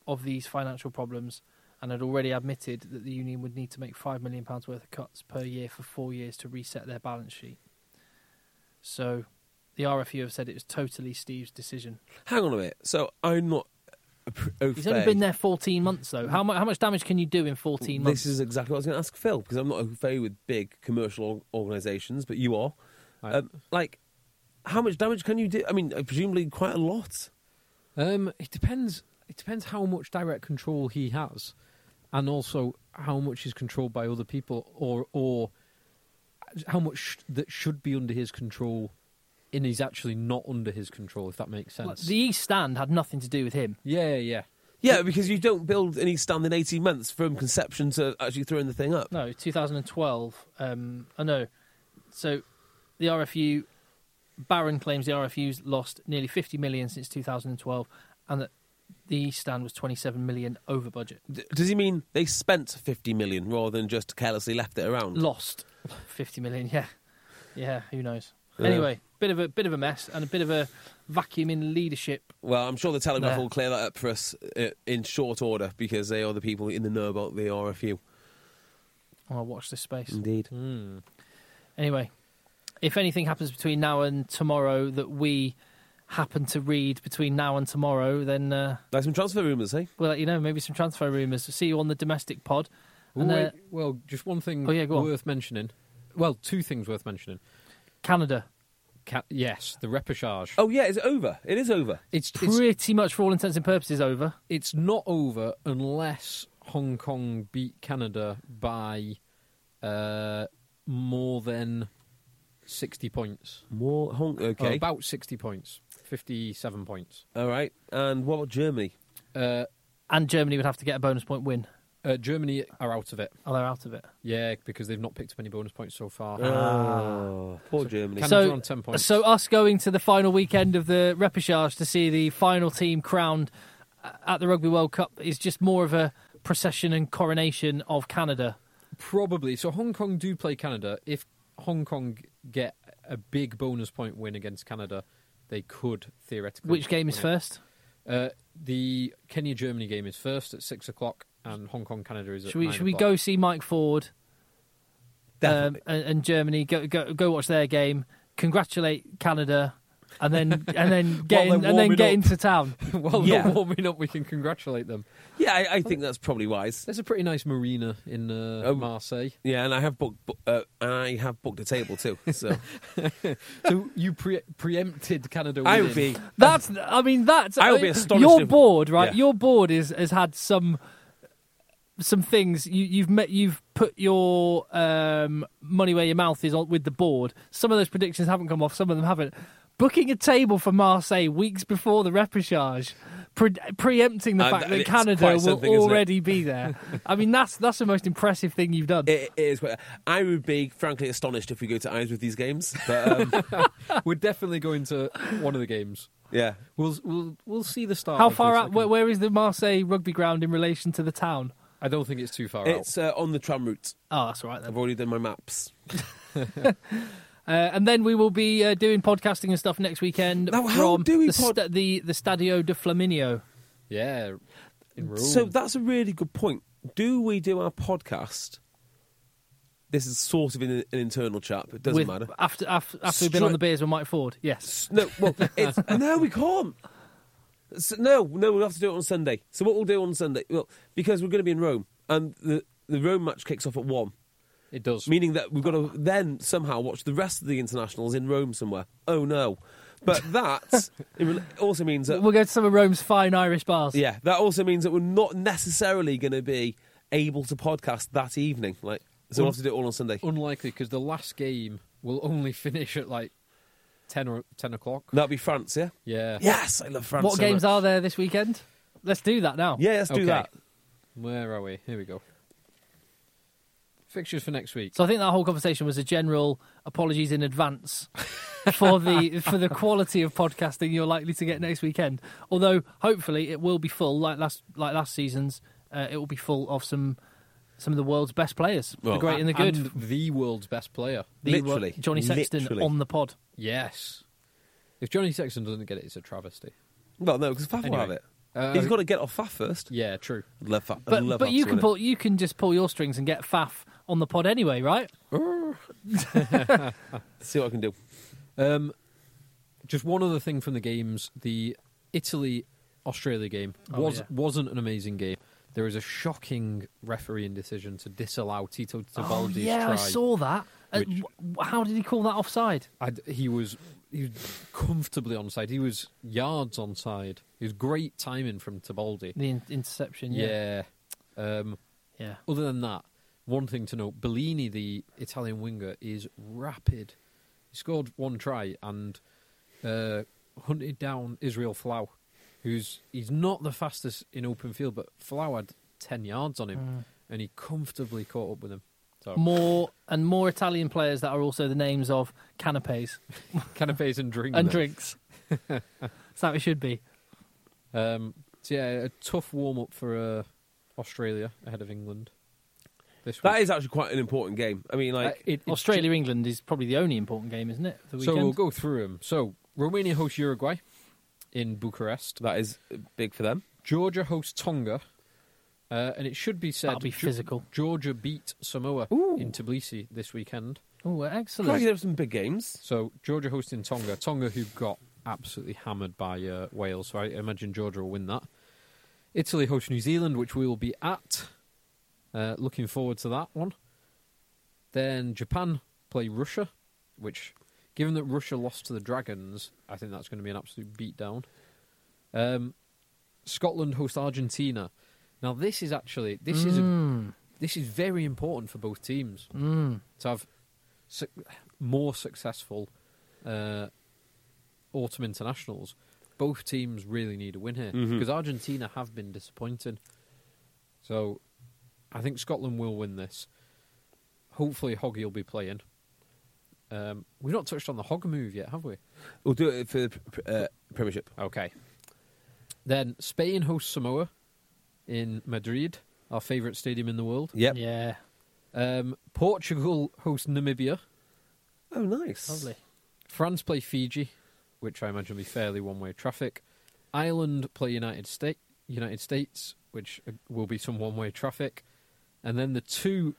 Speaker 4: of these financial problems and had already admitted that the union would need to make £5 million worth of cuts per year for four years to reset their balance sheet. So the RFU have said it was totally Steve's decision.
Speaker 3: it? Hang on a minute. So I'm not. a pr- au
Speaker 4: He's
Speaker 3: fait.
Speaker 4: only been there 14 months, though. How, mu- how much damage can you do in 14 months?
Speaker 3: This is exactly what I was going to ask Phil because I'm not au fait with big commercial organisations, but you are.
Speaker 5: I-
Speaker 3: Um, like, how much damage can you do? I mean, uh, presumably quite a lot.
Speaker 5: um, it depends. It depends how much direct control he has, and also how much is controlled by other people, or or how much sh- that should be under his control, and is actually not under his control. If that makes
Speaker 4: Like,
Speaker 5: sense.
Speaker 4: the East Stand had nothing to do with him.
Speaker 5: yeah, yeah.
Speaker 3: Yeah, because you don't build any stand in 18 months from conception to actually throwing the thing up.
Speaker 4: No, 2012. Um, I know. So the RFU, Barron claims the RFU's lost nearly 50 million since 2012 and that the stand was 27 million over budget.
Speaker 3: D- Does he mean they spent 50 million rather than just carelessly left it around?
Speaker 4: Lost 50 million, yeah. Yeah, who knows.
Speaker 3: Yeah.
Speaker 4: Anyway, bit of a bit of a mess and a bit of a vacuum in leadership.
Speaker 3: Well, I'm sure the Telegraph
Speaker 4: Nah.
Speaker 3: will clear that up for us uh, in short order because they are the people in the know about the RFU.
Speaker 4: I'll Oh, watch this space.
Speaker 3: Indeed.
Speaker 4: Anyway, if anything happens between now and tomorrow that we happen to read between now and tomorrow, then uh,
Speaker 3: Like some transfer rumours, eh? hey?
Speaker 4: We'll let you know. Maybe some transfer rumours. see you on the domestic pod.
Speaker 5: Well,
Speaker 4: And, uh,
Speaker 5: wait, well, just one thing
Speaker 4: Oh, yeah, go on.
Speaker 5: worth mentioning. Well, two things worth mentioning.
Speaker 4: Canada,
Speaker 5: Ca- yes, the repechage.
Speaker 3: Oh, yeah, it's over. It is over.
Speaker 5: it's, it's
Speaker 4: pretty much for all intents and purposes over.
Speaker 5: it's not over unless Hong Kong beat Canada by uh, more than sixty points.
Speaker 3: More Hong.
Speaker 5: Or
Speaker 3: Okay.
Speaker 5: about sixty points, fifty-seven points.
Speaker 3: All right. And what about Germany?
Speaker 5: Uh,
Speaker 4: And Germany would have to get a bonus point win,
Speaker 5: uh, Germany are out of it.
Speaker 4: or they're out of it.
Speaker 5: Yeah, because they've not picked up any bonus points so far.
Speaker 3: Oh, poor Germany.
Speaker 5: Canada
Speaker 4: So-
Speaker 5: on ten points.
Speaker 4: So us going to the final weekend of the uh, repechage to see the final team crowned at the Rugby World Cup is just more of a procession and coronation of Canada.
Speaker 5: Probably. So Hong Kong do play Canada. If Hong Kong get a big bonus point win against Canada, they could theoretically.
Speaker 4: Which game is
Speaker 5: win it.
Speaker 4: first?
Speaker 5: Uh, the Kenya Germany game is first at six o'clock, and Hong Kong Canada is. at
Speaker 4: Should we
Speaker 5: nine
Speaker 4: should we
Speaker 5: o'clock.
Speaker 4: go see Mike Ford um,
Speaker 3: Definitely.
Speaker 4: and, and Germany? Go, go go watch their game. Congratulate Canada, and then and then get
Speaker 5: While
Speaker 4: in,
Speaker 5: they're
Speaker 4: and then
Speaker 5: warming
Speaker 4: get
Speaker 5: up.
Speaker 4: into town.
Speaker 5: While
Speaker 3: Yeah.
Speaker 5: they're warming up, we can congratulate them.
Speaker 3: yeah, I, I think that's probably wise.
Speaker 5: There's a pretty nice marina in uh,
Speaker 3: Oh.
Speaker 5: Marseille.
Speaker 3: Yeah, and I have booked, bu- uh, and I have booked a table too. So
Speaker 5: So you pre- preempted Canada.
Speaker 3: I
Speaker 5: winning.
Speaker 3: would be.
Speaker 4: That's I mean that's
Speaker 3: I would be
Speaker 4: uh,
Speaker 3: astonished
Speaker 4: Your
Speaker 3: if-
Speaker 4: board, right?
Speaker 3: yeah.
Speaker 4: Your board is has had some some things you, you've met. You've put your um, money where your mouth is on, with the board. Some of those predictions haven't come off. Some of them haven't. Booking a table for Marseille weeks before the repechage, pre- preempting the
Speaker 3: Uh,
Speaker 4: fact
Speaker 3: th-
Speaker 4: that
Speaker 3: it's
Speaker 4: Canada
Speaker 3: quite
Speaker 4: will
Speaker 3: something, isn't it?
Speaker 4: already be there. I mean, that's that's the most impressive thing you've done.
Speaker 3: It, it is. quite- I would be frankly astonished if we go to eyes with these games. But um,
Speaker 5: We're definitely going to one of the games.
Speaker 3: yeah,
Speaker 5: We'll we'll we'll see the start.
Speaker 4: How
Speaker 5: of the
Speaker 4: far out?
Speaker 5: second-
Speaker 4: Where, where is the Marseille rugby ground in relation to the town?
Speaker 5: I don't think it's too far
Speaker 3: it's uh, on the tram route.
Speaker 4: Oh, that's all right then.
Speaker 3: I've already done my maps.
Speaker 4: Uh, and then we will be uh, doing podcasting and stuff next weekend
Speaker 3: Now, how
Speaker 4: from
Speaker 3: do we
Speaker 4: the,
Speaker 3: pod-
Speaker 4: sta- the the Stadio de Flaminio.
Speaker 5: out. Yeah, in Rome.
Speaker 3: So that's a really good point. Do we do our podcast? This is sort of an, an internal chat, but it doesn't
Speaker 4: with-
Speaker 3: matter.
Speaker 4: After after, after we've been
Speaker 3: Stra-
Speaker 4: on the beers with Mike Ford, yes.
Speaker 3: No, well, it's, no, we can't. S no, no, we'll have to do it on Sunday. So what we'll do on Sunday, well, because we're going to be in Rome, and the the Rome match kicks off at one,
Speaker 5: it does.
Speaker 3: meaning that we've got to then somehow watch the rest of the internationals in Rome somewhere. Oh no! But that it rel- also means that
Speaker 4: We'll go to some of Rome's fine Irish bars.
Speaker 3: yeah, that also means that we're not necessarily going to be able to podcast that evening. Like, so we'll have to do it all on Sunday.
Speaker 5: Unlikely because the last game will only finish at like ten or ten o'clock.
Speaker 3: That'll be France, yeah.
Speaker 5: Yeah.
Speaker 3: Yes, I love France.
Speaker 4: What
Speaker 3: so
Speaker 4: games
Speaker 3: much.
Speaker 4: are there this weekend? Let's do that now.
Speaker 3: Yeah, let's do
Speaker 5: Okay.
Speaker 3: that.
Speaker 5: Where are we? Here we go. Fixtures for next week.
Speaker 4: So I think that whole conversation was a general apologies in advance for the for the quality of podcasting you're likely to get next weekend. Although hopefully it will be full like last like last season's. Uh, it will be full of some some of the world's best players,
Speaker 3: Well,
Speaker 4: the great and the good.
Speaker 5: And the world's best player.
Speaker 4: the uh,
Speaker 3: Literally.
Speaker 4: Johnny Sexton
Speaker 3: Literally.
Speaker 4: on the pod.
Speaker 5: Yes. If Johnny Sexton doesn't get it, it's a travesty.
Speaker 3: Well, no, because Faf will
Speaker 5: Anyway,
Speaker 3: have it.
Speaker 5: uh,
Speaker 3: He's got to get off Faf first.
Speaker 5: Yeah, true.
Speaker 3: I'd Love Faf. I'd
Speaker 4: But
Speaker 3: love
Speaker 4: but
Speaker 3: Faf
Speaker 4: you
Speaker 3: to
Speaker 4: can
Speaker 3: win
Speaker 4: pull you can just pull your strings and get Faf on the pod anyway, right?
Speaker 3: It. See what I can do.
Speaker 5: Um, just one other thing from the games: the Italy Australia game
Speaker 4: Oh,
Speaker 5: was
Speaker 4: yeah.
Speaker 5: wasn't an amazing game. There is a shocking refereeing decision to disallow Tito
Speaker 4: Oh,
Speaker 5: Tibaldi's
Speaker 4: yeah,
Speaker 5: try.
Speaker 4: I saw that. Uh,
Speaker 5: which-
Speaker 4: w- how did he call that offside?
Speaker 5: I'd- he was he was comfortably onside. He was yards onside. It was great timing from Tibaldi.
Speaker 4: The in- interception. Yeah.
Speaker 5: Yeah. Um,
Speaker 4: yeah.
Speaker 5: other than that, one thing to note: Bellini, the Italian winger, is rapid. He scored one try and uh, hunted down Israel Flau, who's he's not the fastest in open field, but Flau had ten yards on him,
Speaker 4: Hmm.
Speaker 5: and he comfortably caught up with him. So
Speaker 4: More and more Italian players that are also the names of canapes
Speaker 5: canapes and drink
Speaker 4: and
Speaker 5: then.
Speaker 4: drinks. That's how it should be.
Speaker 5: Um, so yeah, a tough warm up for uh, Australia ahead of England. This
Speaker 3: That
Speaker 5: week.
Speaker 3: is actually quite an important game. I mean, like,
Speaker 5: Uh, it- it-
Speaker 4: Australia England is probably the only important game, isn't it? for The
Speaker 5: So we'll
Speaker 4: weekend?
Speaker 5: go through them. So Romania hosts Uruguay in Bucharest.
Speaker 3: that is big for them.
Speaker 5: Georgia hosts Tonga, uh, and it should be said
Speaker 4: That'll be
Speaker 5: Ge-
Speaker 4: physical.
Speaker 5: Georgia beat Samoa in Tbilisi this weekend,
Speaker 4: Oh,
Speaker 3: Crikey,
Speaker 4: excellent.
Speaker 3: there are some big games.
Speaker 5: so Georgia hosting Tonga. Tonga who got absolutely hammered by uh, Wales, so I imagine Georgia will win that. Italy hosts New Zealand, which we will be at. Uh, looking forward to that one. Then Japan play Russia, which, given that Russia lost to the Dragons, I think that's going to be an absolute beatdown. Um, Scotland host Argentina. Now this is actually this is a, this is very important for both teams to have su- more successful uh, autumn internationals. Both teams really need a win here because Argentina have been disappointing. So I think Scotland will win this. Hopefully, Hoggy will be playing. Um, we've not touched on the Hog move yet, have we?
Speaker 3: We'll do it for the pr- uh, Premiership.
Speaker 5: Okay. Then Spain hosts Samoa in Madrid. our favourite stadium in the world.
Speaker 3: Yep.
Speaker 4: Yeah.
Speaker 5: Um, Portugal host Namibia.
Speaker 3: Oh, nice.
Speaker 4: Lovely.
Speaker 5: France play Fiji, which I imagine will be fairly one-way traffic. Ireland play United State, United States, which uh, will be some one-way traffic. And then the two,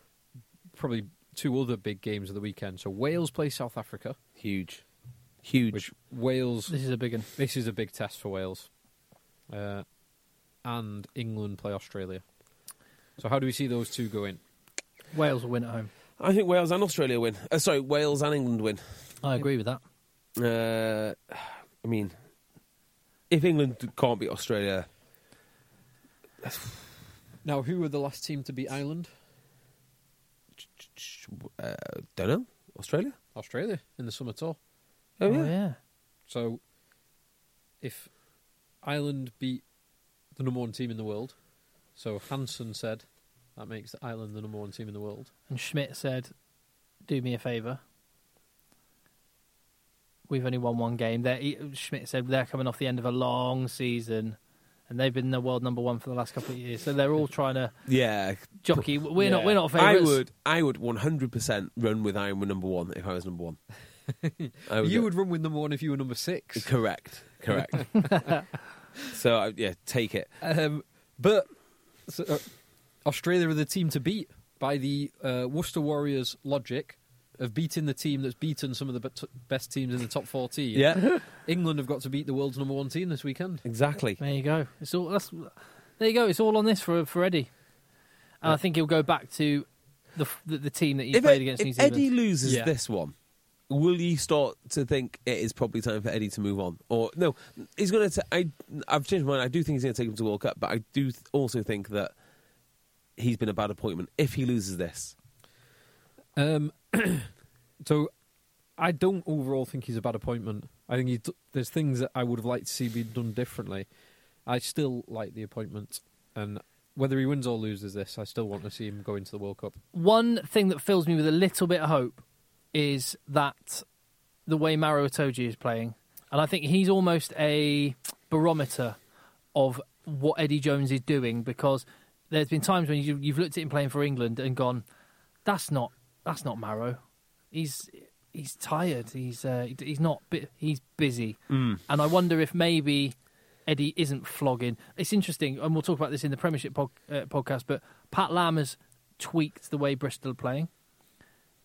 Speaker 5: probably two other big games of the weekend. So Wales play South Africa,
Speaker 3: Huge. Huge.
Speaker 5: which Wales.
Speaker 4: This is a big one.
Speaker 5: This is a big test for Wales. Uh, and England play Australia. So how do we see those two go in?
Speaker 4: Wales will win at home.
Speaker 3: I think Wales and Australia win. Uh, sorry, Wales and England win.
Speaker 4: I agree with that.
Speaker 3: Uh, I mean, if England can't beat Australia,
Speaker 5: Now, who were the last team to beat Ireland?
Speaker 3: uh, don't know. Australia?
Speaker 5: Australia in the summer tour.
Speaker 3: Oh, yeah.
Speaker 5: So, if Ireland beat the number one team in the world, so Hansen said that makes Ireland the number one team in the world.
Speaker 4: And Schmidt said, "Do me a favour. We've only won one game." They're, he- Schmidt said they're coming off the end of a long season, and they've been the world number one for the last couple of years. So they're all trying to
Speaker 3: Yeah.
Speaker 4: jockey. We're not.
Speaker 5: Yeah.
Speaker 4: We're not
Speaker 3: I
Speaker 4: favourites.
Speaker 3: would, I would 100% run with Ironman number one if I was number one. I
Speaker 5: you
Speaker 3: go-
Speaker 5: would run with number one if you were number six.
Speaker 3: Correct. Correct. so, I- yeah, take it.
Speaker 5: Um, but so, uh, Australia are the team to beat by the uh, Worcester Warriors logic of beating the team that's beaten some of the bet- best teams in the top 14.
Speaker 3: Yeah,
Speaker 5: England have got to beat the world's number one team this weekend.
Speaker 3: exactly.
Speaker 4: There you go. It's all. That's, there you go. It's all on this for for Eddie, and I think he'll go back to the f- the, the team that he
Speaker 3: If,
Speaker 4: played
Speaker 3: Ed-
Speaker 4: against
Speaker 3: if
Speaker 4: New Zealand.
Speaker 3: Eddie loses
Speaker 5: Yeah.
Speaker 3: this one, will you start to think it is probably time for Eddie to move on? Or no, he's going to. I I've changed my mind. I do think he's going to take him to World Cup, but I do th- also think that he's been a bad appointment if he loses this.
Speaker 5: Um, so I don't overall think he's a bad appointment. I think he d- there's things that I would have liked to see be done differently. I still like the appointment, and whether he wins or loses this, I still want to see him go into the World Cup.
Speaker 4: One thing that fills me with a little bit of hope is that the way Mario Itoje is playing, and I think he's almost a barometer of what Eddie Jones is doing because there's been times when you, you've looked at him playing for England and gone, "That's not that's not Maro. He's he's tired. He's uh, he's not. bu- He's busy." And I wonder if maybe Eddie isn't flogging. It's interesting, and we'll talk about this in the Premiership pod, uh, podcast. But Pat Lam has tweaked the way Bristol are playing.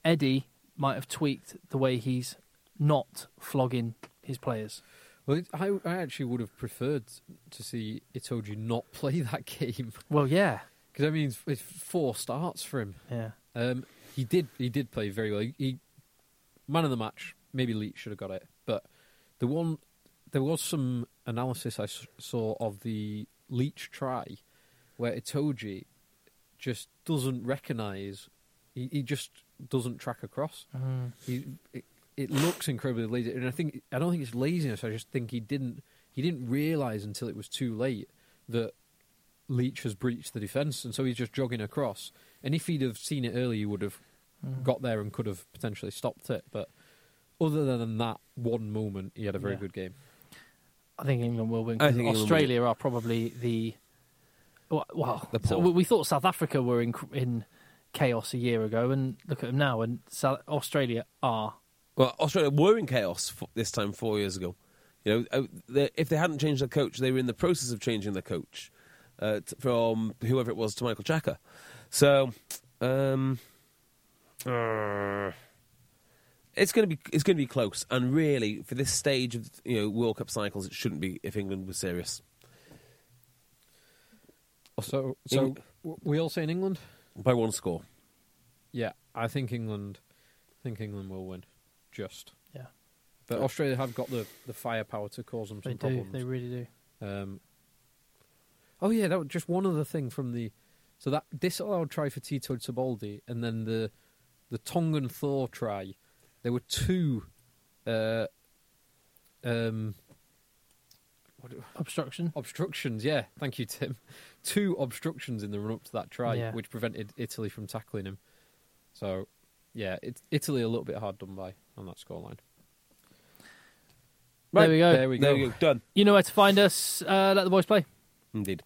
Speaker 4: Eddie might have tweaked the way he's not flogging his players.
Speaker 5: Well, it, I, I actually would have preferred to see Itoji not play that game
Speaker 4: Well, yeah,
Speaker 5: because I mean, it's four starts for him.
Speaker 4: yeah.
Speaker 5: Um, he did. He did play very well. He, he- man of the match. Maybe Leach should have got it, but the one there was some analysis I s- saw of the Leach try where Itoji just doesn't recognise. He, he just doesn't track across. He it, it looks incredibly lazy, and I think I don't think it's laziness. I just think he didn't he didn't realise until it was too late that Leach has breached the defence, and so he's just jogging across. And if he'd have seen it earlier, he would have
Speaker 4: Mm.
Speaker 5: got there and could have potentially stopped it. But other than that one moment, he had a very
Speaker 4: Yeah.
Speaker 5: good game.
Speaker 4: I think England will win.
Speaker 3: I think England
Speaker 4: Australia are probably the well. well
Speaker 3: The
Speaker 4: so
Speaker 3: poor.
Speaker 4: we we thought South Africa were in in chaos a year ago, and look at them now. And South, Australia are
Speaker 3: Well, Australia were in chaos f this time four years ago. You know, uh, they- if they hadn't changed their coach, they were in the process of changing their coach uh, t- from whoever it was to Michael Chaka. So, um, uh, it's going to be it's going to be close. And really, for this stage of you know World Cup cycles, it shouldn't be if England was serious.
Speaker 5: So, so
Speaker 3: Eng-
Speaker 5: w- we all say in England.
Speaker 3: By one score,
Speaker 5: Yeah, I think England. I think England will win. Just,
Speaker 4: yeah.
Speaker 5: but Australia have got the, the firepower to cause them some
Speaker 4: They do.
Speaker 5: problems.
Speaker 4: They really do.
Speaker 5: Um, oh yeah, that was just one other thing from the so that disallowed try for Tito Tabaldi, and then the the Tongan Thor try. There were two. Uh, um,
Speaker 4: Obstruction.
Speaker 5: obstructions, yeah. Thank you, Tim. Two obstructions in the run up to that try,
Speaker 4: Yeah.
Speaker 5: which prevented Italy from tackling him. So, yeah, it, Italy a little bit hard done by on that scoreline.
Speaker 4: There we go.
Speaker 5: There we
Speaker 3: there
Speaker 5: go.
Speaker 3: you go, done.
Speaker 4: You know where to find us. Uh, let the boys play.
Speaker 3: Indeed.